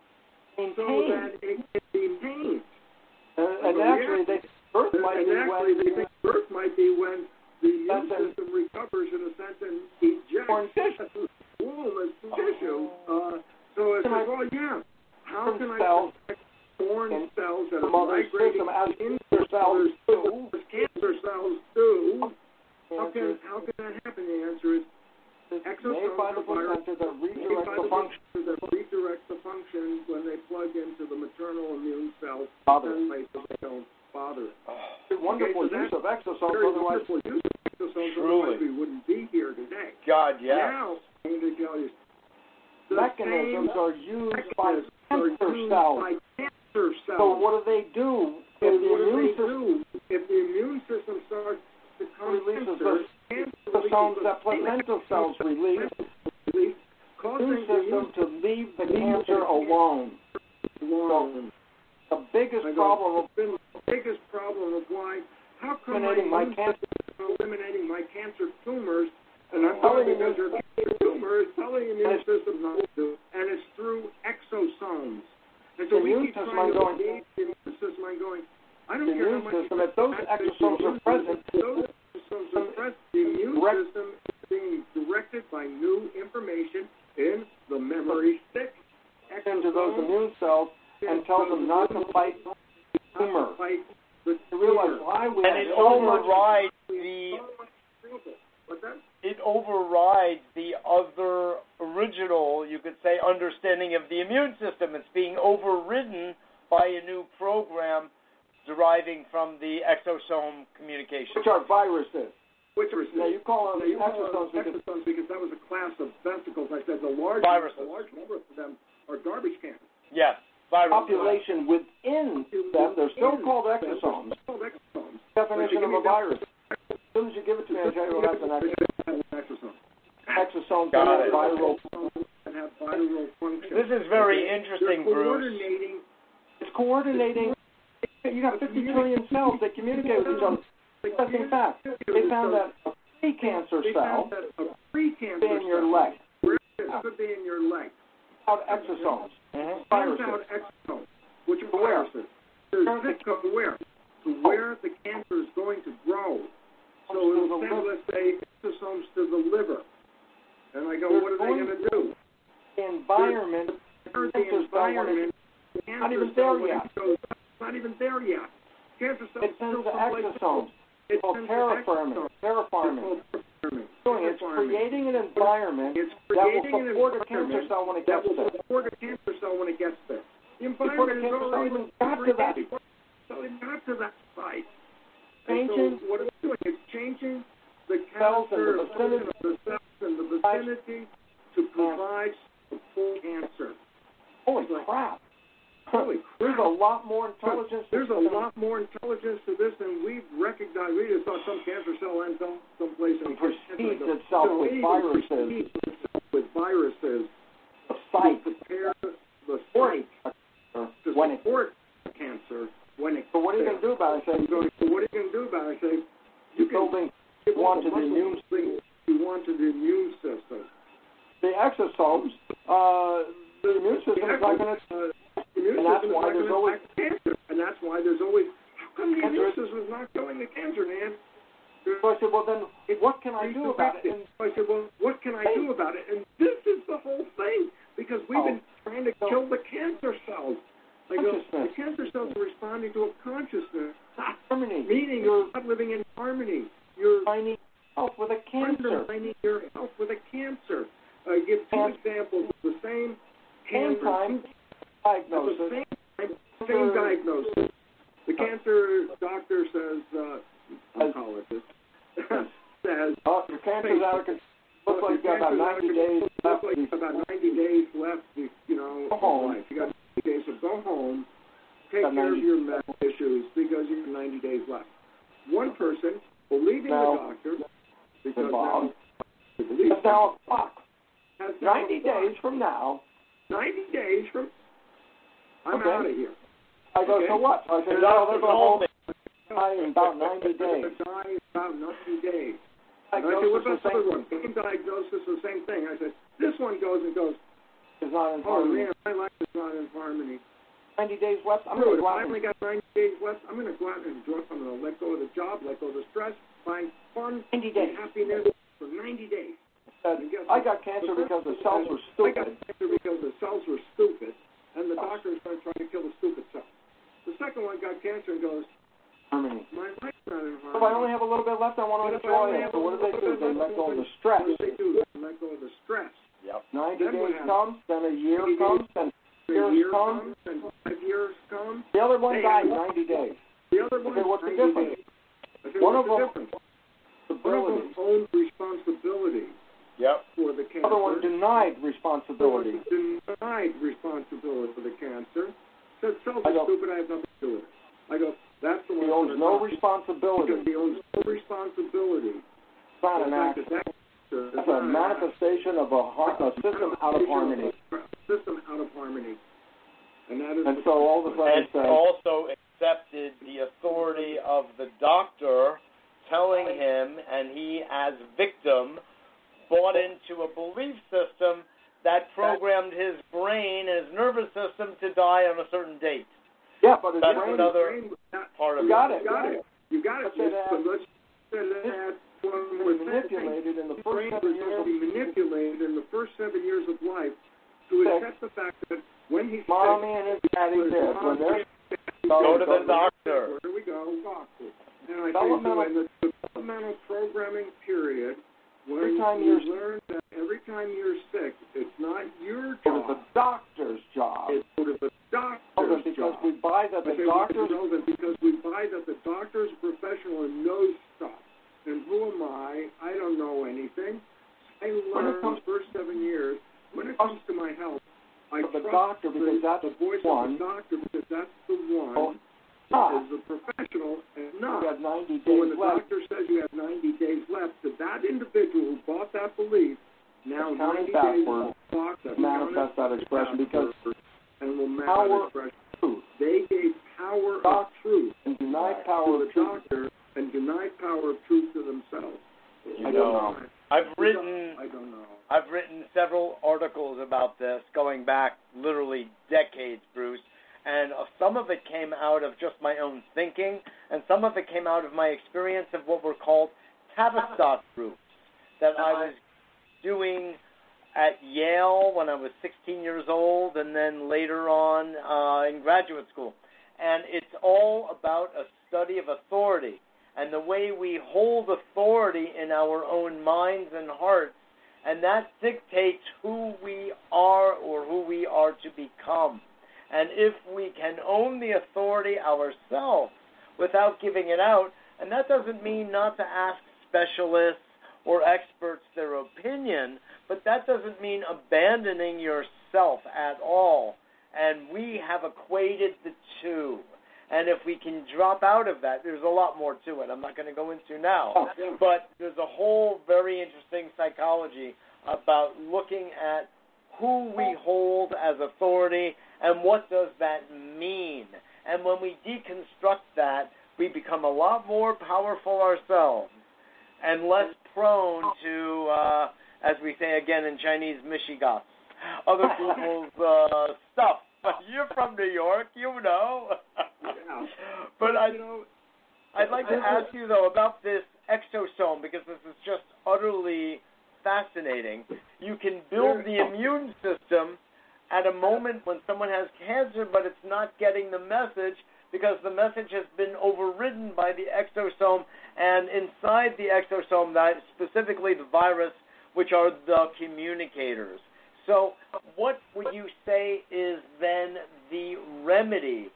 so
maintained,
that it can be maintained.
and, uh, and actually they birth
And
might be
actually, they
when
think birth might be when the immune
That's it.
system recovers in a sense and
Born
ejects
tissue.
the womb as tissue. Uh, so it's
Oh. Can I-
like, well, yeah, how can I
Cells.
protect foreign
And
cells that
the
are
mother's
migrating
system as
into
cancer cells do.
As cancer cells do. How
Cancer
can, how can that happen? The answer is
is made
exosomes
by the
are viruses
placenta that
made by
redirects the
the
function
viruses that redirect the function when they plug into the maternal immune cells
of the
and they don't bother it.
Oh,
mother. Wonderful
Okay,
use
so
of
very
exosomes, otherwise
wonderful use of exosomes,
Truly.
otherwise we wouldn't be here today.
God, yeah.
Now, I'm going to tell you, the
mechanisms
same
are used by
mechanisms are
cancer
used
cells.
by cancer cells.
So what do they do
So
if the
what do
immune
they
system
do if the immune system starts to come
Releases
cancer, cancer
exosomes
releases
that placental cells release?
release,
The
causing
immune
the immune
system to leave the cancer alone.
system alone.
The biggest
I go,
problem of
It's been the biggest problem of why, how come my
eliminating my
immune
cancer
eliminating my cancer tumors, and I'm
Telling
telling
you
you your cancer tumor is telling the immune system not to, and it's through exosomes. And
The
so
immune
we keep
system
trying
I'm
to
going-
engage the immune system. I'm going. I don't
the
care
immune
how much
system, if those exosomes are present,
if those exosomes are present, the immune
Direct-
system is being directed by new information in the memory stick.
into those
Exosomes
immune cells and tells them not to fight the tumor.
not to fight the
They realize
tumor.
why we
And
have
it
so much
overrides the
But that
it overrides the other original, you could say, understanding of the immune system. It's being overridden by a new program deriving from the exosome communication.
which are viruses.
which are
Now you call
Now,
them
you call
exosomes
them
because
exosomes because that was a class of vesicles. I said the large,
Viruses.
the large number of them are garbage cans.
Yes, virus.
population within them, they're still called exosomes.
They're called exosomes.
Definition of a virus. As soon as you give it to me, I tell you what that's an
Exosomes
exosome.
Got
They're
it.
not viral.
that have viral function.
This is very
They're
interesting, Bruce.
coordinating.
It's coordinating. You got 50 trillion cells that communicate with each other. Interesting fact. They found that a pre-cancer
They
cell
found that a pre-cancer
in your
cell-
leg
It could be in your leg.
without exosomes.
Mhm.
Turns out
Viruses.
exosomes, which are
Where?
viruses. They're zip code where? To where the cancer is going to grow. So
To the
it'll send,
liver.
let's say, exosomes to the liver. And I go,
They're
what are
going
they going to do?
environment
Turn
Cancer
the
cell when it-
environment. cancer
not even
cell
there
when it
yet.
goes up, it's Not even there yet. Cancer cells
It sends
still
the
someplace
exosomes.
else. It
called
sends the
terraforming.
exosomes.
Terraforming.
It's called terraforming.
Doing it's
Terraforming.
creating an environment
It's
that will
creating an
support a cancer
environment
cell when it
that
gets
will
there.
support a cancer cell when it gets there. The
Before the
environment is
cancer cell
already
even got to that.
So it got to that site.
Changing-
And so what it's doing is changing the
Cells in
cancer
the vicinity.
of the cells in the vicinity to provide support cancer.
Holy crap.
Holy
There's
crap.
a lot more intelligence.
There's a lot more intelligence to this than we've recognized. We just thought some cancer cell ends up someplace in
It precedes itself
So
with
it
viruses.
precedes itself With viruses.
The
to
site
prepare the
Or-
site to
when it.
support cancer when it.
So what are you going to do about it? I
I'm
said,
going, what are you going to do about it? I say, you
you're
can
building
give all
want
the
to the
muscle
immune
things you want to the immune system.
the exosomes. Uh, the immune system is not going to.
Uh, immune
And that's
system is
why
not
there's
gonna
always-
attack cancer, and that's why there's always. How come the immune
Cancer-
system is not killing the cancer, man?
So I said, well then, what can I do about it? And
So I said, well, what can I do about it? And this is the whole thing because we've been trying to kill the cancer cells. I go, the
Oh. Consciousness.
cancer cells are responding to a consciousness, ha,
harmony.
meaning
Your
you're not living in harmony. You're
tiny health with a cancer.
undermining your health with a cancer. Uh, I give two
Cancer.
examples: the same
same
cancer.
time
At the
diagnosis.
same, time, same diagnosis.
Uh,
The cancer doctor says, uh, oncologist says,
Oh, your cancer's out of control. Looks like you got about 90 days left.
Looks like you got about 90 days left. To, you know,
Go home.
of life. You got 90 days, so go home. Take
Got
care of
90
your medical issues because you have 90 days left. One person believing
No.
the doctor because
Bob.
they believe
It's now a clock.
has now
90
gone.
days from now,
90 days from. I'm
Okay.
out of here.
I go,
Okay.
so what? I said,
The
no, they're
doctor
going
told
home. Die in about 90
They're
days.
gonna Die in about 90 days. And I said, what
Diagnosis
about
is
the other one? Same diagnosis, the same thing. I said, this one goes and goes.
is not in
Oh
harmony.
man, my life is not in harmony.
90 days left. I'm going
Dude,
to
if
go
I
out and
only got 90 days left, I'm going to go out and enjoy. I'm going to let go of the job, let go of the stress, find fun
90
and
days.
happiness for 90 days.
said, I got cancer because the cells were
I got
stupid.
cancer because the cells were stupid, and the doctor is going to try to kill the stupid cells. The second one got cancer and goes,
Harmony.
my life's not in harmony.
If I only have a little bit left, I want to
If I
enjoy it.
only have
So
a
what do they
little
do?
bit
They
left,
let go of the
what
stress.
do they do? They Let go of the stress.
90
Then what
days
happens?
comes, then a year
Maybe
comes, then
The
Years
year
come.
comes, and five years come.
the other one
Hey,
died
I-
90 days.
The other one,
Okay, what's the
90
difference?
days. I said,
One
what's
of
the
them-
difference? One of
Stability.
them owned responsibility
Yep.
for
The
the cancer.
other one denied responsibility.
denied responsibility for the cancer. Said cells
I
are
don't-
stupid. I have nothing to do with it. I go. That's the
He
one.
owns
that's
no
gonna die. Because
responsibility.
he owns no responsibility.
It's not
The
an
fact
act.
that that cancer is
That's
not
a
an act.
manifestation of a, har- a system out of harmony.
System out of harmony. And that is.
And
the-
so all the
And
friends say,
also accepted the authority of the doctor telling him, and he, as victim, bought into a belief system that programmed his brain and his nervous system to die on a certain date.
yeah, but his
That's
brain
another
Brain was not-
part of
You
it.
got it.
You got it. You got it.
But then, uh,
But let's add one more
was
thing.
manipulated in the
The
first
brain
seven
was
years of
be manipulated in the first seven years of life to
Sick.
accept the fact that when he's
mommy
sick,
and his daddy
his
did. When
mom
they're
is sick,
Go
going
to
go
the doctor.
Where do we go? Doctor. And I say, so
Developmental-
in the developmental programming period, when
Every time
you
you're-
learn that every time you're sick, it's not your
go to
job.
the doctor's job.
It's sort of the
Tell
doctor's
them because
job.
we buy that
But
the
they want
doctor's
to know that because we buy that the doctor's professional and knows stuff. And who am I? I don't know anything. I
When it
learned
comes-
the first seven years. When it comes to my health, I
the
trust
doctor
the,
because that's
the voice
one.
of the doctor because that's the one
Oh,
that is the professional and
You
not.
have 90
So when
days
the
left.
doctor says you have 90 days left, to that individual who bought that belief, now
It's counting
90
backward.
days left, that's
Manifest that expression because
and will manifest
power-
expression.
truth
They gave power of
Doc-
truth
and denied power
to
of
the
truth.
doctor and denied power of truth to themselves.
You
I don't
know,
know.
I've written
I don't know.
I've written several articles about this going back literally decades, Bruce, and uh, some of it came out of just my own thinking, and some of it came out of my experience of what were called Tavistock groups that I was doing at Yale when I was 16 years old, and then later on uh, in graduate school. And it's all about a study of authority and the way we hold authority in our own minds and hearts and that dictates who we are or who we are to become. And if we can own the authority ourselves without giving it out, and that doesn't mean not to ask specialists or experts their opinion, but that doesn't mean abandoning yourself at all. And we have equated the two. And if we can drop out of that, there's a lot more to it. I'm not going to go into now.
Oh,
But there's a whole very interesting psychology about looking at who we hold as authority and what does that mean. And when we deconstruct that, we become a lot more powerful ourselves and less prone to, uh, as we say again in Chinese, mishigas, other people's uh, stuff. You're from New York, you know.
Yeah.
but I
you know,
I'd like to ask you though about this exosome because this is just utterly fascinating. You can build the immune system at a moment when someone has cancer, but it's not getting the message because the message has been overridden by the exosome, and inside the exosome, that specifically the virus, which are the communicators. So, what would you say is then the remedy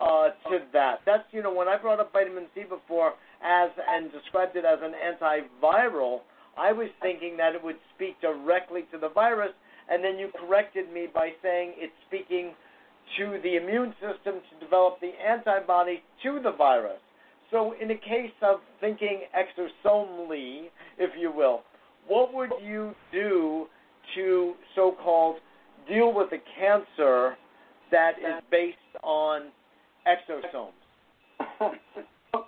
uh, to that? That's you know when I brought up vitamin C before as and described it as an antiviral, I was thinking that it would speak directly to the virus, and then you corrected me by saying it's speaking to the immune system to develop the antibody to the virus. So, in the case of thinking exosomally, if you will, what would you do to so called deal with a cancer that is based on exosomes?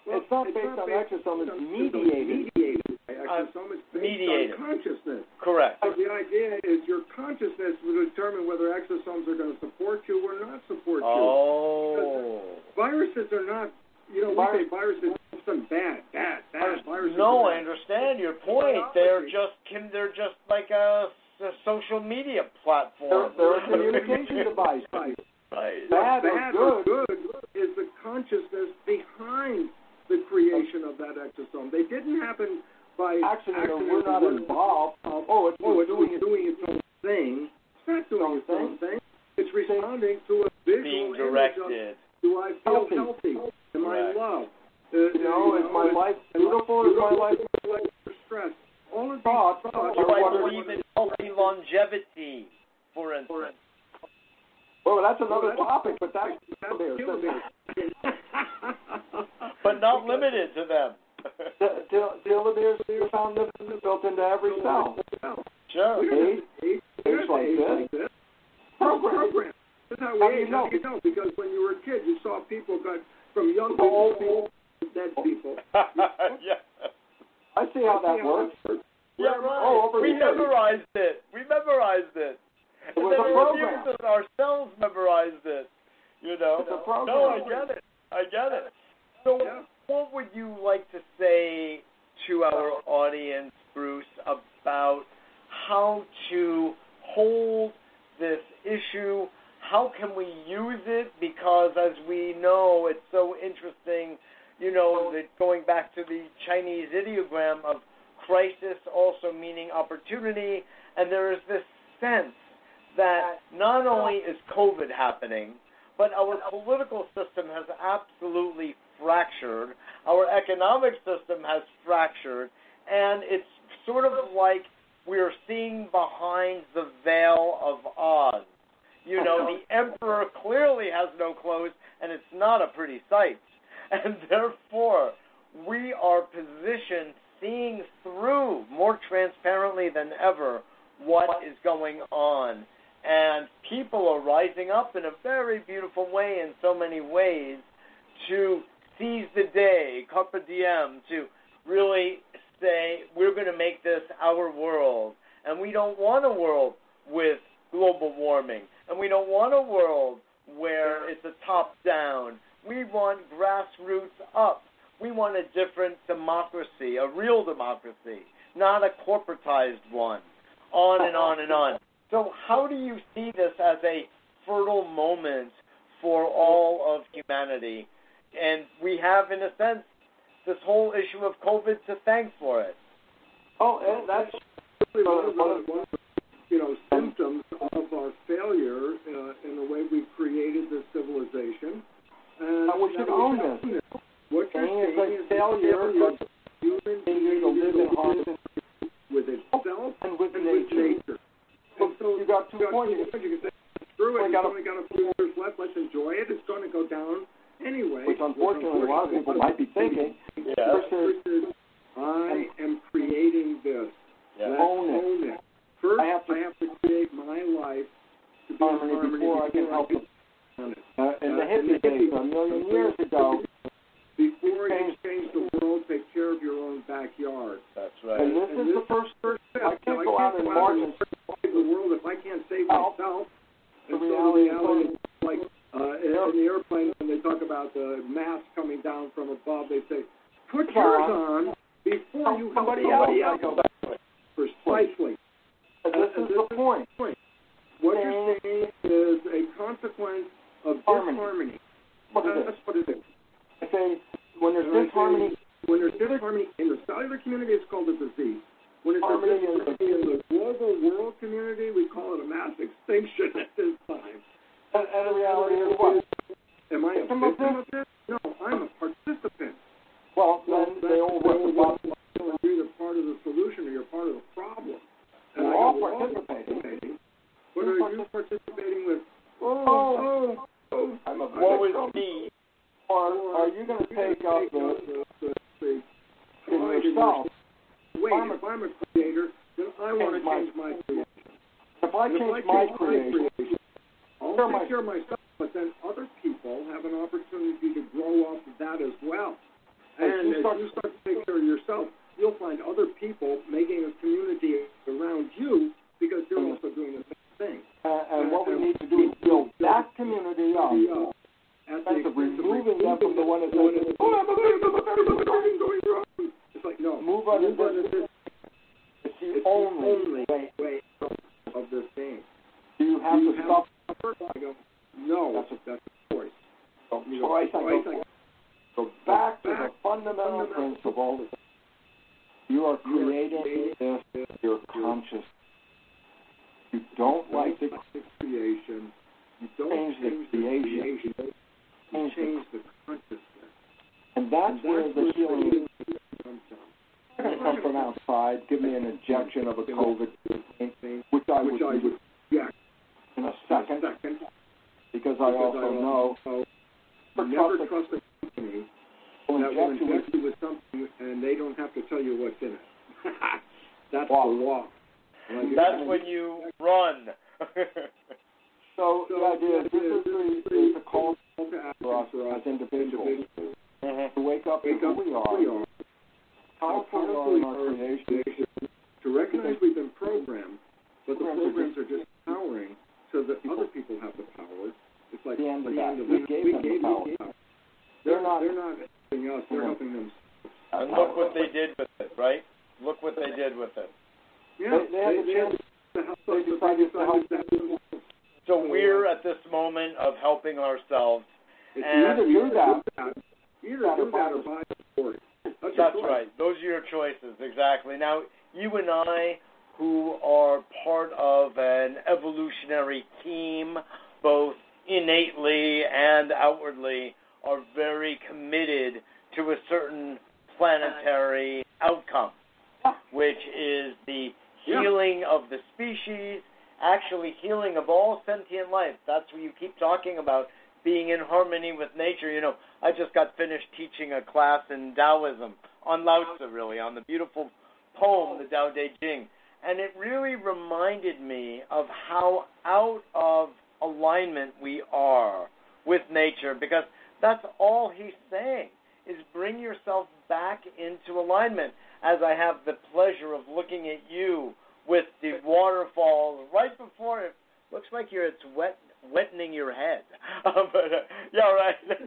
it's not based on exosomes, it's mediated.
mediated.
Uh,
Exosome is based
mediated.
on consciousness.
Correct.
So the idea is your consciousness will determine whether exosomes are going to support you or not support
Oh.
you. Viruses are not, you know, we say viruses are something bad, bad, bad. Viruses
No,
are
I
bad.
understand your point. They're just can they're just like a, a social media
They're,
platform.
they're a communication device.
Right.
Bad or
bad
good.
or good is the consciousness behind the creation of that exosome. They didn't happen by
Accident or
accident
we're not
or-
involved. Oh, it's
Oh, it's
doing it.
doing, doing its own thing. It's not doing its own thing. It's responding to a visual
Being
image of,
directed.
do I feel
Healthy.
healthy? Am I
Correct.
loved? Uh,
You know, is my
is-
life
am I-
beautiful? Is my life
am I under stress? All of these
Thoughts
thoughts
Do
are
are
I
what-
believe in healthy longevity, for instance?
Well, that's another
Well,
topic,
that's-
but that's
That's
there.
killer bears.
But not limited to them.
The, the, the other bears are found that are built into every cell.
sure.
Age,
Age-
age like
age
this.
like this.
Program.
program. That's how
How
we
do you
age. How do you know? Because when you were a kid, you saw people got from young people, old people, to dead people.
yeah.
I see how that works.
Yeah, right.
Oh, over
we
here.
memorized it. We memorized it.
It
and
was
then
a
we
program.
reviewed it ourselves memorized it. You know.
It's a program.
No, I get it. I get it. So
Yeah.
what would you like to say to our audience, Bruce, about how to hold this issue? How can we use it? Because as we know, it's so interesting, you know, that going back to the Chinese ideogram of crisis also meaning opportunity, and there is this sense that not only is COVID happening, but our political system has absolutely fractured. Our economic system has fractured. And it's sort of like we're seeing behind the veil of Oz. You know, the emperor clearly has no clothes, and it's not a pretty sight. And therefore, we are positioned seeing through more transparently than ever what is going on and people are rising up in a very beautiful way in so many ways to seize the day, carpe diem, to really say we're going to make this our world, and we don't want a world with global warming, and we don't want a world where it's a top down. We want grassroots up. We want a different democracy, a real democracy, not a corporatized one. On and on and on. So, how do you see this as a fertile moment for all of humanity? And we have, in a sense, this whole issue of COVID to thank for it.
Oh, and that's
Really one of the, one of the, you know, symptoms of our failure uh, in the way we created this civilization. And
Now, we should
that
own
should own it. What you're
saying is
saying
like failure
failure
of
of human
being to live in
behavior
harmony
with itself
and with
and with
nature.
nature.
Well, you got two points.
You can say, screw
Only
it, it's
got a-
only got a few years left, let's enjoy it, it's going to go down anyway.
Which unfortunately a lot of people might be thinking. Versus
Versus, I am creating this. Let's
Own it.
own it. First,
I have to-
create my life to be in
harmony
harmony
before I can help them.
planet.
Uh, in the hippie days, a million years ago,
Before you
Change-
change the world, take care of your own backyard.
That's
and this is the first
First step.
I
You know,
can't go out and march and
save the world if I can't save
Well,
myself.
the
And so
reality is
reality is like uh, in the airplane when they talk about the mask coming down from above, they say, put
Come
yours
on.
on before you help
Uh-huh. somebody else. I go back.
Precisely.
And This is the point.
What you're saying is a consequence of
Harmony.
disharmony.
Look at this.
That's what it is.
I say when there's disharmony,
When there's disharmony in the cellular community, it's called a disease. When it's
Harmony
disharmony in the global world community, we call it a mass things shouldn't at this time.
And, and the reality is what?
Am I a
Victim of
victim of this? No, I'm a participant.
Well,
Well,
then
that's
they all
the
work the
whole
bottom line.
You're either part of the solution or you're part of the problem. And
We're
I
all
go, "Well,
participating.
participating. What are you participating with?
Oh,
Oh, oh,
I'm a
What
victim.
was the
Or are you going to take up the
the, the,
in
"Oh,
yourself?
Wait,
I'm a-
if I'm a creator, then I want to
Change my-
change my creation.
If I
If I
change my
change
creation,
I'll
Sure, my-
take care of myself, but then other people have an opportunity to grow off of that as well.
As
And
you
as
start-
you start to take care of yourself, you'll find other people making a community around you because they're also doing the same thing.
and, and what we need to do is build that community up.
The, uh, at the
That's
expense
removing them from the one that's
one
doing
that's-
it.
oh, I'm a victim of everything going wrong. It's like, no,
Move on
move on
to
to this
It's
It's
the
the
only
only
way.
way of this game.
You have
You
to
have-
stop
First I go, no,
That's
that's
a-
a, that's a choice.
the
You know,
choice. I
choice,
go
I
So back to the
Back-
fundamental
fundamental
principle. You are creating
creating
this,
this,
you're conscious. You don't like the
creation. You don't
Change the
change
creation.
creation. You
Change the-
change the consciousness.
and that's
And
where the healing is
comes from.
going to come from outside. Give me an injection of a COVID, which I would
Which I
do
would reject
in a
in a
second,
second.
because I
because
also know
know
for
never
trust
trust a company
will
that will
inject you with
inject you with something and they don't have to tell you what's in it. That's
Wow.
the law. When you-
That's when you run.
So the
So
idea is
the
this
idea
is
is this
the,
is
is the call
call to action
for us
for
as
us
individuals
individuals.
Mhm.
to wake up to
Wake
who
up,
we
who we
are,
are,
how
how
powerful
powerful
in our
we are.
creation,
to recognize we've been programmed, but the
Programs
programs are just powering so that other people have the power. It's like
The end of that.
of
We
it.
gave them the power. They're
They're
not-
not. They're not helping us. They're
Yeah.
helping them.
And look what they did with it, right? Look what they did with it.
Yeah.
They- they had the chance-
to help
they
us, but
decided to help
decided to help us.
So we're at this moment of helping ourselves.
It's
And-
either
Do that.
Either
That
do
or buy
that or buy the story. That's, your
That's
choice.
right. Those are your choices, exactly. Now, you and I, who are part of an evolutionary team, both innately and outwardly, are very committed to a certain planetary outcome, which is the
Yeah.
healing of the species, actually healing of all sentient life. That's what you keep talking about, being in harmony with nature. You know, I just got finished teaching a class in Taoism on Lao Tzu, really, on the beautiful poem, the Tao Te Ching. And it really reminded me of how out of alignment we are with nature because that's all he's saying is bring yourself back into alignment as I have the pleasure of looking at you with the waterfalls right before it. Looks like you're it's wet wetting your head. but uh, yeah, right.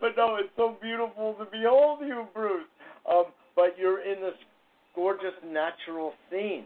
but no, it's so beautiful to behold you, Bruce. Um, but you're in this gorgeous natural scene,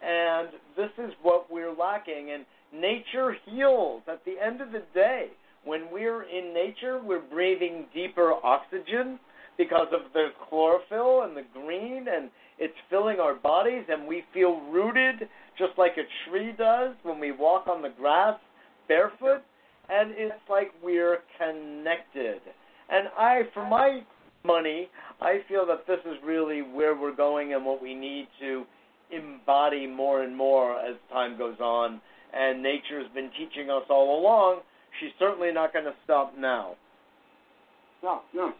and this is what we're lacking. And nature heals. At the end of the day, when we're in nature, we're breathing deeper oxygen because of the chlorophyll and the green and it's filling our bodies and we feel rooted just like a tree does when we walk on the grass barefoot and it's like we're connected and i for my money i feel that this is really where we're going and what we need to embody more and more as time goes on and nature's been teaching us all along she's certainly not going to stop now
No.
No.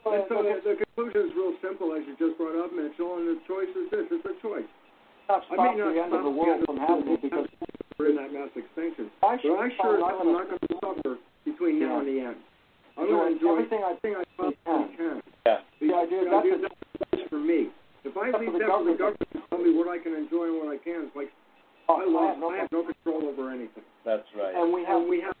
And so the, the conclusion is real simple, as you just brought up, Mitchell, and the choice is this. It's a choice.
Stop
I may not
the end of
stop
the world from happening because
we're in that mass extinction.
I
But I sure as hell am
am
not going to suffer between now and the end. I'm
doing
going to enjoy
everything I
everything I possibly can.
Yeah.
The idea- that's a-
that's for me. If I
That's
leave
for the
that to
government.
the government to tell me what I can enjoy and what I can, it's like I,
Oh, I have
lost,
no
I have no control over anything.
that's right
Oh,
And we have
And we have.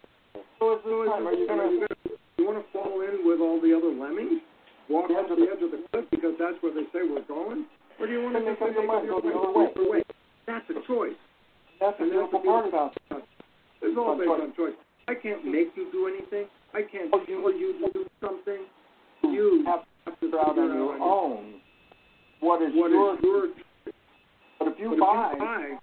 so is this
So
time. Are you going to
You want to fall in with all the other lemmings? Walk
Yeah.
off the edge of the cliff because that's where they say we're going? Or do you want to
And make
just
up your mind, go the other
way? way? That's a choice.
that's the
and that's
beautiful part
the
about it.
It's all
On
based
choice.
on choice. I can't make you do anything. I can't
Oh,
tell
you-
you to do something. You
have
have to
to
figure
figure out on your own what is
What
your
is your
but if you
but if
buy
you buy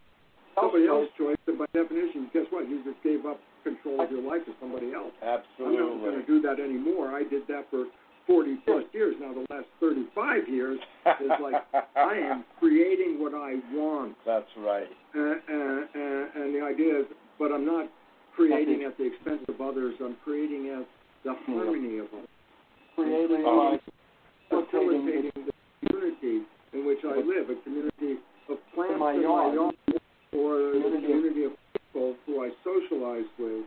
somebody else's choice, then by definition, guess what? You just gave up control of your life to somebody else. I'm not going
Absolutely.
to do that anymore. I did that for 40 plus years. Now the last 35 years, It's like,
Ah.
I am creating what I want,
That's right.
uh, uh, uh, and the idea is, but I'm not creating at the expense of others. I'm creating at the harmony of others,
creating
Oh.
like
facilitating the community in which I live, a community of plants
In my
in
yard.
my yard, or a
Community of-
community of people who I socialize with.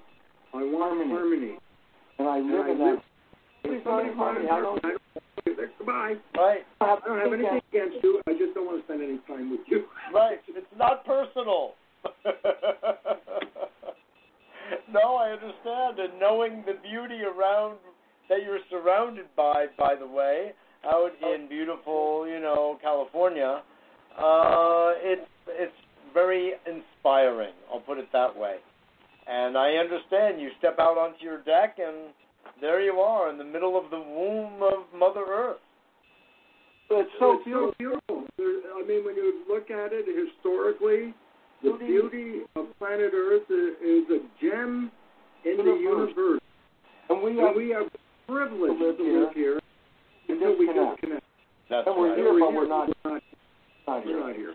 I want
Harmony.
harmony.
and I
And
live
I
in
live
that.
If
Everybody
somebody
harmony. I don't,
wants harmony, Goodbye.
Right.
have,
I don't have anything against you. I just don't want to spend any time with you.
Right. It's not personal. no, I understand. And knowing the beauty around that you're surrounded by, by the way, out in beautiful, you know, California, uh, it's it's very inspiring. I'll put it that way. And I understand. You step out onto your deck, and there you are in the middle of the womb of Mother Earth.
It's so
it's
beautiful.
so beautiful. There, I mean, when you look at it historically, the beauty of planet Earth is, is a gem in the
Universe.
universe.
And we are
And we are privileged
To live
to live here until we
disconnect.
disconnect.
That's
And we're
right.
here, but we're
We're
not,
not,
not
we're
here.
not here.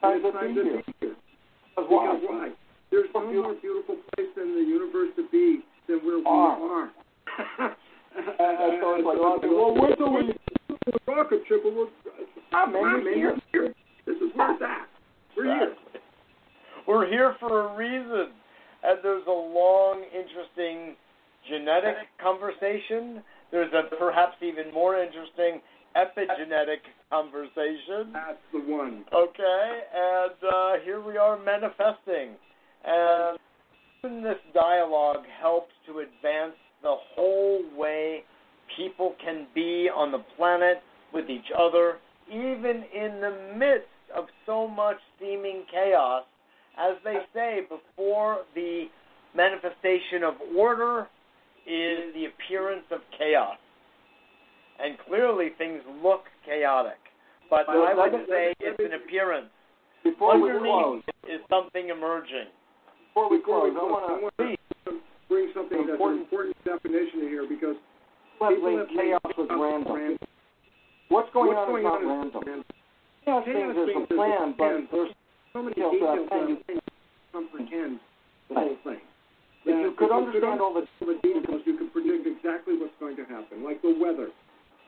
Time to
It's time
be here. Mm-hmm.
to be here.
Because
Because
why?
why? There's no more beautiful place in the universe to be than where we
Are.
are.
And, and so it's like, well, well, wait till we
the rocket ship, but we're,
Ah, man,
Wow,
we're here.
here. This is where it's at. We're here.
Exactly. We're here for a reason. And there's a long, interesting genetic conversation. There's a perhaps even more interesting epigenetic conversation.
That's the one.
Okay? And uh, here we are manifesting. And even this dialogue helps to advance the whole way people can be on the planet with each other, even in the midst of so much seeming chaos. As they say, before the manifestation of order is the appearance of chaos. And clearly things look chaotic. But
Well,
I
let
would
me-
say it's an appearance.
before we close.
Underneath is something emerging.
Before we
Before we
close, I
close, I
want
want to bring something that's an
Important.
important definition here because
to let
people
link
have
chaos with random.
random.
What's going
What's
on
going
is not
on is
random.
random.
Chaos
Chaos
means
means
there's a
there's a
plan,
plan.
but there's
So many
Details
details
that
that
you-
you can't comprehend the whole thing.
if
That
you could
under-
understand all the
all the details, you can predict exactly what's going to happen, like the weather.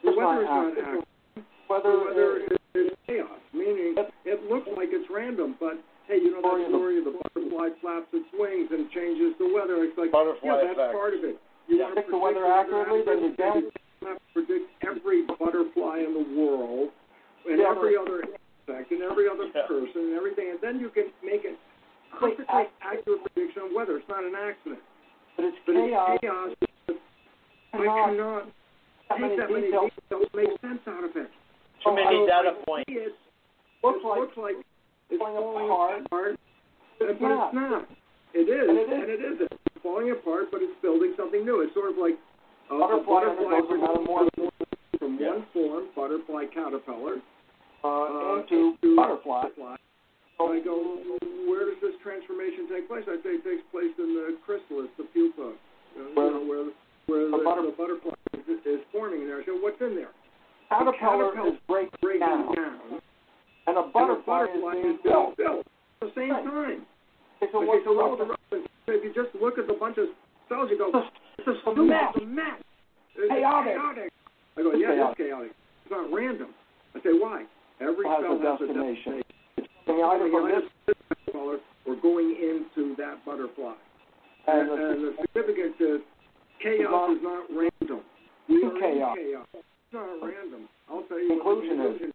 The
It's
weather is
not
not
act-
act.
weather,
The weather is, is chaos, meaning it looks like it's random, but hey, you know
Story
that
of the-
story of the butterfly flaps its wings and changes the weather. It's like,
Butterfly
yeah, that's
effect.
part of it. You
Yeah.
want to
predict the weather accurately, then you
then
don't
you have to predict every butterfly in the world and
Yeah,
every
right.
other insect and every other
Yeah.
person and everything, and then you can make a perfectly
ac-
accurate prediction of weather. It's not an accident,
but it's
but
chaos.
it's chaos. I
Not that
cannot take
many
that many
details.
details, make sense out of it.
Too many
Oh,
data points.
It
Looks
it
like
looks like it's
falling
falling
apart.
apart, but it's
not.
not. It is,
And it is.
and it isn't. It's falling apart, but it's building something new. It's sort of like uh, a
butterfly
butterfly
undergoes a
from
metamorphosis
from
Yeah.
one form, butterfly caterpillar,
uh,
uh,
into butterfly.
butterfly. So I go, where does this transformation take place? I say it takes place in the chrysalis, the pupa, you know,
Where-
you know, where where
the
the,
butter-
the butterfly is, is forming in there. I say, what's in there?
Caterpillar
caterpillar
is breaking
Breaking
down,
down.
and a butterfly
and the butterfly
is being
is
built.
being built at the same
Right.
time.
Okay, so
Okay,
what's
so what's
the
the relevance? If you just look at the bunch of cells, you go,
It's
it's a,
a
soup,
mess.
It's a mess. It's
Chaotic.
chaotic. I go, yeah, it's chaotic. It's not random. I say, why? Every
Has
cell
a
has
destination.
a destination.
something either from
Coming out
this
of this butterfly or going into that butterfly.
and
and,
the
the significance is chaos is not random. We are
Chaos.
in chaos. It's not random. I'll tell you what
Conclusion is-
the
conclusion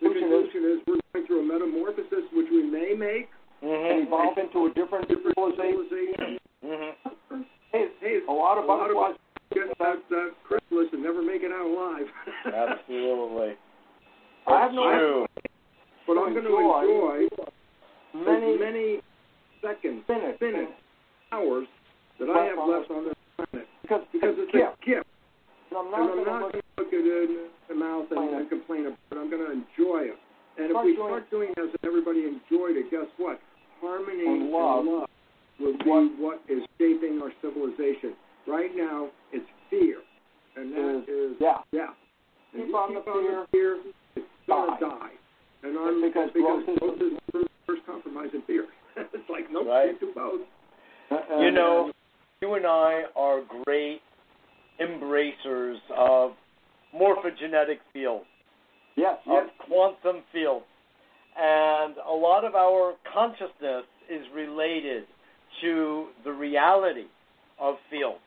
conclusion is. The conclusion is we're going through a metamorphosis, which we may make
and
Mm-hmm.
evolve into a different civilization.
civilization.
Mm-hmm.
Hey,
Hey,
a lot of
A lot of
butterflies.
get that uh, chrysalis and never make it out alive.
Absolutely.
I have no
True.
but I'm going to enjoy
many
as many seconds,
minutes
minutes, hours that I have left on this planet
because
because
it's
it's
a gift.
a gift,
And I'm
and
not
I'm
going to
not
look
going to look at it in the mouth and, and complain about it. I'm going to enjoy it. And if we start doing this and everybody enjoyed it, guess what? harmony
Or
and
love.
love will be what is shaping our civilization. Right now, it's fear, and that is
Yeah.
death. And
Mm. Keep
you
on
keep
the
on the fear, it's gonna die. And I'm
Because growth is-
growth is the first compromise in fear. it's like nope,
Right.
can't do both.
Uh,
you know, you and I are great embracers of morphogenetic fields,
Yes.
of quantum fields. And a lot of our consciousness is related to the reality of fields.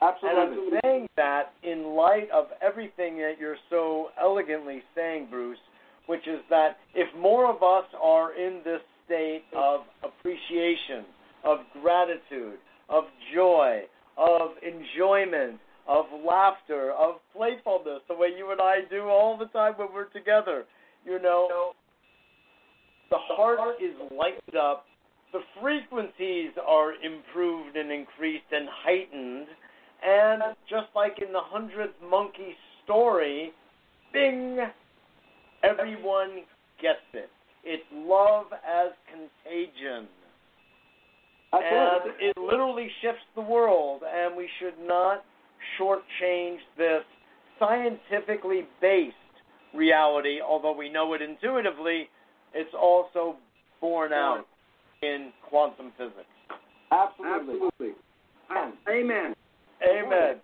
And
Absolutely.
I'm saying that in light of everything that you're so elegantly saying, Bruce, which is that if more of us are in this state of appreciation, of gratitude, of joy, of enjoyment, of laughter, of playfulness, the way you and I do all the time when we're together, you know, the heart is lighted up, the frequencies are improved and increased and heightened. And just like in the hundredth monkey story, bing, everyone gets it. It's love as contagion.
That's
And
it.
it literally shifts the world, and we should not shortchange this scientifically based reality, although we know it intuitively, it's also borne out in quantum physics.
Absolutely.
Absolutely. Ah, Amen.
Amen.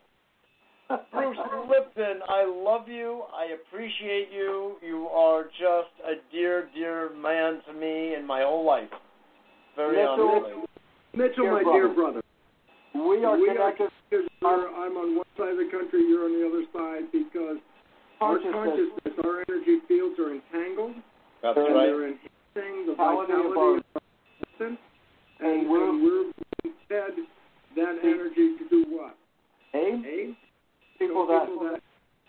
Bruce Lipton, I love you. I appreciate you. You are just a dear, dear man to me in my whole life. Very
Mitchell,
honestly.
Mitchell,
Dear
my
brother.
dear brother.
we are
we are
connected
Because you're, I'm on one side of the country, you're on the other side, because our
consciousness.
consciousness, our energy fields are entangled,
That's
and
right.
they're enhancing the
Quality of
vitality of existence, and,
And we're-
and we're being fed that energy to do what?
Aim
Eh?
people
So
that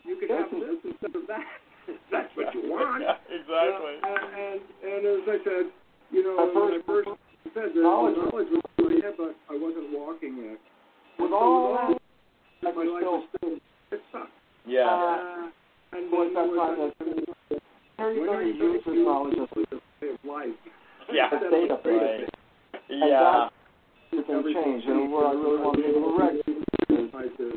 you could have this instead of that. That's what you want.
exactly.
Uh, and, and as I said, you know,
Our
when I
first-
first said that
knowledge-
knowledge, knowledge was in my head, but I wasn't walking it.
with
So
all
with
that,
my
like we're
life
still
is still it sucks.
Yeah.
Uh, and
boys that
then with
find
that-
that how are you
when are
going
you
to use this
gonna
knowledge
use
as
this way of life?
Yeah.
That's uh,
Right.
the greatest
Yeah.
it's
thing.
going to change? And what I really want to do to rec is
I said,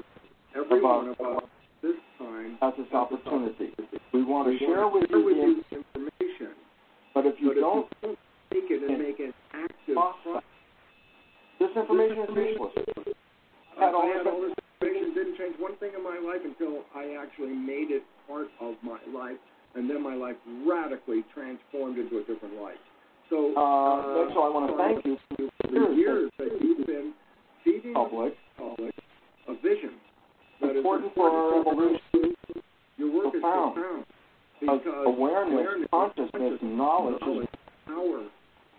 every one of us this time
has this opportunity. We want
we
to share with
share with
you,
you the information,
the- but if you
but if
don't
you take it and make it active,
process, this information is useless.
I had all this information, didn't change one thing in my life until I actually made it part of my life, and then my life radically transformed into a different life. So,
Uh, Mitchell, I want to thank you
you for the years that you've been feeding the
public.
public a vision that is
Important for our evolution.
Your work
Profound.
is profound
Because
because
awareness, consciousness, knowledge,
knowledge, power.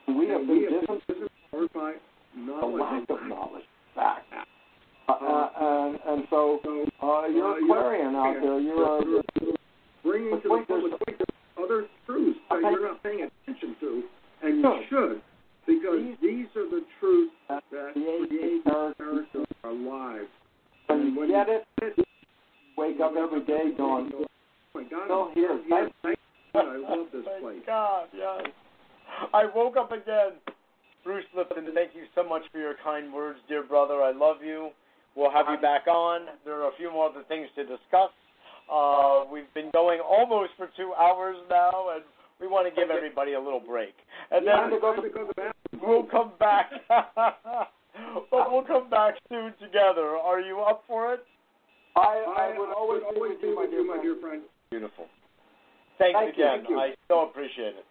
we have
And
been dis-
disempowered by
a
knowledge.
lack of
and
knowledge. Fact. Uh, uh, and, and so
So
uh, you're
Uh,
a
you're-
Aquarian out there. You're a,
bringing to the
Wait, there's-
public other truths that
Okay.
you're not paying attention to, and you
Good.
should, because these are the truths
That
that
create the
create the
character.
character of our lives.
when you get it,
It's
wake up every day going,
oh my God,
still
I'm
here.
here. Thank God, I love this
Thank
place.
God, yes. I woke up again. Bruce Lipton, thank you so much for your kind words, dear brother. I love you. We'll have you back on. There are a few more other things to discuss. Uh, we've been going almost for two hours now, and we want to give everybody a little break. And
Time
then
to go to the bathroom.
we'll come back. but we'll come back soon together. Are you up for it?
I, I would always be with you, my dear
my
friend.
dear friend.
Beautiful. Thanks
Thank you,
again.
thank you.
I so appreciate it.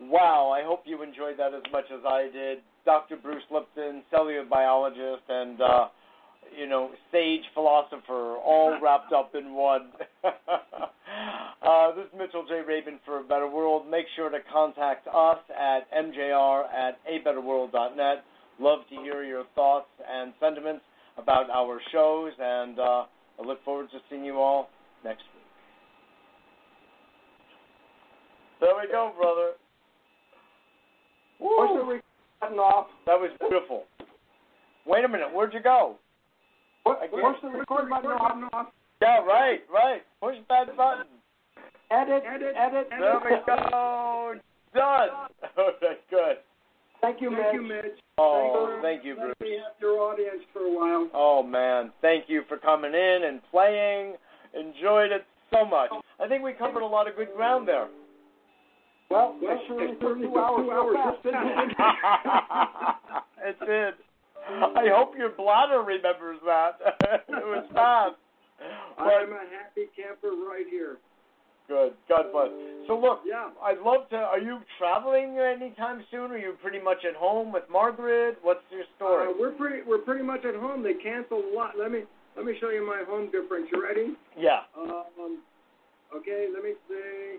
Wow, I hope you enjoyed that as much as I did. Dr. Bruce Lipton, cellular biologist and uh, you know, sage philosopher, all wrapped up in one. uh, this is Mitchell J. Rabin for A Better World. Make sure to contact us at mjr at abetterworld.net. Love to hear your thoughts and sentiments about our shows, and uh, I look forward to seeing you all next week. There we go, brother.
Push the recording off.
That was beautiful. Wait a minute, where'd you go?
Push
I can't-
push the record button off.
Yeah, right, right. Push that button.
Edit,
Edit,
edit.
There we go. Done. Okay, good.
Thank you,
Thank you,
Mitch.
Mitch.
Oh,
Thanks
thank you,
for letting
Bruce.
me have your audience for a while.
Oh man, thank you for coming in and playing. Enjoyed it so much. I think we covered a lot of good ground there.
Well,
Well,
it surely
it
took
surely
two
took
hours
two
real
hours
fast,
real
didn't
fast.
it?
it did. I hope your bladder remembers that. it was fast.
I'm
But
a happy camper right here.
good. God bless. So look,
Yeah.
I'd love to. Are you traveling anytime soon? Are you pretty much at home with Margaret? What's your story?
Uh, we're pretty we're pretty much at home. They canceled a lot. Let me let me show you my home difference. You
Uh,
ready?
yeah.
Um, okay, let me see.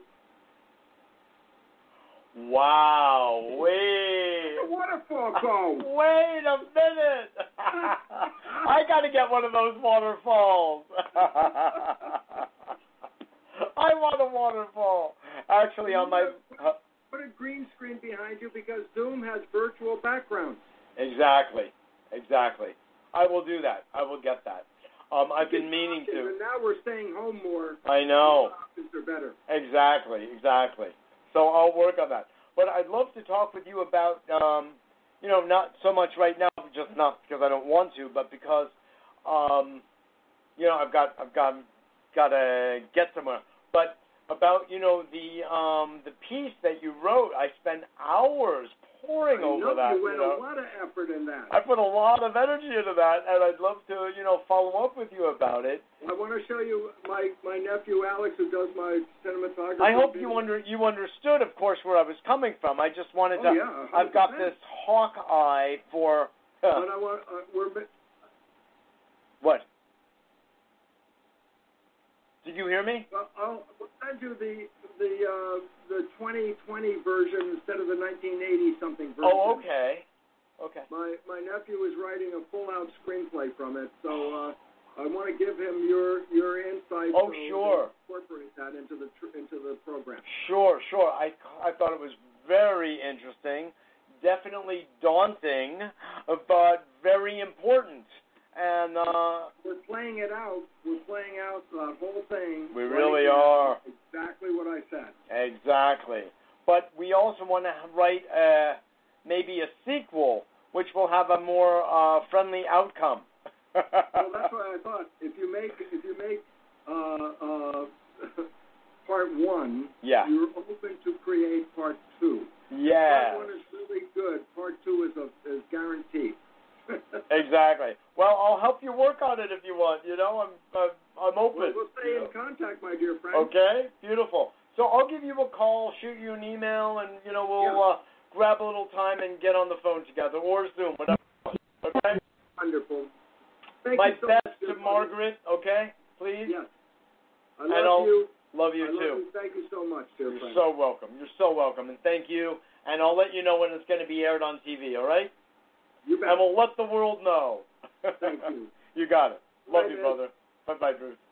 Wow. Wait.
A waterfall cone.
Wait a minute. I got to get one of those waterfalls. I want a waterfall. Actually, on my uh,
Put a green screen behind you because Zoom has virtual background.
exactly, exactly. I will do that. I will get that. Um, I've been meaning to.
But now we're staying home more.
I know.
Options are better.
Exactly, exactly. So I'll work on that. But I'd love to talk with you about, um, you know, not so much right now, just not because I don't want to, but because, um, you know, I've got, I've got, got to get somewhere. But about, you know, the um, the piece that you wrote, I spent hours poring
I
over
know
that.
you went
you know.
a lot of effort in that.
I put a lot of energy into that, and I'd love to, you know, follow up with you about it.
I want to show you my my nephew Alex, who does my cinematography.
I hope
video.
you under you understood, of course, where I was coming from. I just wanted
Oh,
to.
yeah, a
I've got
100%.
this hawk eye for
But I want uh, we're
what? Did you hear me?
Well, I'll we'll send you the the uh, the 2020 version instead of the 1980 something version.
Oh, okay, okay.
My my nephew is writing a full out screenplay from it, so uh, I want to give him your your insight.
Oh,
so we can
sure.
Incorporate that into the tr- into the program.
Sure, sure. I I thought it was very interesting, definitely daunting, but very important. And uh,
We're playing it out. We're playing out the whole thing.
we
right
really
now.
are.
Exactly what I said.
Exactly. But we also want to write uh, maybe a sequel, which will have a more uh, friendly outcome.
Well, that's why I thought if you make if you make uh, uh, part one,
yeah.
you're open to create part two.
Yeah.
Part one is really good. Part two is a is guaranteed.
Exactly. Well, I'll help you work on it if you want. You know, I'm I'm, I'm open.
Well, we'll stay
you
in
know.
contact, my dear friend.
Okay. Beautiful. So I'll give you a call, shoot you an email, and you know we'll uh,
Yeah.
grab a little time and get on the phone together or Zoom, whatever. Okay.
Wonderful. Thank
My
you so
best
much, dear
to Margaret. Okay, please.
Yes. I
And
love
I'll-
you.
Love you
I
too.
love you. Thank you so much, dear
You're
friend.
so welcome. You're so welcome, and thank you. And I'll let you know when it's going to be aired on TV. All right?
you bet.
And we'll let the world know.
Thank you.
you got it. Love
Bye,
you,
Mitch.
brother. Bye, bye, Bruce.